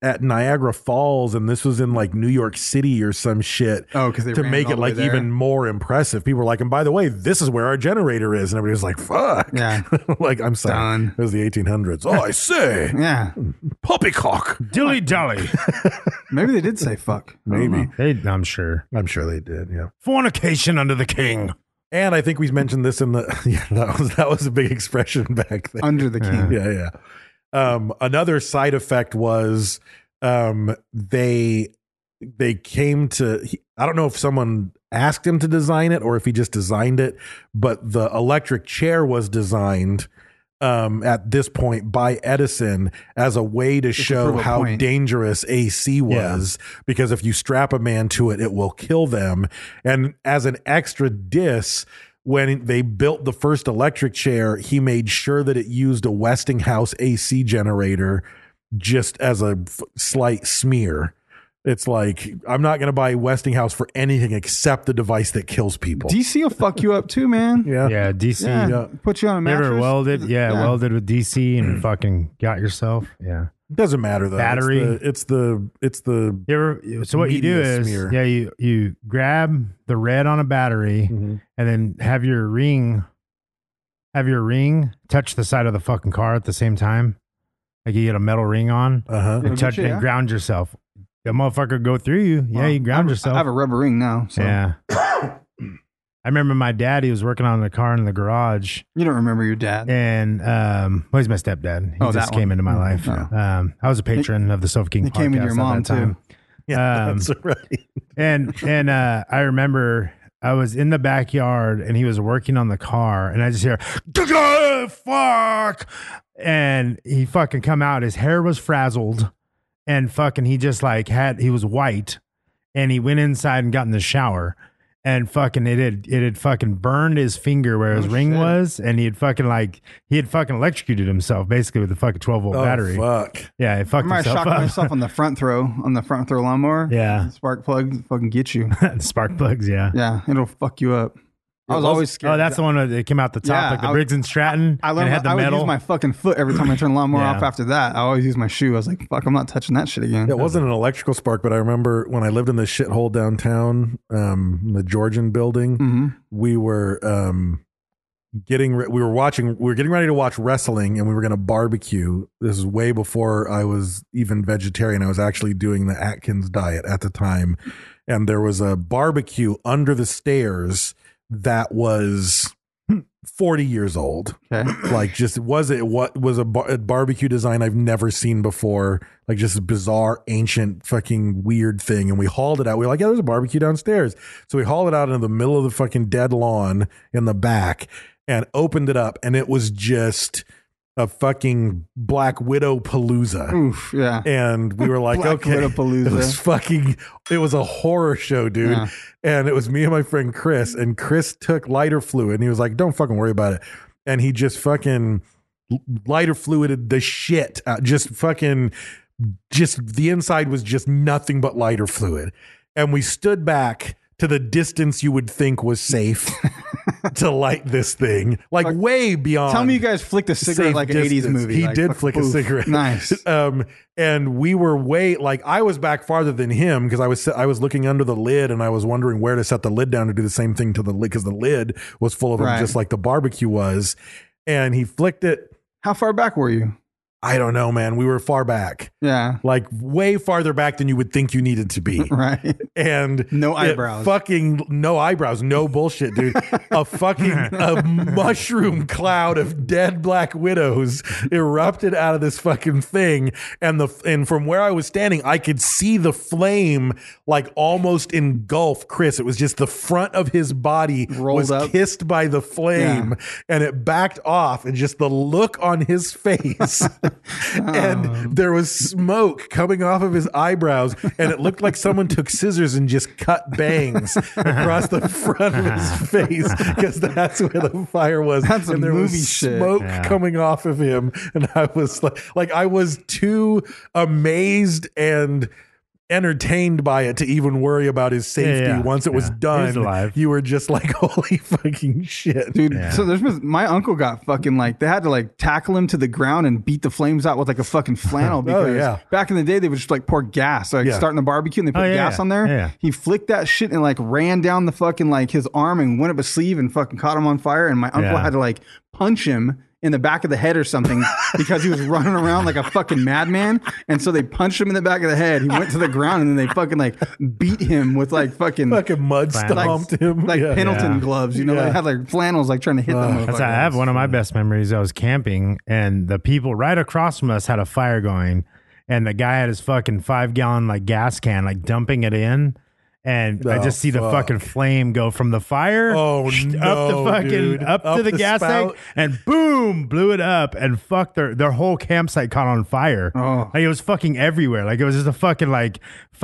Speaker 3: at Niagara Falls, and this was in like New York City or some shit.
Speaker 5: Oh, 'cause they
Speaker 3: to
Speaker 5: ran
Speaker 3: make
Speaker 5: all
Speaker 3: it
Speaker 5: the way
Speaker 3: like
Speaker 5: there.
Speaker 3: even more impressive. People were like, and by the way, this is where our generator is, and everybody's like, fuck.
Speaker 5: Yeah.
Speaker 3: like I'm sorry,
Speaker 5: Done.
Speaker 3: it was the 1800s. Oh, I say,
Speaker 5: yeah,
Speaker 3: poppycock.
Speaker 4: dilly dally.
Speaker 5: maybe they did say fuck.
Speaker 3: Maybe
Speaker 4: they, I'm sure
Speaker 3: I'm sure they did. Yeah.
Speaker 4: fornication under the king.
Speaker 3: And I think we mentioned this in the yeah that was that was a big expression back then.
Speaker 5: Under the king.
Speaker 3: yeah, yeah. Um, another side effect was um, they they came to. he- I don't know if someone asked him to design it or if he just designed it, but the electric chair was designed um, at this point by Edison as a way to show
Speaker 5: prove a
Speaker 3: how
Speaker 5: point.
Speaker 3: dangerous AC was because if you strap a man to it, it will kill them. And as an extra diss, when they built the first electric chair, he made sure that it used a Westinghouse AC generator just as a f- slight smear. It's like, I'm not going to buy Westinghouse for anything except the device that kills people.
Speaker 5: DC will fuck you up too, man.
Speaker 3: yeah.
Speaker 4: Yeah, DC.
Speaker 5: Uh, Yeah.
Speaker 3: Yeah.
Speaker 5: put you on a
Speaker 4: You
Speaker 5: mattress.
Speaker 4: ever welded? Yeah,
Speaker 5: Yeah.
Speaker 4: welded with DC and fucking got yourself. Yeah.
Speaker 3: Doesn't matter though. It's
Speaker 4: Battery.
Speaker 3: the- It's the, it's the,
Speaker 4: You ever, so what you do
Speaker 3: Media
Speaker 4: is
Speaker 3: smear.
Speaker 4: yeah you you grab the red on a battery
Speaker 5: Mm-hmm.
Speaker 4: and then have your ring have your ring touch the side of the fucking car at the same time like you get a metal ring on
Speaker 3: uh huh.
Speaker 5: It'll
Speaker 4: and
Speaker 5: get
Speaker 4: touch
Speaker 5: you, yeah.
Speaker 4: and ground yourself the motherfucker go through you yeah
Speaker 5: Well,
Speaker 4: you ground
Speaker 5: I
Speaker 4: yourself
Speaker 5: have a rubber ring now. So.
Speaker 4: yeah I remember my dad, he was working on the car in the garage
Speaker 5: You don't remember your dad.
Speaker 4: and um well he's my stepdad. He
Speaker 5: Oh, that
Speaker 4: just came
Speaker 5: one.
Speaker 4: into my life.
Speaker 5: Oh.
Speaker 4: Um I was a patron of the Sofa King
Speaker 5: He
Speaker 4: podcast
Speaker 5: came with your
Speaker 4: at
Speaker 5: mom,
Speaker 4: that time.
Speaker 5: too.
Speaker 3: Yeah,
Speaker 4: Um,
Speaker 3: that's right.
Speaker 4: and and uh I remember I was in the backyard and he was working on the car and I just hear "Gah, fuck and he fucking come out his hair was frazzled and fucking he just like had he was white and he went inside and got in the shower and fucking it had it had fucking burned his finger where his
Speaker 5: Oh,
Speaker 4: ring
Speaker 5: shit.
Speaker 4: was and he had fucking like he had fucking electrocuted himself basically with a fucking 12 volt
Speaker 3: Oh,
Speaker 4: battery
Speaker 3: fuck.
Speaker 4: yeah it
Speaker 5: I
Speaker 4: fucked
Speaker 5: remember I
Speaker 4: himself
Speaker 5: shocked
Speaker 4: up.
Speaker 5: myself on the front throw, on the front throw lawnmower.
Speaker 4: Yeah.
Speaker 5: Spark plug fucking get you.
Speaker 4: spark plugs yeah
Speaker 5: Yeah, it'll fuck you up. I was always scared.
Speaker 4: Oh, that's the one that came out the top,
Speaker 5: Yeah,
Speaker 4: like the
Speaker 5: I was-
Speaker 4: Briggs and Stratton.
Speaker 5: I
Speaker 4: and
Speaker 5: learned
Speaker 4: it had the
Speaker 5: I would
Speaker 4: metal.
Speaker 5: use my fucking foot every time I turned the lawnmower
Speaker 4: Yeah.
Speaker 5: off after that. I always use my shoe. I was like, fuck, I'm not touching that shit again.
Speaker 3: Yeah, it wasn't an electrical spark, but I remember when I lived in this shithole downtown, um, in the Georgian building, we were um, getting re- we were watching we were getting ready to watch wrestling, and we were going to barbecue. This is way before I was even vegetarian. I was actually doing the Atkins diet at the time, and there was a barbecue under the stairs that was forty years old
Speaker 5: Okay.
Speaker 3: like just was it what was a, bar- a barbecue design I've never seen before, like just a bizarre, ancient, fucking weird thing. And we hauled it out. We were like, yeah, there's a barbecue downstairs. So we hauled it out into the middle of the fucking dead lawn in the back and opened it up, and it was just a fucking black widow palooza
Speaker 5: Oof. Yeah.
Speaker 3: and we were like,
Speaker 5: Black
Speaker 3: okay,
Speaker 5: Widow-palooza.
Speaker 3: it was fucking, it was a horror show, dude.
Speaker 5: Yeah.
Speaker 3: And it was me and my friend Chris, and Chris took lighter fluid, and he was like, don't fucking worry about it, and he just fucking lighter fluided the shit, out, just fucking, just the inside was just nothing but lighter fluid, and we stood back. To the distance you would think was safe to light this thing, like way beyond.
Speaker 5: Tell me you guys flicked a cigarette
Speaker 3: safe
Speaker 5: like an
Speaker 3: distance.
Speaker 5: 80s movie.
Speaker 3: He
Speaker 5: like,
Speaker 3: did
Speaker 5: fuck,
Speaker 3: flick a
Speaker 5: oof.
Speaker 3: cigarette.
Speaker 5: Nice.
Speaker 3: Um, and we were way like I was back farther than him because I was I was looking under the lid and I was wondering where to set the lid down to do the same thing to the lid because the lid was full of them
Speaker 5: Right.
Speaker 3: just like the barbecue was. And he flicked it.
Speaker 5: How far back were you?
Speaker 3: I don't know, man. We were far back,
Speaker 5: Yeah.
Speaker 3: like way farther back than you would think you needed to be
Speaker 5: Right.
Speaker 3: and
Speaker 5: No
Speaker 3: it
Speaker 5: eyebrows.
Speaker 3: Fucking no eyebrows. No bullshit, dude. a fucking a mushroom cloud of dead black widows erupted out of this fucking thing, and the and from where I was standing, I could see the flame like almost engulf Chris. It was just the front of his body
Speaker 5: Rolled
Speaker 3: was
Speaker 5: up.
Speaker 3: kissed by the flame, and it backed off, and just the look on his face,
Speaker 5: Um.
Speaker 3: and there was smoke coming off of his eyebrows, and it looked like someone took scissors and just cut bangs across the front of his face because that's where the fire was.
Speaker 5: That's
Speaker 3: and there
Speaker 5: movie
Speaker 3: was
Speaker 5: shit.
Speaker 3: smoke
Speaker 4: Yeah.
Speaker 3: coming off of him, and I was like, like I was too amazed and. Entertained by it to even worry about his safety
Speaker 4: yeah.
Speaker 3: once it was
Speaker 4: Yeah. He
Speaker 3: done.
Speaker 4: was alive.
Speaker 3: You were just like, holy fucking shit.
Speaker 5: Dude, so there's been, my uncle got fucking like they had to like tackle him to the ground and beat the flames out with like a fucking
Speaker 4: Oh,
Speaker 5: flannel because
Speaker 3: yeah.
Speaker 5: back in the day they would just like pour gas like
Speaker 3: Yeah.
Speaker 5: starting a barbecue and they put
Speaker 4: Oh, yeah,
Speaker 5: gas
Speaker 4: yeah.
Speaker 5: on there.
Speaker 4: Yeah.
Speaker 5: He flicked that shit and like ran down the fucking like his arm and went up his sleeve and fucking caught him on fire and my uncle
Speaker 4: Yeah.
Speaker 5: had to like punch him in the back of the head or something because he was running around like a fucking madman and so they punched him in the back of the head. He went to the ground and then they fucking like beat him with like fucking
Speaker 3: Fucking mud
Speaker 4: Flannel.
Speaker 3: stomped him.
Speaker 5: like
Speaker 3: Yeah.
Speaker 5: Pendleton
Speaker 4: Yeah.
Speaker 5: gloves, you know,
Speaker 3: Yeah.
Speaker 5: they had like flannels, like trying to hit them.
Speaker 4: That's how I have one of my best memories. I was camping and the people right across from us had a fire going, and the guy had his fucking five gallon like gas can, like dumping it in. And I
Speaker 3: Oh,
Speaker 4: just see the
Speaker 3: fuck.
Speaker 4: fucking flame go from the fire
Speaker 3: Oh,
Speaker 4: up
Speaker 3: no,
Speaker 4: the fucking
Speaker 3: dude.
Speaker 4: up,
Speaker 3: Up
Speaker 4: to the,
Speaker 3: the
Speaker 4: gas
Speaker 3: spout.
Speaker 4: tank and boom blew it up and fuck their their whole campsite caught on fire.
Speaker 5: Oh.
Speaker 4: Like it was fucking everywhere. Like it was just a fucking like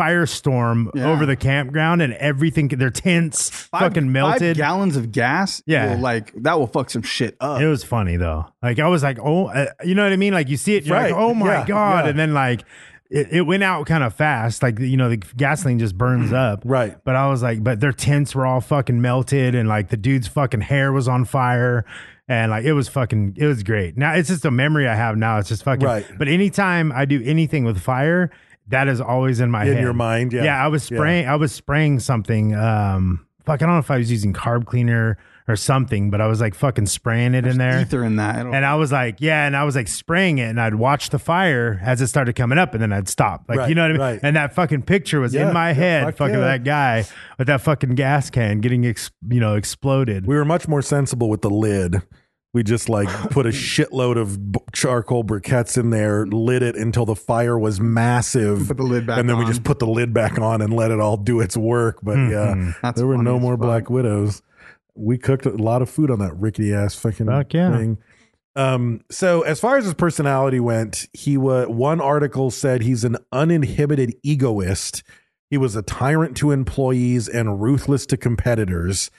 Speaker 4: firestorm
Speaker 5: Yeah.
Speaker 4: over the campground and everything their tents fucking
Speaker 5: Five
Speaker 4: melted.
Speaker 5: gallons of gas.
Speaker 4: Yeah.
Speaker 5: will, like that will fuck some shit up.
Speaker 4: It was funny though. Like I was like, oh, uh, you know what I mean? Like you see it, you're
Speaker 3: Right.
Speaker 4: like, oh my
Speaker 3: Yeah,
Speaker 4: god!
Speaker 3: yeah.
Speaker 4: And then like it, it went out kind of fast. Like you know, the gasoline just burns up.
Speaker 3: Mm-hmm. Right.
Speaker 4: But I was like, but their tents were all fucking melted, and like the dude's fucking hair was on fire. And like it was fucking, it was great. Now it's just a memory I have now. It's just fucking.
Speaker 3: Right.
Speaker 4: But anytime I do anything with fire, that is always in my
Speaker 3: In
Speaker 4: head.
Speaker 3: your mind, yeah.
Speaker 4: Yeah, I was
Speaker 3: Yeah.
Speaker 4: spraying. I was spraying something. Um, fuck, I don't know if I was using carb cleaner or something, but I was like fucking spraying it in there.
Speaker 5: Ether in that. It'll-
Speaker 4: And I was like, yeah, and I was like spraying it, and I'd watch the fire as it started coming up, and then I'd stop. Like,
Speaker 3: Right,
Speaker 4: you know what I mean?
Speaker 3: right.
Speaker 4: And that fucking picture was
Speaker 3: Yeah,
Speaker 4: in my
Speaker 3: yeah,
Speaker 4: head,
Speaker 3: fuck
Speaker 4: fucking
Speaker 3: yeah.
Speaker 4: that guy with that fucking gas can getting, ex- you know, exploded.
Speaker 3: We were much more sensible with the lid. We just like put a shitload of b- charcoal briquettes in there, lit it until the fire was massive.
Speaker 5: Put the lid back
Speaker 3: and then we
Speaker 5: on. Hmm.
Speaker 3: just put the lid back on and let it all do its work. But yeah,
Speaker 5: That's
Speaker 3: there were
Speaker 5: funny
Speaker 3: no
Speaker 5: as
Speaker 3: more
Speaker 5: fuck.
Speaker 3: black widows. We cooked a lot of food on that rickety ass fucking
Speaker 4: Fuck yeah.
Speaker 3: thing. Um, so as far as his personality went, he was one article said he's an uninhibited egoist. He was a tyrant to employees and ruthless to competitors.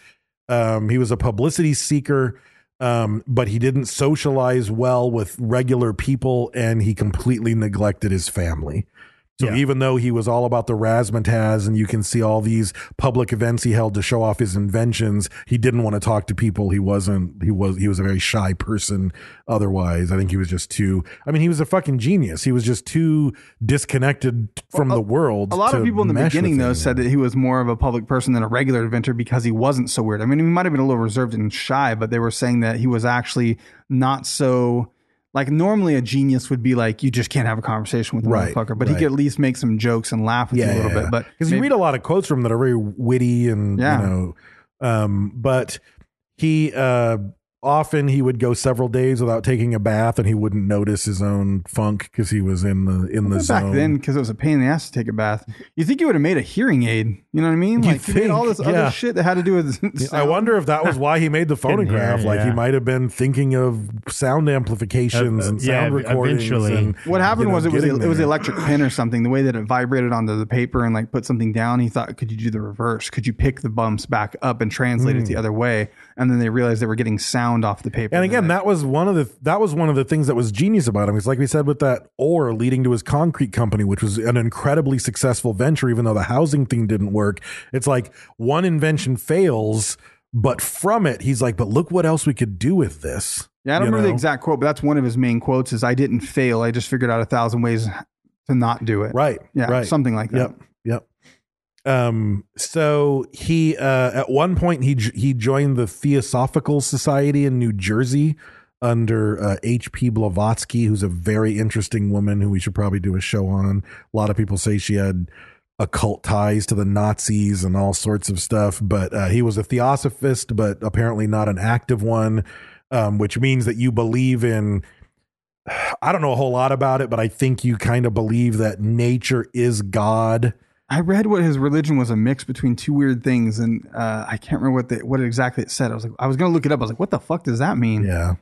Speaker 3: Um, he was a publicity seeker, um, but he didn't socialize well with regular people, and he completely neglected his family. So
Speaker 4: Yeah.
Speaker 3: even though he was all about the razzmatazz, and you can see all these public events he held to show off his inventions, he didn't want to talk to people. He wasn't. He was. He was a very shy person. Otherwise, I think he was just too. I mean, he was a fucking genius. He was just too disconnected from the world.
Speaker 5: A lot of
Speaker 3: to
Speaker 5: people in the
Speaker 3: mesh with
Speaker 5: beginning, though,
Speaker 3: anyone.
Speaker 5: said that he was more of a public person than a regular inventor because he wasn't so weird. I mean, he might have been a little reserved and shy, but they were saying that he was actually not so. Like normally, a genius would be like, you just can't have a conversation with a
Speaker 3: Right,
Speaker 5: motherfucker, but he
Speaker 3: right.
Speaker 5: could at least make some jokes and laugh with you a little bit. But
Speaker 3: because you
Speaker 5: maybe-
Speaker 3: read a lot of quotes from him that are very witty and
Speaker 5: Yeah.
Speaker 3: you know, um, but he uh, often he would go several days without taking a bath and he wouldn't notice his own funk because he was in the in the
Speaker 5: But back
Speaker 3: zone.
Speaker 5: then because it was a pain in the ass to take a bath. You think you would have made a hearing aid? You know what I mean?
Speaker 3: You
Speaker 5: Like you made all
Speaker 3: think,
Speaker 5: this
Speaker 3: yeah.
Speaker 5: other shit that had to do with.
Speaker 3: I
Speaker 5: sound.
Speaker 3: wonder if that was why he made the phonograph.
Speaker 4: hear,
Speaker 3: like he
Speaker 4: yeah.
Speaker 3: might have been thinking of sound amplifications
Speaker 4: Uh,
Speaker 3: and
Speaker 4: yeah,
Speaker 3: sound
Speaker 4: ev-
Speaker 3: recordings.
Speaker 4: eventually.
Speaker 3: and,
Speaker 5: What happened
Speaker 3: you know,
Speaker 5: was it was
Speaker 3: getting
Speaker 5: it was
Speaker 3: there.
Speaker 5: electric pen or something. The way that it vibrated onto the paper and like put something down, he thought, could you do the reverse? Could you pick the bumps back up and translate it the other way? And then they realized they were getting sound off the paper.
Speaker 3: Hmm. And again, that was one of the that was one of the things that was genius about him. It's like we said with that ore leading to his concrete company, which was an incredibly successful venture, even though the housing thing didn't work. It's like one invention fails, but from it, he's like, "But look what else we could do with this."
Speaker 5: yeah, I don't
Speaker 3: You
Speaker 5: remember the
Speaker 3: know?
Speaker 5: exact quote, but that's one of his main quotes: "Is I didn't fail. I just figured out a thousand ways to not do it."
Speaker 3: Right.
Speaker 5: Yeah,
Speaker 3: Right.
Speaker 5: something like that.
Speaker 3: Yep. Yep. Um, so he, uh, at one point he, j- he joined the Theosophical Society in New Jersey under, uh, H.P. Blavatsky, who's a very interesting woman who we should probably do a show on. A lot of people say she had occult ties to the Nazis and all sorts of stuff, but, uh, he was a theosophist, but apparently not an active one. Um, which means that you believe in, I don't know a whole lot about it, but I think you kind of believe that nature is God.
Speaker 5: I read what his religion was a mix between two weird things, and uh, I can't remember what the, what exactly it said. I was like, I was gonna look it up. I was like, what the fuck does that mean?
Speaker 3: Yeah.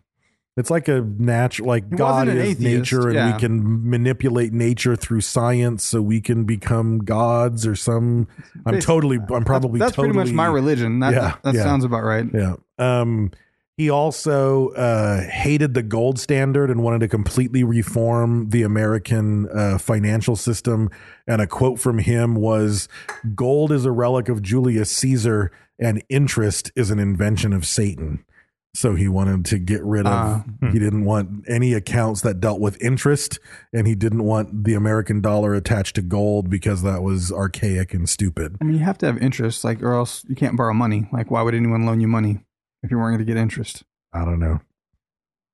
Speaker 3: It's like a natural, like God
Speaker 5: wasn't
Speaker 3: is
Speaker 5: an atheist,
Speaker 3: nature, and
Speaker 5: yeah.
Speaker 3: we can manipulate nature through science, so we can become gods or some. I'm
Speaker 5: Basi-
Speaker 3: totally, I'm probably
Speaker 5: that's
Speaker 3: totally,
Speaker 5: pretty much my religion. That,
Speaker 3: Yeah,
Speaker 5: that
Speaker 3: yeah.
Speaker 5: sounds about right.
Speaker 3: Yeah. Um, he also uh, hated the gold standard and wanted to completely reform the American uh, financial system. And a quote from him was Gold is a relic of Julius Caesar, and interest is an invention of Satan. So he wanted to get rid of, he didn't want any accounts that dealt with interest, and he didn't want the American dollar attached to gold because that was archaic and stupid.
Speaker 5: I mean, you have to have interest, like, or else you can't borrow money. Like, why would anyone loan you money if you weren't going to get interest?
Speaker 3: I don't know.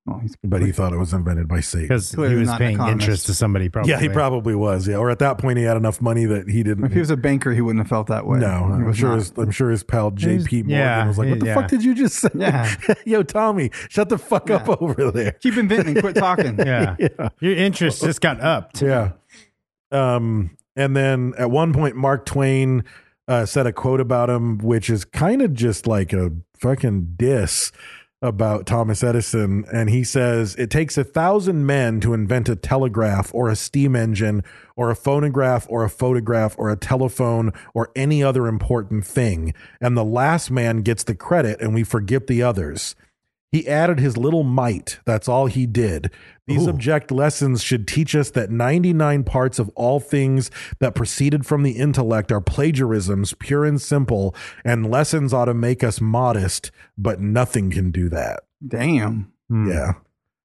Speaker 5: Well, he's
Speaker 3: But he thought it was invented by Satan.
Speaker 4: because he
Speaker 5: Clearly
Speaker 4: was
Speaker 5: not an
Speaker 4: paying
Speaker 5: economist.
Speaker 4: interest to somebody, probably.
Speaker 3: Yeah, he probably was. Yeah, or at that point he had enough money that he didn't.
Speaker 5: if he was a banker, he wouldn't have felt that way.
Speaker 3: no,
Speaker 5: He
Speaker 3: I'm
Speaker 5: was
Speaker 3: sure.
Speaker 5: not.
Speaker 3: His, I'm sure his pal J.P. Morgan
Speaker 4: yeah,
Speaker 3: was like, "What the
Speaker 4: yeah.
Speaker 3: fuck did you just say?
Speaker 5: Yeah.
Speaker 3: Yo, Tommy, shut the fuck up over there."
Speaker 5: Keep inventing, quit talking.
Speaker 4: Yeah. Your interest just got upped.
Speaker 3: Yeah. Um, and then at one point, Mark Twain uh, said a quote about him, which is kind of just like a fucking diss about Thomas Edison. And he says, It takes a thousand men to invent a telegraph or a steam engine or a phonograph or a photograph or a telephone or any other important thing. And the last man gets the credit and we forget the others. He added his little might. That's all he did. These object lessons should teach us that 99 parts of all things that proceeded from the intellect are plagiarisms, pure and simple, and lessons ought to make us modest, but nothing can do that.
Speaker 5: Damn.
Speaker 3: Yeah.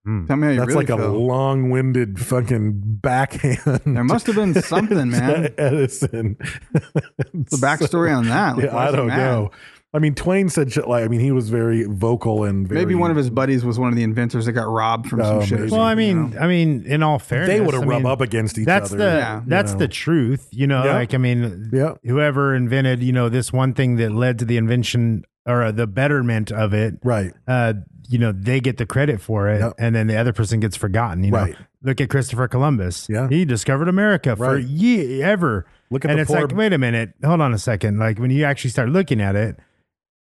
Speaker 5: Tell me how you
Speaker 3: That's
Speaker 5: really
Speaker 3: like a
Speaker 5: feel.
Speaker 3: long winded fucking backhand.
Speaker 5: There must have been something, man.
Speaker 3: Edison.
Speaker 5: The backstory on that. Like,
Speaker 3: yeah,
Speaker 5: why
Speaker 3: I
Speaker 5: is he
Speaker 3: don't
Speaker 5: mad?
Speaker 3: know. I mean, Twain said shit like, I mean, he was very vocal and very,
Speaker 5: Maybe one of his buddies was one of the inventors that got robbed from
Speaker 3: Oh,
Speaker 5: some shit. or
Speaker 3: maybe.
Speaker 5: something,
Speaker 4: Well, I
Speaker 5: you
Speaker 4: mean,
Speaker 5: know?
Speaker 4: I mean, in all fairness,
Speaker 3: They would've
Speaker 4: I
Speaker 3: rub
Speaker 4: mean,
Speaker 3: up against each
Speaker 4: that's
Speaker 3: other,
Speaker 4: The,
Speaker 5: Yeah.
Speaker 4: That's
Speaker 3: you know.
Speaker 4: the truth, you know.
Speaker 3: Yeah.
Speaker 4: Like, I mean,
Speaker 3: Yeah.
Speaker 4: whoever invented, you know, this one thing that led to the invention or uh, the betterment of it,
Speaker 3: Right.
Speaker 4: Uh, you know, they get the credit for it,
Speaker 3: Yep.
Speaker 4: and then the other person gets forgotten. You know,
Speaker 3: Right.
Speaker 4: look at Christopher Columbus.
Speaker 3: Yeah.
Speaker 4: he discovered America for
Speaker 3: Right.
Speaker 4: ye ever.
Speaker 3: Look at
Speaker 4: and
Speaker 3: the
Speaker 4: it's
Speaker 3: poor-
Speaker 4: like, wait a minute, hold on a second. Like when you actually start looking at it,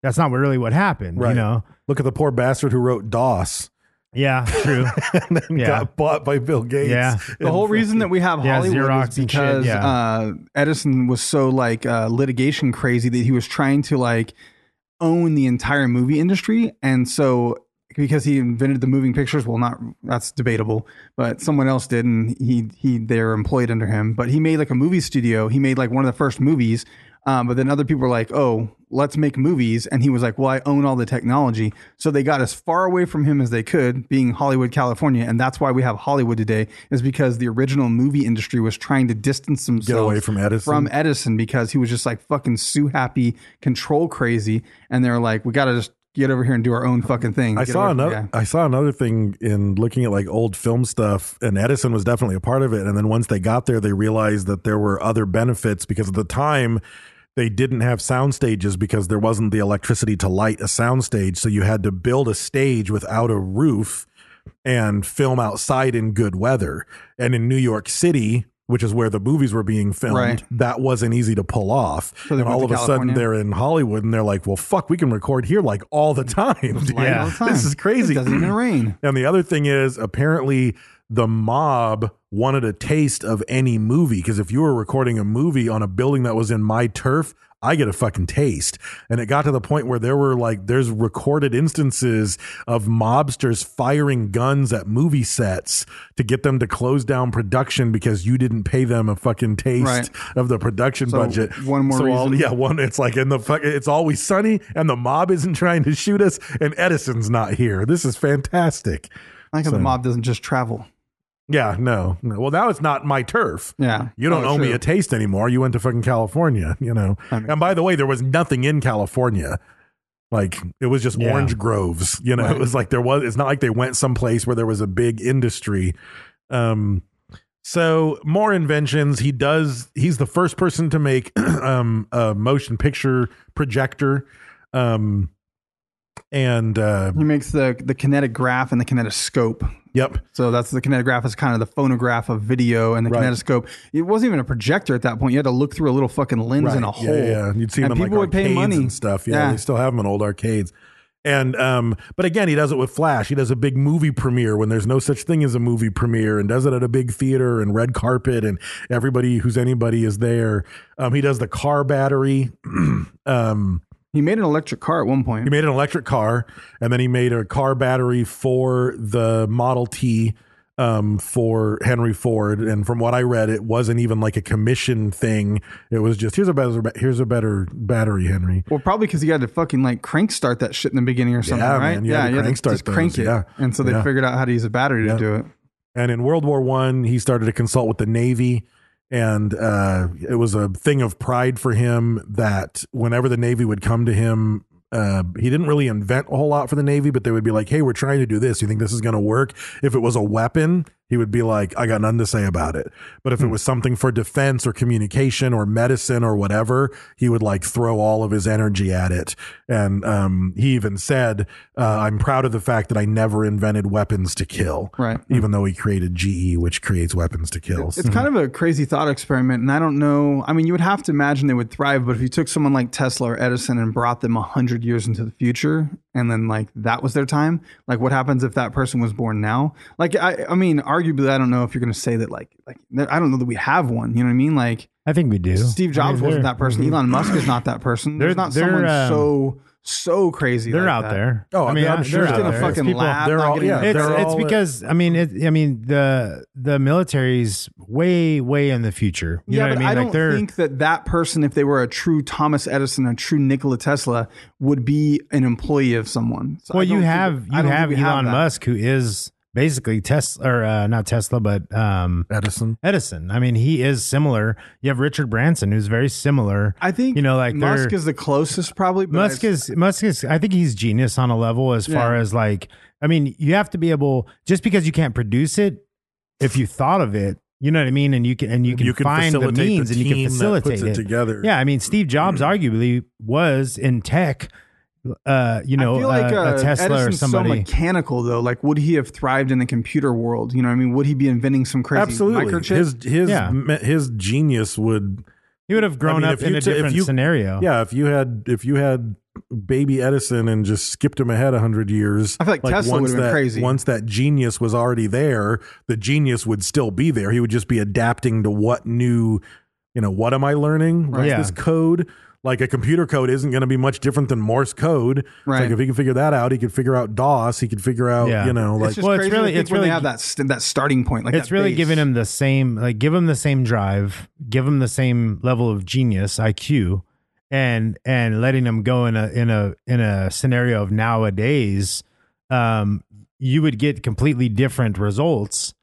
Speaker 4: that's not really what happened.
Speaker 3: Right.
Speaker 4: You know.
Speaker 3: Look at the poor bastard who wrote DOS
Speaker 4: Yeah, true.
Speaker 3: and then
Speaker 4: Yeah.
Speaker 3: got bought by Bill Gates.
Speaker 4: Yeah.
Speaker 5: the whole reason that we have
Speaker 4: Yeah,
Speaker 5: Hollywood
Speaker 4: Xerox
Speaker 5: is
Speaker 4: and shit,
Speaker 5: because
Speaker 4: yeah.
Speaker 5: uh, Edison was so like uh, litigation crazy that he was trying to like own the entire movie industry, and so because he invented the moving pictures, well, not that's debatable, but someone else did, and he he they were employed under him. But he made like a movie studio. He made like one of the first movies. Um, but then other people were like, "Oh, let's make movies," and he was like, "Well, I own all the technology." So they got as far away from him as they could, being Hollywood, California, and that's why we have Hollywood today is because the original movie industry was trying to distance themselves
Speaker 3: away from Edison.
Speaker 5: from Edison because he was just like fucking sue happy, control crazy, and they were like, "We got to just." Get over here and do our own fucking thing.
Speaker 3: I
Speaker 5: Get
Speaker 3: saw
Speaker 5: away from-
Speaker 3: another.
Speaker 5: yeah.
Speaker 3: I saw another thing in looking at like old film stuff, and Edison was definitely a part of it. And then once they got there, they realized that there were other benefits because at the time they didn't have sound stages because there wasn't the electricity to light a sound stage, so you had to build a stage without a roof and film outside in good weather. And in New York City, which is where the movies were being filmed,
Speaker 5: Right.
Speaker 3: that wasn't easy to pull off.
Speaker 5: So they
Speaker 3: and
Speaker 5: went
Speaker 3: all
Speaker 5: to
Speaker 3: of a sudden,
Speaker 5: California?
Speaker 3: they're in Hollywood and they're like, well, fuck, we can record here like all the time. dude."
Speaker 5: Light
Speaker 4: Yeah.
Speaker 5: all the time.
Speaker 3: This is crazy.
Speaker 5: It doesn't even rain.
Speaker 3: And the other thing is, apparently, the mob wanted a taste of any movie because if you were recording a movie on a building that was in my turf, I get a fucking taste. And it got to the point where there were like, there's recorded instances of mobsters firing guns at movie sets to get them to close down production because you didn't pay them a fucking taste
Speaker 5: Right.
Speaker 3: of the production
Speaker 5: So,
Speaker 3: budget.
Speaker 5: one more
Speaker 3: so all,
Speaker 5: reason.
Speaker 3: yeah, one. It's like in the fuck. It's always sunny, and the mob isn't trying to shoot us, and Edison's not here. This is fantastic.
Speaker 5: I think
Speaker 3: So-
Speaker 5: the mob doesn't just travel.
Speaker 3: Yeah, no, no. Well, now it's not my turf.
Speaker 5: Yeah.
Speaker 3: You don't
Speaker 5: Oh,
Speaker 3: owe me
Speaker 5: true.
Speaker 3: a taste anymore. You went to fucking California, you know.
Speaker 5: That makes
Speaker 3: and by the way, there was nothing in California. Like it was just
Speaker 4: Yeah.
Speaker 3: orange groves, you know. It
Speaker 5: Right.
Speaker 3: was like there was. It's not like they went someplace where there was a big industry. Um, so more inventions. He does. He's the first person to make um, a motion picture projector, um, and uh,
Speaker 5: He makes the the kinetic graph and the kinetoscope.
Speaker 3: yep,
Speaker 5: So that's the kinetograph is kind of the phonograph of video, and the
Speaker 3: Right.
Speaker 5: kinetoscope. It wasn't even a projector at that point. You had to look through a little fucking lens in a
Speaker 3: Right.
Speaker 5: hole.
Speaker 3: Yeah, yeah. you'd see
Speaker 5: and
Speaker 3: them in,
Speaker 5: people
Speaker 3: like
Speaker 5: would pay
Speaker 3: arcades
Speaker 5: money
Speaker 3: and stuff. Yeah, they still have them in old arcades. And um, but again, he does it with Flash. He does a big movie premiere when there's no such thing as a movie premiere, and does it at a big theater and red carpet, and everybody who's anybody is there. Um, he does the car battery. um,
Speaker 5: He made an electric car at one point.
Speaker 3: he made an electric car, and then he made a car battery for the Model T um, for Henry Ford. And from what I read, it wasn't even like a commission thing. It was just here's a better here's a better battery, Henry.
Speaker 5: well, probably because he had to fucking like crank start that shit in the beginning or something,
Speaker 3: Yeah,
Speaker 5: right?
Speaker 3: man, you had to
Speaker 5: you had
Speaker 3: crank start
Speaker 5: just crank
Speaker 3: those,
Speaker 5: it.
Speaker 3: yeah.
Speaker 5: And so they
Speaker 3: Yeah.
Speaker 5: figured out how to use a battery
Speaker 3: Yeah.
Speaker 5: to do it.
Speaker 3: And in World War One, he started to consult with the Navy, and uh, it was a thing of pride for him that whenever the Navy would come to him. Uh, he didn't really invent a whole lot for the Navy, but they would be like, "Hey, we're trying to do this. You think this is going to work?" If it was a weapon, he would be like, "I got nothing to say about it." But if it was something for defense or communication or medicine or whatever, he would like throw all of his energy at it. And um, he even said, uh, "I'm proud of the fact that I never invented weapons to kill."
Speaker 5: Right.
Speaker 3: even though he created GE, which creates weapons to kill.
Speaker 5: It's kind of a crazy thought experiment, and I don't know. I mean, you would have to imagine they would thrive, but if you took someone like Tesla or Edison and brought them hundred years into the future, and then like that was their time, like what happens if that person was born now? Like, I, I mean, arguably, I don't know if you're going to say that. Like, like I don't know that we have one. You know what I mean? Like,
Speaker 4: I think we do.
Speaker 5: Steve Jobs
Speaker 4: I mean,
Speaker 5: wasn't
Speaker 4: they're-
Speaker 5: that
Speaker 3: Mm-hmm.
Speaker 5: person. Elon Musk is not that person.
Speaker 4: Mm-hmm. They're-
Speaker 5: There's not
Speaker 4: they're,
Speaker 5: someone
Speaker 4: um,
Speaker 5: so so crazy.
Speaker 4: They're
Speaker 5: like
Speaker 4: out
Speaker 5: that.
Speaker 4: there.
Speaker 3: Oh,
Speaker 4: I mean,
Speaker 3: I'm
Speaker 4: I-
Speaker 3: sure
Speaker 4: they're out
Speaker 5: Just in a
Speaker 4: there.
Speaker 5: fucking
Speaker 4: People-
Speaker 5: lab.
Speaker 3: they're
Speaker 5: not
Speaker 3: all-
Speaker 5: getting
Speaker 3: yeah,
Speaker 5: a-
Speaker 4: It's,
Speaker 3: They're
Speaker 4: it's
Speaker 3: all-
Speaker 4: because I mean it, I mean the the military's way way in the future. You
Speaker 5: yeah,
Speaker 4: know
Speaker 5: but
Speaker 4: what I mean?
Speaker 5: I don't
Speaker 4: like they're
Speaker 5: think that that person, if they were a true Thomas Edison, a true Nikola Tesla, would be an employee of someone. So I
Speaker 4: well,
Speaker 5: don't
Speaker 4: you
Speaker 5: think-
Speaker 4: have
Speaker 5: I
Speaker 4: you
Speaker 5: don't
Speaker 4: have
Speaker 5: think we
Speaker 4: Elon
Speaker 5: that.
Speaker 4: Musk who is basically Tesla or uh, not Tesla, but um,
Speaker 3: Edison.
Speaker 4: Edison. I mean, he is similar. You have Richard Branson, who's very similar.
Speaker 5: I think
Speaker 4: you know, like they're-
Speaker 5: Musk is the closest, probably. But
Speaker 4: Musk
Speaker 5: I-
Speaker 4: is Musk is. I think he's genius on a level as far
Speaker 5: Yeah.
Speaker 4: as like. I mean, you have to be able just because you can't produce it. If you thought of it, you know what I mean, and you can and you can,
Speaker 3: You can
Speaker 4: find the
Speaker 3: facilitate the
Speaker 4: means and you
Speaker 3: team
Speaker 4: can
Speaker 3: that
Speaker 4: facilitate
Speaker 3: puts it together. Mm.
Speaker 4: Yeah, I mean, Steve Jobs arguably was in tech. Uh, you know,
Speaker 5: I feel like
Speaker 4: a, a
Speaker 5: uh,
Speaker 4: Tesla
Speaker 5: Edison's
Speaker 4: or somebody.
Speaker 5: so mechanical though. Like, would he have thrived in the computer world? You know, what I mean, would he be inventing some crazy
Speaker 3: Absolutely.
Speaker 5: microchip?
Speaker 3: His his
Speaker 4: Yeah.
Speaker 3: me- his genius would
Speaker 4: he would have grown
Speaker 3: I mean,
Speaker 4: up
Speaker 3: if
Speaker 4: in
Speaker 3: you
Speaker 4: a
Speaker 3: ta- if
Speaker 4: different
Speaker 3: you-
Speaker 4: scenario.
Speaker 3: Yeah, if you had if you had baby Edison and just skipped him ahead hundred years,
Speaker 5: I feel like Tesla
Speaker 3: once
Speaker 5: would've been
Speaker 3: that-
Speaker 5: crazy.
Speaker 3: Once that genius was already there, the genius would still be there. He would just be adapting to what new, you know, what am I learning? What's
Speaker 4: Right.
Speaker 3: this
Speaker 4: Yeah.
Speaker 3: code? Like a computer code isn't going to be much different than Morse code. It's
Speaker 5: Right.
Speaker 3: Like if he could figure that out, he could figure out DOS. He could figure out,
Speaker 4: Yeah.
Speaker 3: you know,
Speaker 5: It's
Speaker 3: like
Speaker 5: just
Speaker 4: Well, it's
Speaker 5: crazy
Speaker 4: really-
Speaker 5: to think
Speaker 4: it's
Speaker 5: when
Speaker 4: really-
Speaker 5: they have that st- that starting point. Like,
Speaker 4: it's
Speaker 5: that
Speaker 4: really
Speaker 5: base.
Speaker 4: giving him the same like give him the same drive give him the same level of genius iq and and letting him go in a in a in a scenario of nowadays um you would get completely different results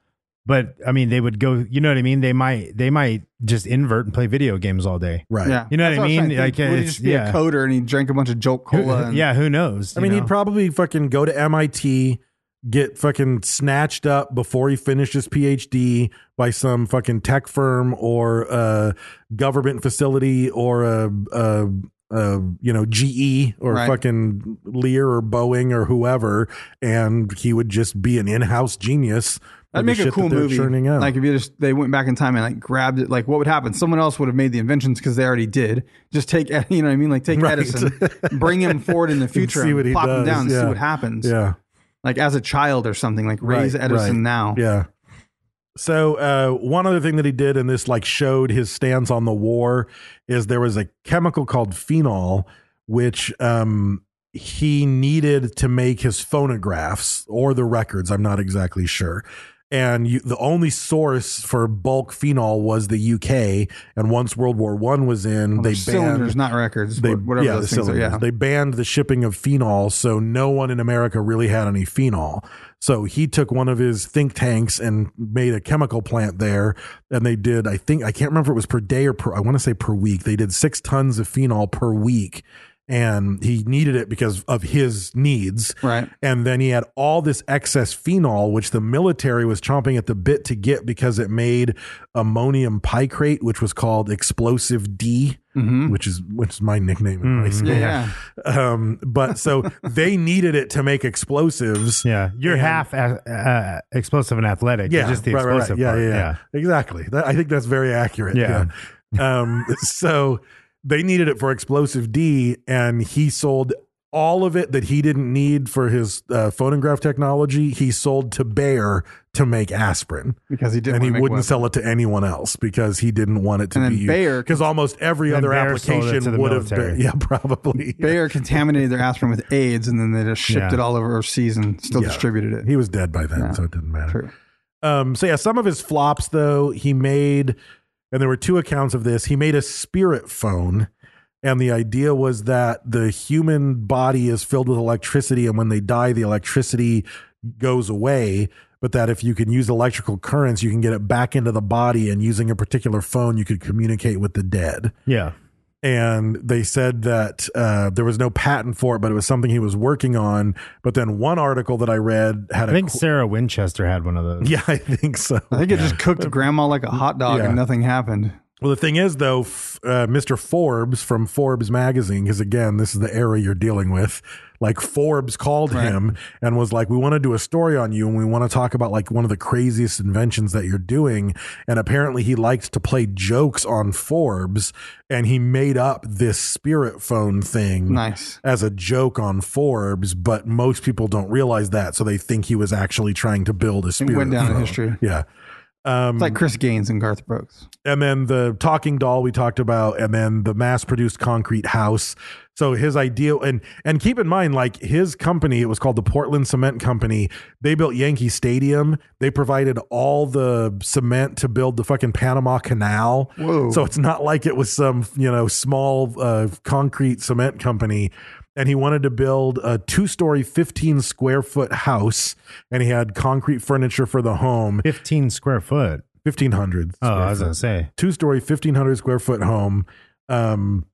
Speaker 4: but i mean they would go you know what i mean they might they might just invert and play video games all day
Speaker 3: right.
Speaker 5: Yeah,
Speaker 4: You know what I
Speaker 5: That's I'm
Speaker 4: mean?
Speaker 5: trying to think.
Speaker 4: Like,
Speaker 5: would he
Speaker 4: it's-
Speaker 5: just be
Speaker 4: yeah.
Speaker 5: a coder and he drank a bunch of jolt cola? And,
Speaker 4: yeah who knows
Speaker 3: um, I
Speaker 4: you
Speaker 3: mean,
Speaker 4: know?
Speaker 3: he'd probably fucking go to MIT, get fucking snatched up before he finished his PhD by some fucking tech firm or a government facility or a, a, a you know GE or
Speaker 5: Right.
Speaker 3: fucking Lear or Boeing or whoever, and he would just be an in-house genius. with the
Speaker 5: That'd make a
Speaker 3: shit
Speaker 5: cool
Speaker 3: that they're
Speaker 5: movie.
Speaker 3: Churning out.
Speaker 5: Like if you just they went back in time and like grabbed it, like what would happen? Someone else would have made the inventions because they already did. Just take Ed- you know what I mean? Like take
Speaker 3: Right.
Speaker 5: Edison, bring him forward in the future,
Speaker 3: see
Speaker 5: and
Speaker 3: what he
Speaker 5: plop him
Speaker 3: does,
Speaker 5: down, and
Speaker 3: yeah.
Speaker 5: see what happens.
Speaker 3: yeah.
Speaker 5: Like as a child or something. Like raise
Speaker 3: Right,
Speaker 5: Edison
Speaker 3: right.
Speaker 5: now.
Speaker 3: Yeah. So uh, one other thing that he did, and this like showed his stance on the war, is there was a chemical called phenol, which um, he needed to make his phonographs or the records. I'm not exactly sure. And you, the only source for bulk phenol was the UK. And once World War One was in,
Speaker 5: Well,
Speaker 3: they
Speaker 5: they're
Speaker 3: banned
Speaker 5: Oh, cylinders, not records. They, whatever
Speaker 3: yeah,
Speaker 5: those
Speaker 3: the
Speaker 5: things are.
Speaker 3: cylinders.
Speaker 5: Yeah.
Speaker 3: They banned the shipping of phenol, so no one in America really had any phenol. So he took one of his think tanks and made a chemical plant there, and they did. I think I can't remember if it was per day or per. I want to say per week. They did six tons of phenol per week. And he needed it because of his needs.
Speaker 5: Right.
Speaker 3: And then he had all this excess phenol, which the military was chomping at the bit to get because it made ammonium picrate, which was called explosive D, which is which is my nickname in high school.
Speaker 5: Mm-hmm. yeah, yeah.
Speaker 3: Um, but so they needed it to make explosives.
Speaker 4: yeah you're
Speaker 3: And-
Speaker 4: half a- uh, explosive and athletic yeah just the
Speaker 3: right, right, right.
Speaker 4: explosive
Speaker 3: Yeah,
Speaker 4: part.
Speaker 3: yeah, yeah, exactly. That, I think that's very accurate.
Speaker 4: Yeah.
Speaker 3: Yeah. um, so they needed it for explosive D, and he sold all of it that he didn't need for his uh, phonograph technology. He sold to Bayer to make aspirin.
Speaker 5: Because he didn't
Speaker 3: and he
Speaker 5: wanna make
Speaker 3: wouldn't
Speaker 5: weapons.
Speaker 3: sell it to anyone else because he didn't want it to
Speaker 5: And then
Speaker 3: be
Speaker 5: Bayer-
Speaker 3: Because almost every
Speaker 4: Then
Speaker 3: other
Speaker 4: Bayer sold it to
Speaker 3: application
Speaker 4: the
Speaker 3: would have
Speaker 4: military.
Speaker 3: been, yeah, probably.
Speaker 5: Bayer contaminated their aspirin with AIDS, and then they just shipped
Speaker 4: Yeah.
Speaker 5: it all over overseas and still
Speaker 3: Yeah.
Speaker 5: distributed it.
Speaker 3: He was dead by then,
Speaker 5: Yeah.
Speaker 3: so it didn't matter.
Speaker 5: True.
Speaker 3: Um, so yeah, some of his flops though he made, and there were two accounts of this. He made a spirit phone, and the idea was that the human body is filled with electricity, and when they die, the electricity goes away. But that if you can use electrical currents, you can get it back into the body, and using a particular phone, you could communicate with the dead
Speaker 4: yeah
Speaker 3: and they said that uh, there was no patent for it, but it was something he was working on. But then one article that I read had
Speaker 4: i
Speaker 3: a
Speaker 4: think
Speaker 3: qu-
Speaker 4: sarah winchester had one of those
Speaker 3: yeah, I think so.
Speaker 5: I think it just cooked grandma like a hot dog
Speaker 3: Yeah.
Speaker 5: and nothing happened.
Speaker 3: Well, the thing is, though, f- uh, Mr. Forbes from Forbes magazine, because again, this is the era you're dealing with. Like Forbes called
Speaker 5: Right.
Speaker 3: him and was like, "We want to do a story on you, and we want to talk about like one of the craziest inventions that you're doing." And apparently, he liked to play jokes on Forbes, and he made up this spirit phone thing,
Speaker 5: Nice.
Speaker 3: as a joke on Forbes. But most people don't realize that, so they think he was actually trying to build a
Speaker 5: It
Speaker 3: spirit.
Speaker 5: went down in
Speaker 3: phone.
Speaker 5: history.
Speaker 3: Yeah. Um,
Speaker 5: It's like Chris Gaines and Garth Brooks.
Speaker 3: and then the talking doll we talked about and then the mass produced concrete house so his idea and and keep in mind like his company it was called the portland cement company they built yankee stadium they provided all the cement to build the fucking panama canal
Speaker 5: Whoa.
Speaker 3: so it's not like it was some you know small uh, concrete cement company and he wanted to build a two story, 15 square foot house. And he had concrete furniture for the home,
Speaker 4: 15 square foot.
Speaker 3: 1500.
Speaker 4: Oh, I
Speaker 3: square
Speaker 4: was
Speaker 3: foot
Speaker 4: going to say.
Speaker 3: two story, 1500 square foot home, um,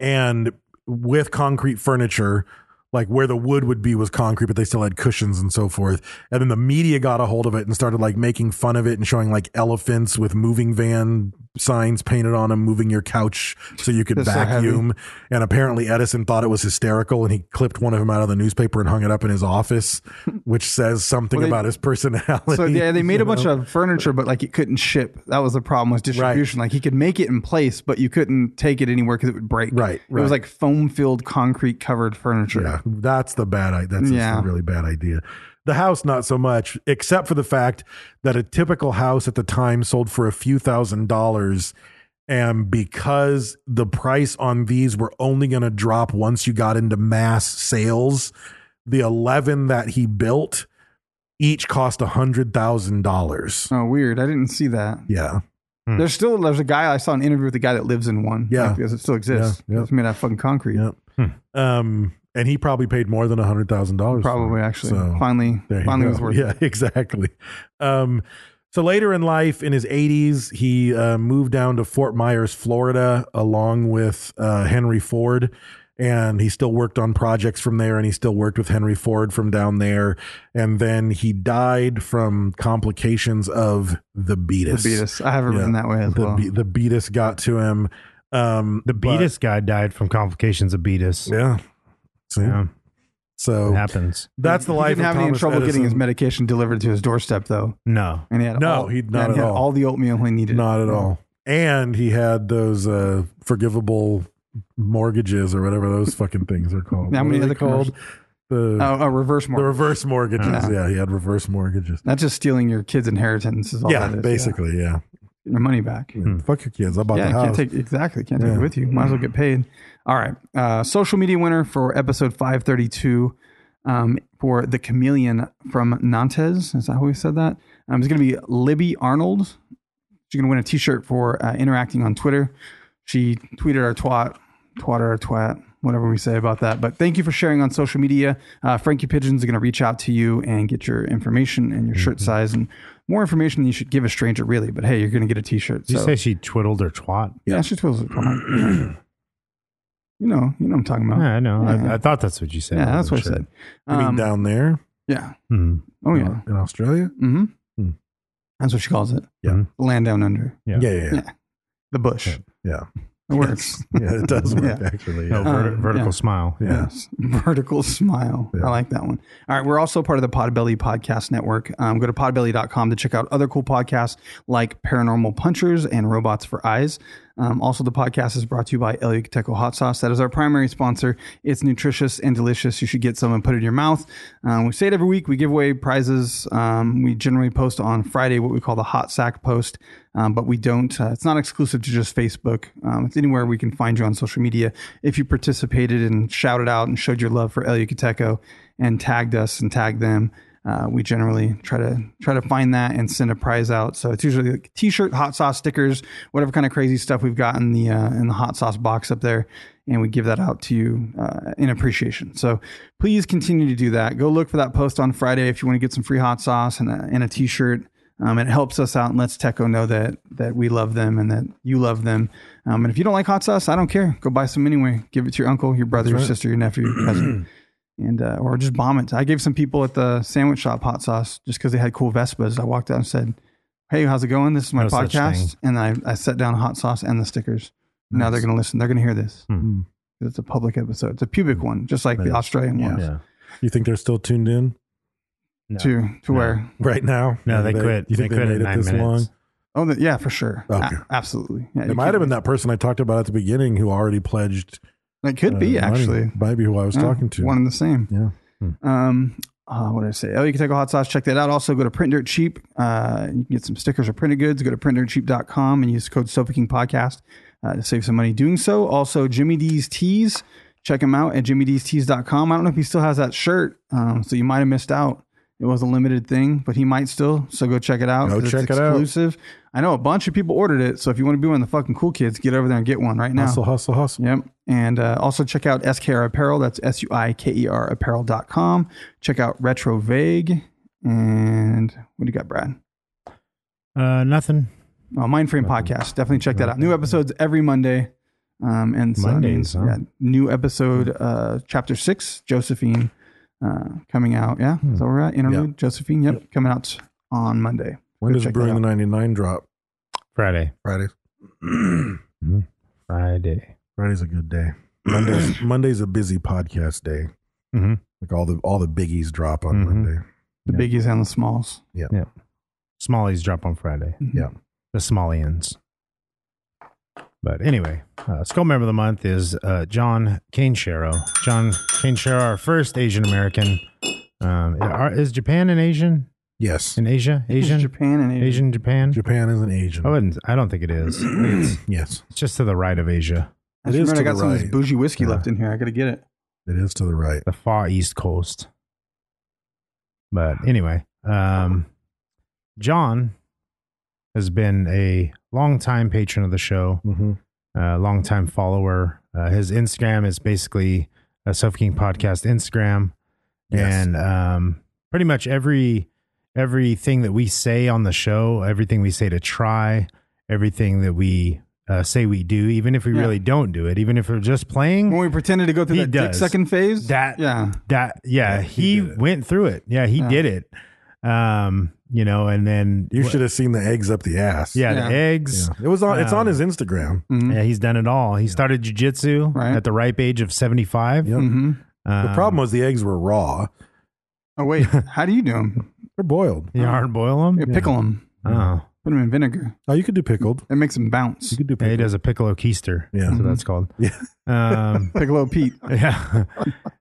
Speaker 3: and with concrete furniture, like where the wood would be was concrete, but they still had cushions and so forth. And then the media got a hold of it and started like making fun of it and showing like elephants with moving van signs painted on them, moving your couch so you could
Speaker 5: That's so heavy.
Speaker 3: vacuum. and apparently Edison thought it was hysterical and he clipped one of them out of the newspaper and hung it up in his office, which says something
Speaker 5: Well, they-
Speaker 3: about his personality.
Speaker 5: So yeah, they made
Speaker 3: you
Speaker 5: a bunch
Speaker 3: know?
Speaker 5: of furniture, but like it couldn't ship. That was the problem with distribution. Like he could make it in place, but you couldn't take it anywhere because it would break.
Speaker 3: Right,
Speaker 5: It
Speaker 3: right.
Speaker 5: was like foam filled concrete covered furniture.
Speaker 3: Yeah, that's the bad idea. That's
Speaker 5: Yeah.
Speaker 3: a really bad idea. The house, not so much, except for the fact that a typical house at the time sold for a few thousand dollars. And because the price on these were only going to drop once you got into mass sales, the 11 that he built each cost a $100,000.
Speaker 5: Oh, weird. I didn't see that.
Speaker 3: Yeah.
Speaker 5: There's still there's a guy I saw an interview with a guy that lives in one.
Speaker 3: Yeah.
Speaker 5: like, because it still exists.
Speaker 3: Yeah, yeah.
Speaker 5: It's made out of fucking concrete.
Speaker 3: Yep. Um, and he probably paid more than a $100,000.
Speaker 5: Probably actually. Finally,
Speaker 3: There you
Speaker 5: finally
Speaker 3: go.
Speaker 5: was worth.
Speaker 3: Yeah,
Speaker 5: it.
Speaker 3: exactly. Um, so later in life, in his 80s, he uh, moved down to Fort Myers, Florida, along with uh, Henry Ford. And he still worked on projects from there, and he still worked with Henry Ford from down there. And then he died from complications of the beatus.
Speaker 5: The beatus. I have it written that way as
Speaker 3: the,
Speaker 5: well.
Speaker 3: be- the beatus got to him. Um,
Speaker 4: The beatus guy died from complications of beatus.
Speaker 3: yeah. Oh. See?
Speaker 4: Yeah.
Speaker 3: So
Speaker 4: It happens.
Speaker 3: that's the life
Speaker 5: He didn't
Speaker 3: of
Speaker 5: have any
Speaker 3: Thomas
Speaker 5: trouble getting his
Speaker 3: Edison.
Speaker 5: medication delivered to his doorstep though,
Speaker 4: No.
Speaker 5: and he had
Speaker 3: No,
Speaker 5: all,
Speaker 3: he- not
Speaker 5: and
Speaker 3: at
Speaker 5: he had
Speaker 3: all.
Speaker 5: all the oatmeal he needed.
Speaker 3: Not at all. And he had those uh, forgivable mortgages or whatever those fucking things are called.
Speaker 5: How
Speaker 3: What
Speaker 5: many
Speaker 3: are they
Speaker 5: other
Speaker 3: called?
Speaker 5: called?
Speaker 3: The,
Speaker 5: Oh, a reverse
Speaker 3: the
Speaker 5: mortgage.
Speaker 3: reverse mortgages.
Speaker 5: Yeah.
Speaker 3: Yeah, he had reverse mortgages.
Speaker 5: That's just stealing your kid's inheritance. Is all
Speaker 3: yeah,
Speaker 5: that is.
Speaker 3: basically, yeah.
Speaker 5: Getting Your money back.
Speaker 4: Hmm.
Speaker 3: Fuck your kids. I bought
Speaker 5: Yeah,
Speaker 3: the
Speaker 5: you can't
Speaker 3: house.
Speaker 5: take exactly. Can't take
Speaker 3: Yeah.
Speaker 5: it with you. Might as well get paid. All right. Uh, social media winner for episode five thirty two um, for the chameleon from Nantes. Is that how we said that? Um, it's going to be Libby Arnold. She's going to win a t shirt for uh, interacting on Twitter. She tweeted our twat, twat our twat, whatever we say about that. But thank you for sharing on social media. Uh, Frankie Pigeons are going to reach out to you and get your information and your
Speaker 3: Mm-hmm.
Speaker 5: shirt size and more information than you should give a stranger, really. But hey, you're going to get a t shirt.
Speaker 4: Did you say she twiddled her twat?
Speaker 5: Yeah, she twiddles it. you know, you know what I'm talking about.
Speaker 4: Yeah, I know. I,
Speaker 5: Yeah.
Speaker 4: I thought that's what you said.
Speaker 5: Yeah, that's what I
Speaker 4: Sure.
Speaker 5: said.
Speaker 3: you mean
Speaker 5: Um,
Speaker 3: down there
Speaker 5: yeah.
Speaker 4: Hmm.
Speaker 5: Oh yeah.
Speaker 3: in Australia?
Speaker 5: Mm-hmm.
Speaker 3: Hmm.
Speaker 5: That's what she calls it.
Speaker 4: Yeah.
Speaker 5: The land down under.
Speaker 4: Yeah.
Speaker 3: Yeah, yeah, yeah.
Speaker 5: The bush.
Speaker 3: yeah.
Speaker 5: It works.
Speaker 3: Yeah, it does work,
Speaker 5: Yeah.
Speaker 3: actually.
Speaker 4: No,
Speaker 3: Yeah.
Speaker 4: verti-
Speaker 5: Um,
Speaker 4: vertical
Speaker 5: yeah.
Speaker 4: smile.
Speaker 3: Yeah.
Speaker 5: Yes. Vertical smile.
Speaker 3: Yeah.
Speaker 5: I like that one. All right. We're also part of the Podbelly Podcast Network. Um, go to podbelly.com to check out other cool podcasts like Paranormal Punchers and Robots for Eyes. Um, also, the podcast is brought to you by El Yucateco Hot Sauce. That is our primary sponsor. It's nutritious and delicious. You should get some and put it in your mouth. Um, we say it every week. We give away prizes. Um, we generally post on Friday what we call the Hot Sack post, um, but we don't. Uh, it's not exclusive to just Facebook. Um, it's anywhere we can find you on social media. If you participated and shouted out and showed your love for El Yucateco and tagged us and tagged them, uh, we generally try to try to find that and send a prize out. So it's usually like t-shirt, hot sauce, stickers, whatever kind of crazy stuff we've got in the uh, in the hot sauce box up there, and we give that out to you uh, in appreciation. So please continue to do that. Go look for that post on Friday if you want to get some free hot sauce and a, and a t-shirt. Um, it helps us out and lets Techo know that that we love them and that you love them. Um, and if you don't like hot sauce, I don't care. Go buy some anyway. Give it to your uncle, your brother, your sister, your nephew, your cousin and uh, or just bomb it. I gave some people at the sandwich shop hot sauce just because they had cool Vespas. I walked out and said, "Hey, how's it going? This is my
Speaker 4: No such
Speaker 5: podcast." And I I set down hot sauce and the stickers. Now they're going to listen. They're going to hear this.
Speaker 4: Hmm.
Speaker 5: It's a public episode. It's a
Speaker 3: Mm.
Speaker 5: pubic one, just like the
Speaker 3: Nice.
Speaker 5: Australian one.
Speaker 4: Yeah.
Speaker 3: You think they're still tuned in
Speaker 4: No.
Speaker 5: To to where?
Speaker 3: right now?
Speaker 4: No, they quit.
Speaker 3: You think
Speaker 4: they
Speaker 3: they,
Speaker 4: quit
Speaker 3: made
Speaker 4: at
Speaker 3: it
Speaker 4: nine
Speaker 3: this
Speaker 4: minutes.
Speaker 3: long?
Speaker 5: Oh, the, yeah, for sure. A-
Speaker 3: Okay.
Speaker 5: absolutely. Yeah,
Speaker 3: It might have been that person I talked about at the beginning who already pledged.
Speaker 5: It could be
Speaker 3: uh, money.
Speaker 5: actually.
Speaker 3: Might be who I was
Speaker 5: Yeah,
Speaker 3: talking to.
Speaker 5: One and the same.
Speaker 3: Yeah. Hmm.
Speaker 5: Um, uh, what did I say? Oh, you can take a hot sauce. Check that out. Also, go to Print Dirt Cheap. Uh, you can get some stickers or printed goods. Go to printdirtcheap.com and use code Sofa King Podcast uh, to save some money doing so. Also, Jimmy D's Tees. Check him out at jimmydstees.com. I don't know if he still has that shirt, um, so you might have missed out. It was a limited thing, but he might still. So go check it out.
Speaker 3: Go
Speaker 5: 'cause it's
Speaker 3: check it out.
Speaker 5: exclusive. I know a bunch of people ordered it, so if you want to be one of the fucking cool kids, get over there and get one right now.
Speaker 3: Hustle, hustle, hustle.
Speaker 5: Yep. And uh, also check out SKR Apparel. That's S U I K E R apparel.com. Check out Retro Vague. And what do you got, Brad?
Speaker 4: Uh, nothing.
Speaker 5: Uh, Mindframe Podcast. Definitely check that out. New episodes every Monday um, and
Speaker 4: Mondays,
Speaker 5: Sundays.
Speaker 4: huh?
Speaker 5: Yeah, new episode, uh, chapter six, Josephine, uh, coming out. Yeah, so we're at interlude. Josephine, yep, coming out on Monday.
Speaker 3: When
Speaker 5: Go
Speaker 3: does
Speaker 5: check that
Speaker 3: Brewing the
Speaker 5: out.
Speaker 3: 99 drop?
Speaker 4: Friday.
Speaker 3: Fridays.
Speaker 4: Friday.
Speaker 3: Friday's a good day. Monday's, Monday's a busy podcast day.
Speaker 4: Mm-hmm.
Speaker 3: Like all the all the biggies drop on
Speaker 4: Mhm.
Speaker 3: Monday.
Speaker 5: The biggies and the smalls.
Speaker 4: Smallies drop on Friday.
Speaker 3: Yeah.
Speaker 4: The Smallians. But anyway, uh, Skull Member of the Month is uh, John Caneshiro. John Caneshiro, our first Asian American. Um, are- is Japan an Asian?
Speaker 3: Yes.
Speaker 4: In Asia? Asian?
Speaker 5: Japan and Asia.
Speaker 4: Asian Japan?
Speaker 3: Japan is an Asian.
Speaker 4: I wouldn't. I don't think it is. It's,
Speaker 3: yes.
Speaker 4: it's just to the right of Asia,
Speaker 5: I
Speaker 3: It
Speaker 5: just
Speaker 3: is
Speaker 5: remembered
Speaker 3: to
Speaker 5: I got
Speaker 3: the
Speaker 5: some of this
Speaker 3: right.
Speaker 5: bougie whiskey left in here. I gotta get it.
Speaker 3: It is to the right.
Speaker 4: the far east coast. But anyway, um, John has been a longtime patron of the show.
Speaker 3: Mm-hmm.
Speaker 4: uh, longtime follower. Uh, his Instagram is basically a Suffocating Podcast Instagram,
Speaker 3: Yes.
Speaker 4: and um, pretty much every everything that we say on the show, everything we say to try, everything that we uh, say we do, even if we
Speaker 5: Yeah.
Speaker 4: really don't do it, even if we're just playing.
Speaker 5: when we pretended to go through
Speaker 4: He
Speaker 5: that dick
Speaker 4: does.
Speaker 5: sucking phase.
Speaker 4: That
Speaker 5: yeah,
Speaker 4: that yeah,
Speaker 3: Yeah, he
Speaker 4: he,
Speaker 3: did it.
Speaker 4: went through it. Yeah, he
Speaker 5: Yeah.
Speaker 4: did it. Um, you know, and then
Speaker 3: You should have seen the eggs up the ass.
Speaker 4: yeah, the
Speaker 5: Yeah.
Speaker 4: eggs.
Speaker 3: Yeah. It was on it's on
Speaker 4: Um,
Speaker 3: his Instagram.
Speaker 5: Mm-hmm.
Speaker 4: Yeah, he's done it all. He started jujitsu
Speaker 5: Right.
Speaker 4: at the ripe age of seventy five.
Speaker 3: Yep.
Speaker 5: hmm
Speaker 3: The problem was the eggs were raw.
Speaker 5: Oh wait, how do you do them?
Speaker 3: They're boiled.
Speaker 4: You hard boil them?
Speaker 5: You pickle them,
Speaker 4: Oh,
Speaker 5: put them in vinegar.
Speaker 3: Oh, you could do pickled.
Speaker 5: It makes them bounce.
Speaker 3: You could do
Speaker 4: yeah, he
Speaker 3: pickled.
Speaker 4: does a piccolo keister.
Speaker 3: Yeah.
Speaker 4: so that's called.
Speaker 3: Yeah.
Speaker 4: Um,
Speaker 5: Piccolo Pete.
Speaker 4: yeah,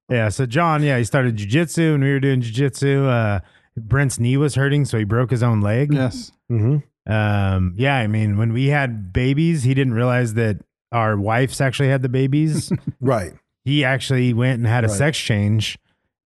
Speaker 4: yeah. So John, yeah, he started jujitsu, and we were doing jujitsu. Uh, Brent's knee was hurting, so he broke his own leg.
Speaker 5: Yes.
Speaker 3: Mm-hmm.
Speaker 4: Um, yeah, I mean, when we had babies, he didn't realize that our wives actually had the babies.
Speaker 3: Right.
Speaker 4: he actually went and had a
Speaker 3: Right.
Speaker 4: sex change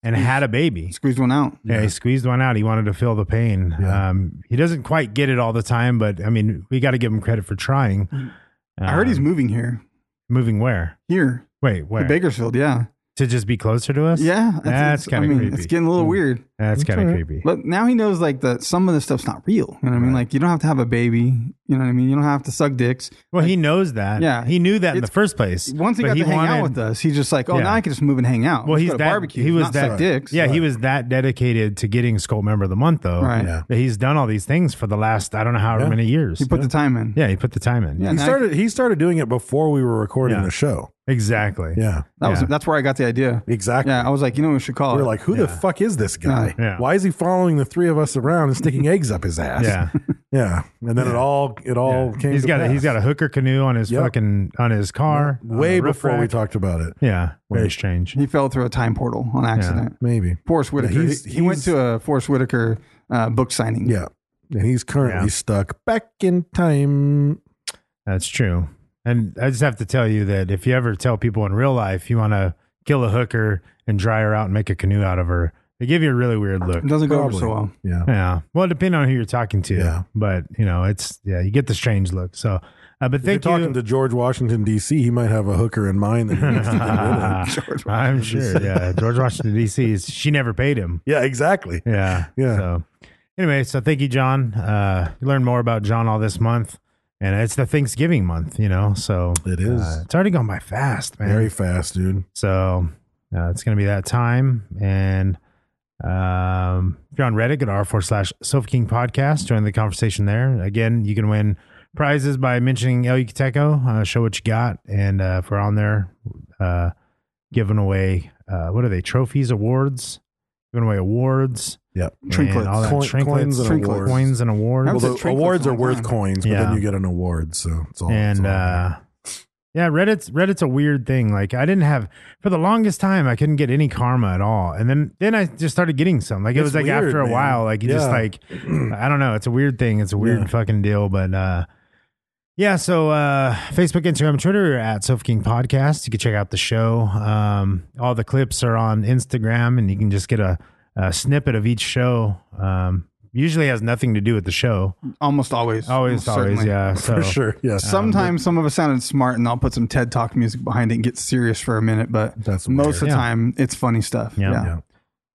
Speaker 4: and had a baby.
Speaker 5: Squeeze one out.
Speaker 4: Yeah, he squeezed one out. He wanted to feel the pain.
Speaker 3: Yeah.
Speaker 4: Um, he doesn't quite get it all the time, but I mean, we got to give him credit for trying.
Speaker 5: I heard he's
Speaker 4: Um,
Speaker 5: moving here.
Speaker 4: moving where?
Speaker 5: Here,
Speaker 4: Wait,
Speaker 5: to
Speaker 4: where?
Speaker 5: Bakersfield. Yeah.
Speaker 4: to just be closer to us?
Speaker 5: Yeah.
Speaker 4: that's
Speaker 5: I
Speaker 4: kind of
Speaker 5: mean,
Speaker 4: creepy. Hmm.
Speaker 5: It's getting a little weird.
Speaker 4: that's kind of
Speaker 3: all
Speaker 4: creepy.
Speaker 5: But now he knows like that some of this stuff's not real. You know what I mean? Like you don't have to have a baby. You know what I mean? You don't have to suck dicks.
Speaker 4: Well, he knows that.
Speaker 5: Yeah.
Speaker 4: he knew that in the
Speaker 5: It's-
Speaker 4: first place.
Speaker 5: Once he
Speaker 4: but
Speaker 5: got to hang
Speaker 4: wanted-
Speaker 5: out with us, he's just like, oh,
Speaker 4: Yeah.
Speaker 5: now I can just move and hang out.
Speaker 4: Well,
Speaker 5: Let's
Speaker 4: he's
Speaker 5: go to
Speaker 4: that.
Speaker 5: barbecue.
Speaker 4: he was
Speaker 5: not
Speaker 4: that.
Speaker 5: suck dicks.
Speaker 4: Yeah, he was that dedicated to getting Sculpt member of the month, though.
Speaker 5: Right.
Speaker 3: Yeah.
Speaker 4: That he's done all these things for the last I don't know how
Speaker 3: Yeah.
Speaker 4: many years.
Speaker 5: He put the time in.
Speaker 4: Oh, yeah, he put the time in.
Speaker 5: Yeah.
Speaker 3: He
Speaker 5: now I-
Speaker 3: started he started doing it before we were recording
Speaker 4: Yeah.
Speaker 3: the show.
Speaker 4: exactly.
Speaker 3: Yeah.
Speaker 5: That was
Speaker 4: Yeah.
Speaker 5: that's where I got the idea.
Speaker 3: Exactly.
Speaker 5: Yeah, I was like, you know, what we should call
Speaker 3: we
Speaker 5: it.
Speaker 3: were like, who the fuck is this guy?
Speaker 4: Yeah.
Speaker 3: Why is he following the three of us around and sticking eggs up his ass?
Speaker 4: yeah.
Speaker 3: Yeah. And then it all it all
Speaker 4: Yeah.
Speaker 3: came
Speaker 4: He's
Speaker 3: to
Speaker 4: got a,
Speaker 3: pass.
Speaker 4: he's got a hooker canoe on his
Speaker 3: Yep.
Speaker 4: fucking on his car. on
Speaker 3: way
Speaker 4: a roof
Speaker 3: before we
Speaker 4: rack.
Speaker 3: talked about it.
Speaker 4: Yeah, very
Speaker 3: Right.
Speaker 4: strange.
Speaker 5: he fell through a time portal on accident.
Speaker 3: Maybe.
Speaker 5: Forrest Whitaker.
Speaker 3: Yeah, he's-
Speaker 5: he, he
Speaker 3: he's-
Speaker 5: went to a Forrest Whitaker uh, book signing.
Speaker 3: Yeah. And he's currently
Speaker 4: Yeah.
Speaker 3: stuck back in time.
Speaker 4: That's true. And I just have to tell you that if you ever tell people in real life you want to kill a hooker and dry her out and make a canoe out of her, they give you a really weird look.
Speaker 5: It doesn't go over
Speaker 3: Probably.
Speaker 5: so well.
Speaker 3: Yeah.
Speaker 4: Yeah. Well, depending on who you're talking to.
Speaker 3: Yeah.
Speaker 4: But, you know, it's, yeah, you get the strange look. So, uh, but
Speaker 3: If you're
Speaker 4: thank you.
Speaker 3: talking to George Washington D.C., he might have a hooker in mind. That he needs to get rid of.
Speaker 4: I'm sure. Yeah. George Washington, D.C. is, she never paid him.
Speaker 3: yeah, exactly.
Speaker 4: Yeah.
Speaker 3: Yeah.
Speaker 4: So, anyway, so thank you, John. Uh, you learn more about John all this month. And it's the Thanksgiving month, you know, so
Speaker 3: It is.
Speaker 4: uh, it's already gone by fast, man.
Speaker 3: Very fast, dude.
Speaker 4: So uh, it's going to be that time. And um, if you're on Reddit, go to r4 slash Sofa King podcast. Join the conversation there. Again, you can win prizes by mentioning El Yucateco. Uh, show what you got. And uh, if we're on there, uh, giving away, uh, what are they, trophies, awards? Giving away awards.
Speaker 3: Yep.
Speaker 4: And
Speaker 5: Trinkets.
Speaker 4: all that.
Speaker 3: Coin-
Speaker 4: trinkets,
Speaker 3: coins and
Speaker 4: trinklet-
Speaker 3: awards.
Speaker 4: Coins and awards.
Speaker 5: I
Speaker 3: Well,
Speaker 5: was a
Speaker 3: the
Speaker 5: trinklet
Speaker 3: awards
Speaker 5: for
Speaker 3: are
Speaker 5: a long
Speaker 3: worth
Speaker 5: time.
Speaker 3: coins, but
Speaker 4: Yeah.
Speaker 3: then you get an award, so it's all. it's
Speaker 4: and
Speaker 3: all-
Speaker 4: uh yeah reddit's reddit's a weird thing like i didn't have for the longest time i couldn't get any karma at all and then then i just started getting some like it
Speaker 3: It's
Speaker 4: was like
Speaker 3: weird,
Speaker 4: after a
Speaker 3: man.
Speaker 4: while like you just
Speaker 3: Yeah.
Speaker 4: like i don't know it's a weird thing it's a weird
Speaker 3: Yeah.
Speaker 4: fucking deal but uh yeah, so uh, Facebook, Instagram, and Twitter are at Sofa King Podcast. You can check out the show. Um, all the clips are on Instagram, and you can just get a, a snippet of each show. Um, Usually has nothing to do with the show.
Speaker 6: Almost always.
Speaker 4: Always,
Speaker 6: Almost
Speaker 4: always,
Speaker 6: certainly.
Speaker 4: yeah. Um, So
Speaker 3: for sure. Yeah.
Speaker 6: Sometimes some of us sounded smart, and I'll put some TED Talk music behind it and get serious for a minute. But
Speaker 3: That's
Speaker 6: most
Speaker 3: weird.
Speaker 6: of the
Speaker 4: Yeah.
Speaker 6: time, it's funny stuff.
Speaker 4: Yeah.
Speaker 6: yeah.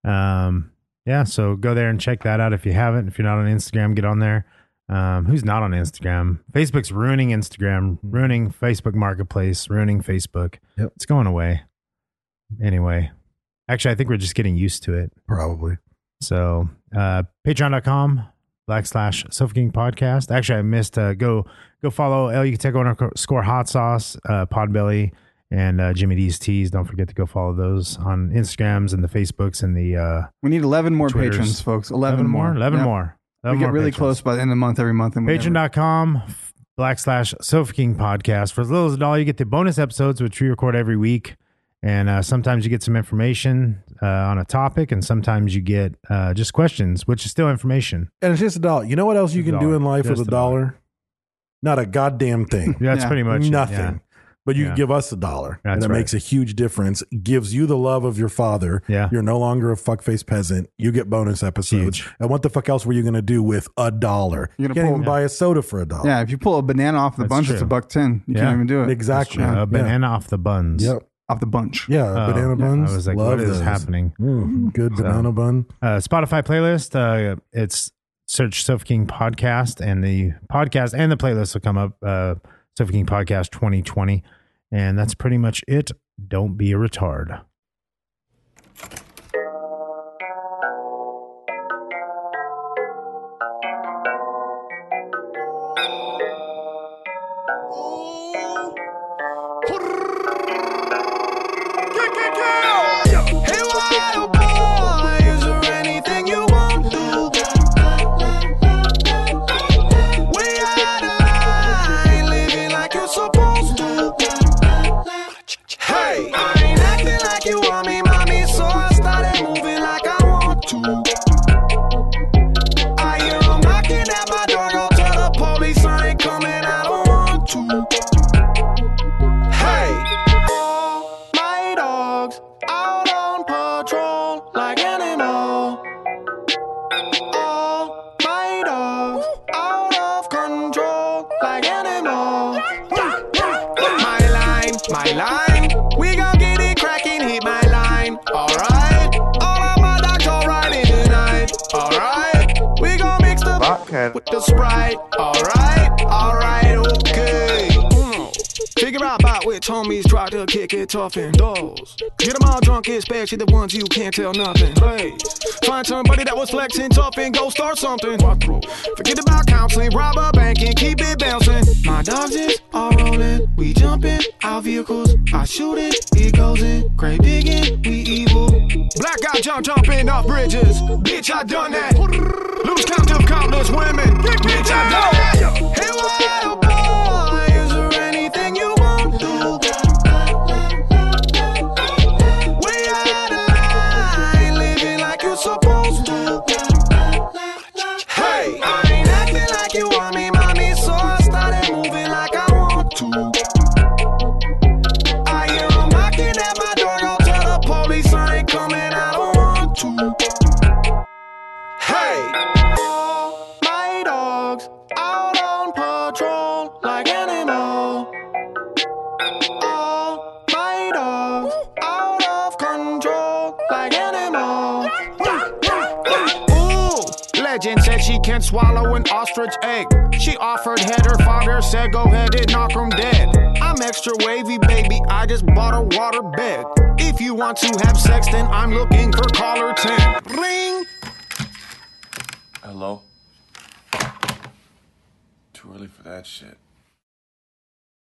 Speaker 3: yeah.
Speaker 4: Um, yeah, so go there and check that out if you haven't. If you're not on Instagram, get on there. Um, who's not on Instagram? Facebook's ruining Instagram, ruining Facebook Marketplace, ruining Facebook.
Speaker 3: Yep.
Speaker 4: It's going away. Anyway, actually, I think we're just getting used to it.
Speaker 3: Probably.
Speaker 4: So, uh, patreon.com backslash suffocating podcast. Actually, I missed, uh, go, go follow El Yucateco underscore hot sauce, uh, Podbelly and, uh, Jimmy D's teas. Don't forget to go follow those on Instagrams and the Facebooks and the, uh,
Speaker 6: We need 11 more
Speaker 4: Twitters.
Speaker 6: patrons, folks. 11, more.
Speaker 4: 11
Speaker 6: Yeah.
Speaker 4: more. 11
Speaker 6: we get
Speaker 4: more
Speaker 6: really
Speaker 4: patrons.
Speaker 6: close by the end of the month every month. And we never-
Speaker 4: Patreon.com backslash Sofa King podcast. For as little as a dollar, you get the bonus episodes, which we record every week. And uh, sometimes you get some information uh, on a topic, and sometimes you get uh, just questions, which is still information.
Speaker 3: And it's just a dollar. You know what else you can do
Speaker 4: dollar.
Speaker 3: in life
Speaker 4: Just
Speaker 3: with a
Speaker 4: a dollar.
Speaker 3: dollar? Not a goddamn thing.
Speaker 4: That's
Speaker 6: Yeah.
Speaker 4: pretty much it,
Speaker 3: Nothing.
Speaker 4: yeah.
Speaker 3: But you
Speaker 4: Yeah.
Speaker 3: can give us a dollar,
Speaker 4: That's
Speaker 3: and it
Speaker 4: right.
Speaker 3: makes a huge difference. Gives you the love of your father.
Speaker 4: Yeah.
Speaker 3: you're no longer a fuckface peasant. You get bonus episodes.
Speaker 4: Huge.
Speaker 3: And what the fuck else were you going to do with a dollar?
Speaker 6: You're gonna
Speaker 3: You can't
Speaker 6: pull-
Speaker 3: even buy a soda for a dollar.
Speaker 6: Yeah, if you pull a banana off the
Speaker 4: That's
Speaker 6: bunch, it's
Speaker 4: true.
Speaker 6: a buck ten. You
Speaker 4: Yeah.
Speaker 6: can't even do it.
Speaker 3: exactly.
Speaker 4: A
Speaker 3: Yeah.
Speaker 4: banana off the buns.
Speaker 3: Yep.
Speaker 6: Off the bunch.
Speaker 3: Yeah,
Speaker 4: Uh, Oh,
Speaker 3: banana buns.
Speaker 4: I was like,
Speaker 3: Love
Speaker 4: what is
Speaker 3: those.
Speaker 4: happening?
Speaker 3: Mm, good banana bun.
Speaker 4: uh, Spotify playlist. Uh, it's search Sofa King podcast, and the podcast and the playlist will come up. Uh, Sofa King podcast 2020, and that's pretty much it. Don't be a retard.
Speaker 5: Mm. Figure out about which homies try to kick it tough and those. Get them all drunk, especially the ones you can't tell nothing. Please find somebody that was flexing tough and go start something. Forget about counseling, rob a bank and keep it bouncing. My dogs is all rolling, we jumping, our vehicles, I shoot it, it goes in. Cray digging, we evil. Blackout jump jumping off bridges, bitch I done that. Lose count of countless women, bitch I done that. Hey, wild boy, is there anything you won't do? Way out of line, living like you're supposed to. Hey, I ain't acting like you want me, mommy, so I started moving like I want to. I hear 'em knocking at my door, go tell the police I ain't coming, I don't want to. Hey, all my dogs out on patrol like animal. All my dogs out of control like animal. Ooh, legend said she can swallow an ostrich egg. She offered head, her father said, go ahead and knock 'em dead. I'm extra wavy, baby, I just bought a water bed. If you want to have sex, then I'm looking for caller 10. Ring!
Speaker 2: Hello? Too early for that shit.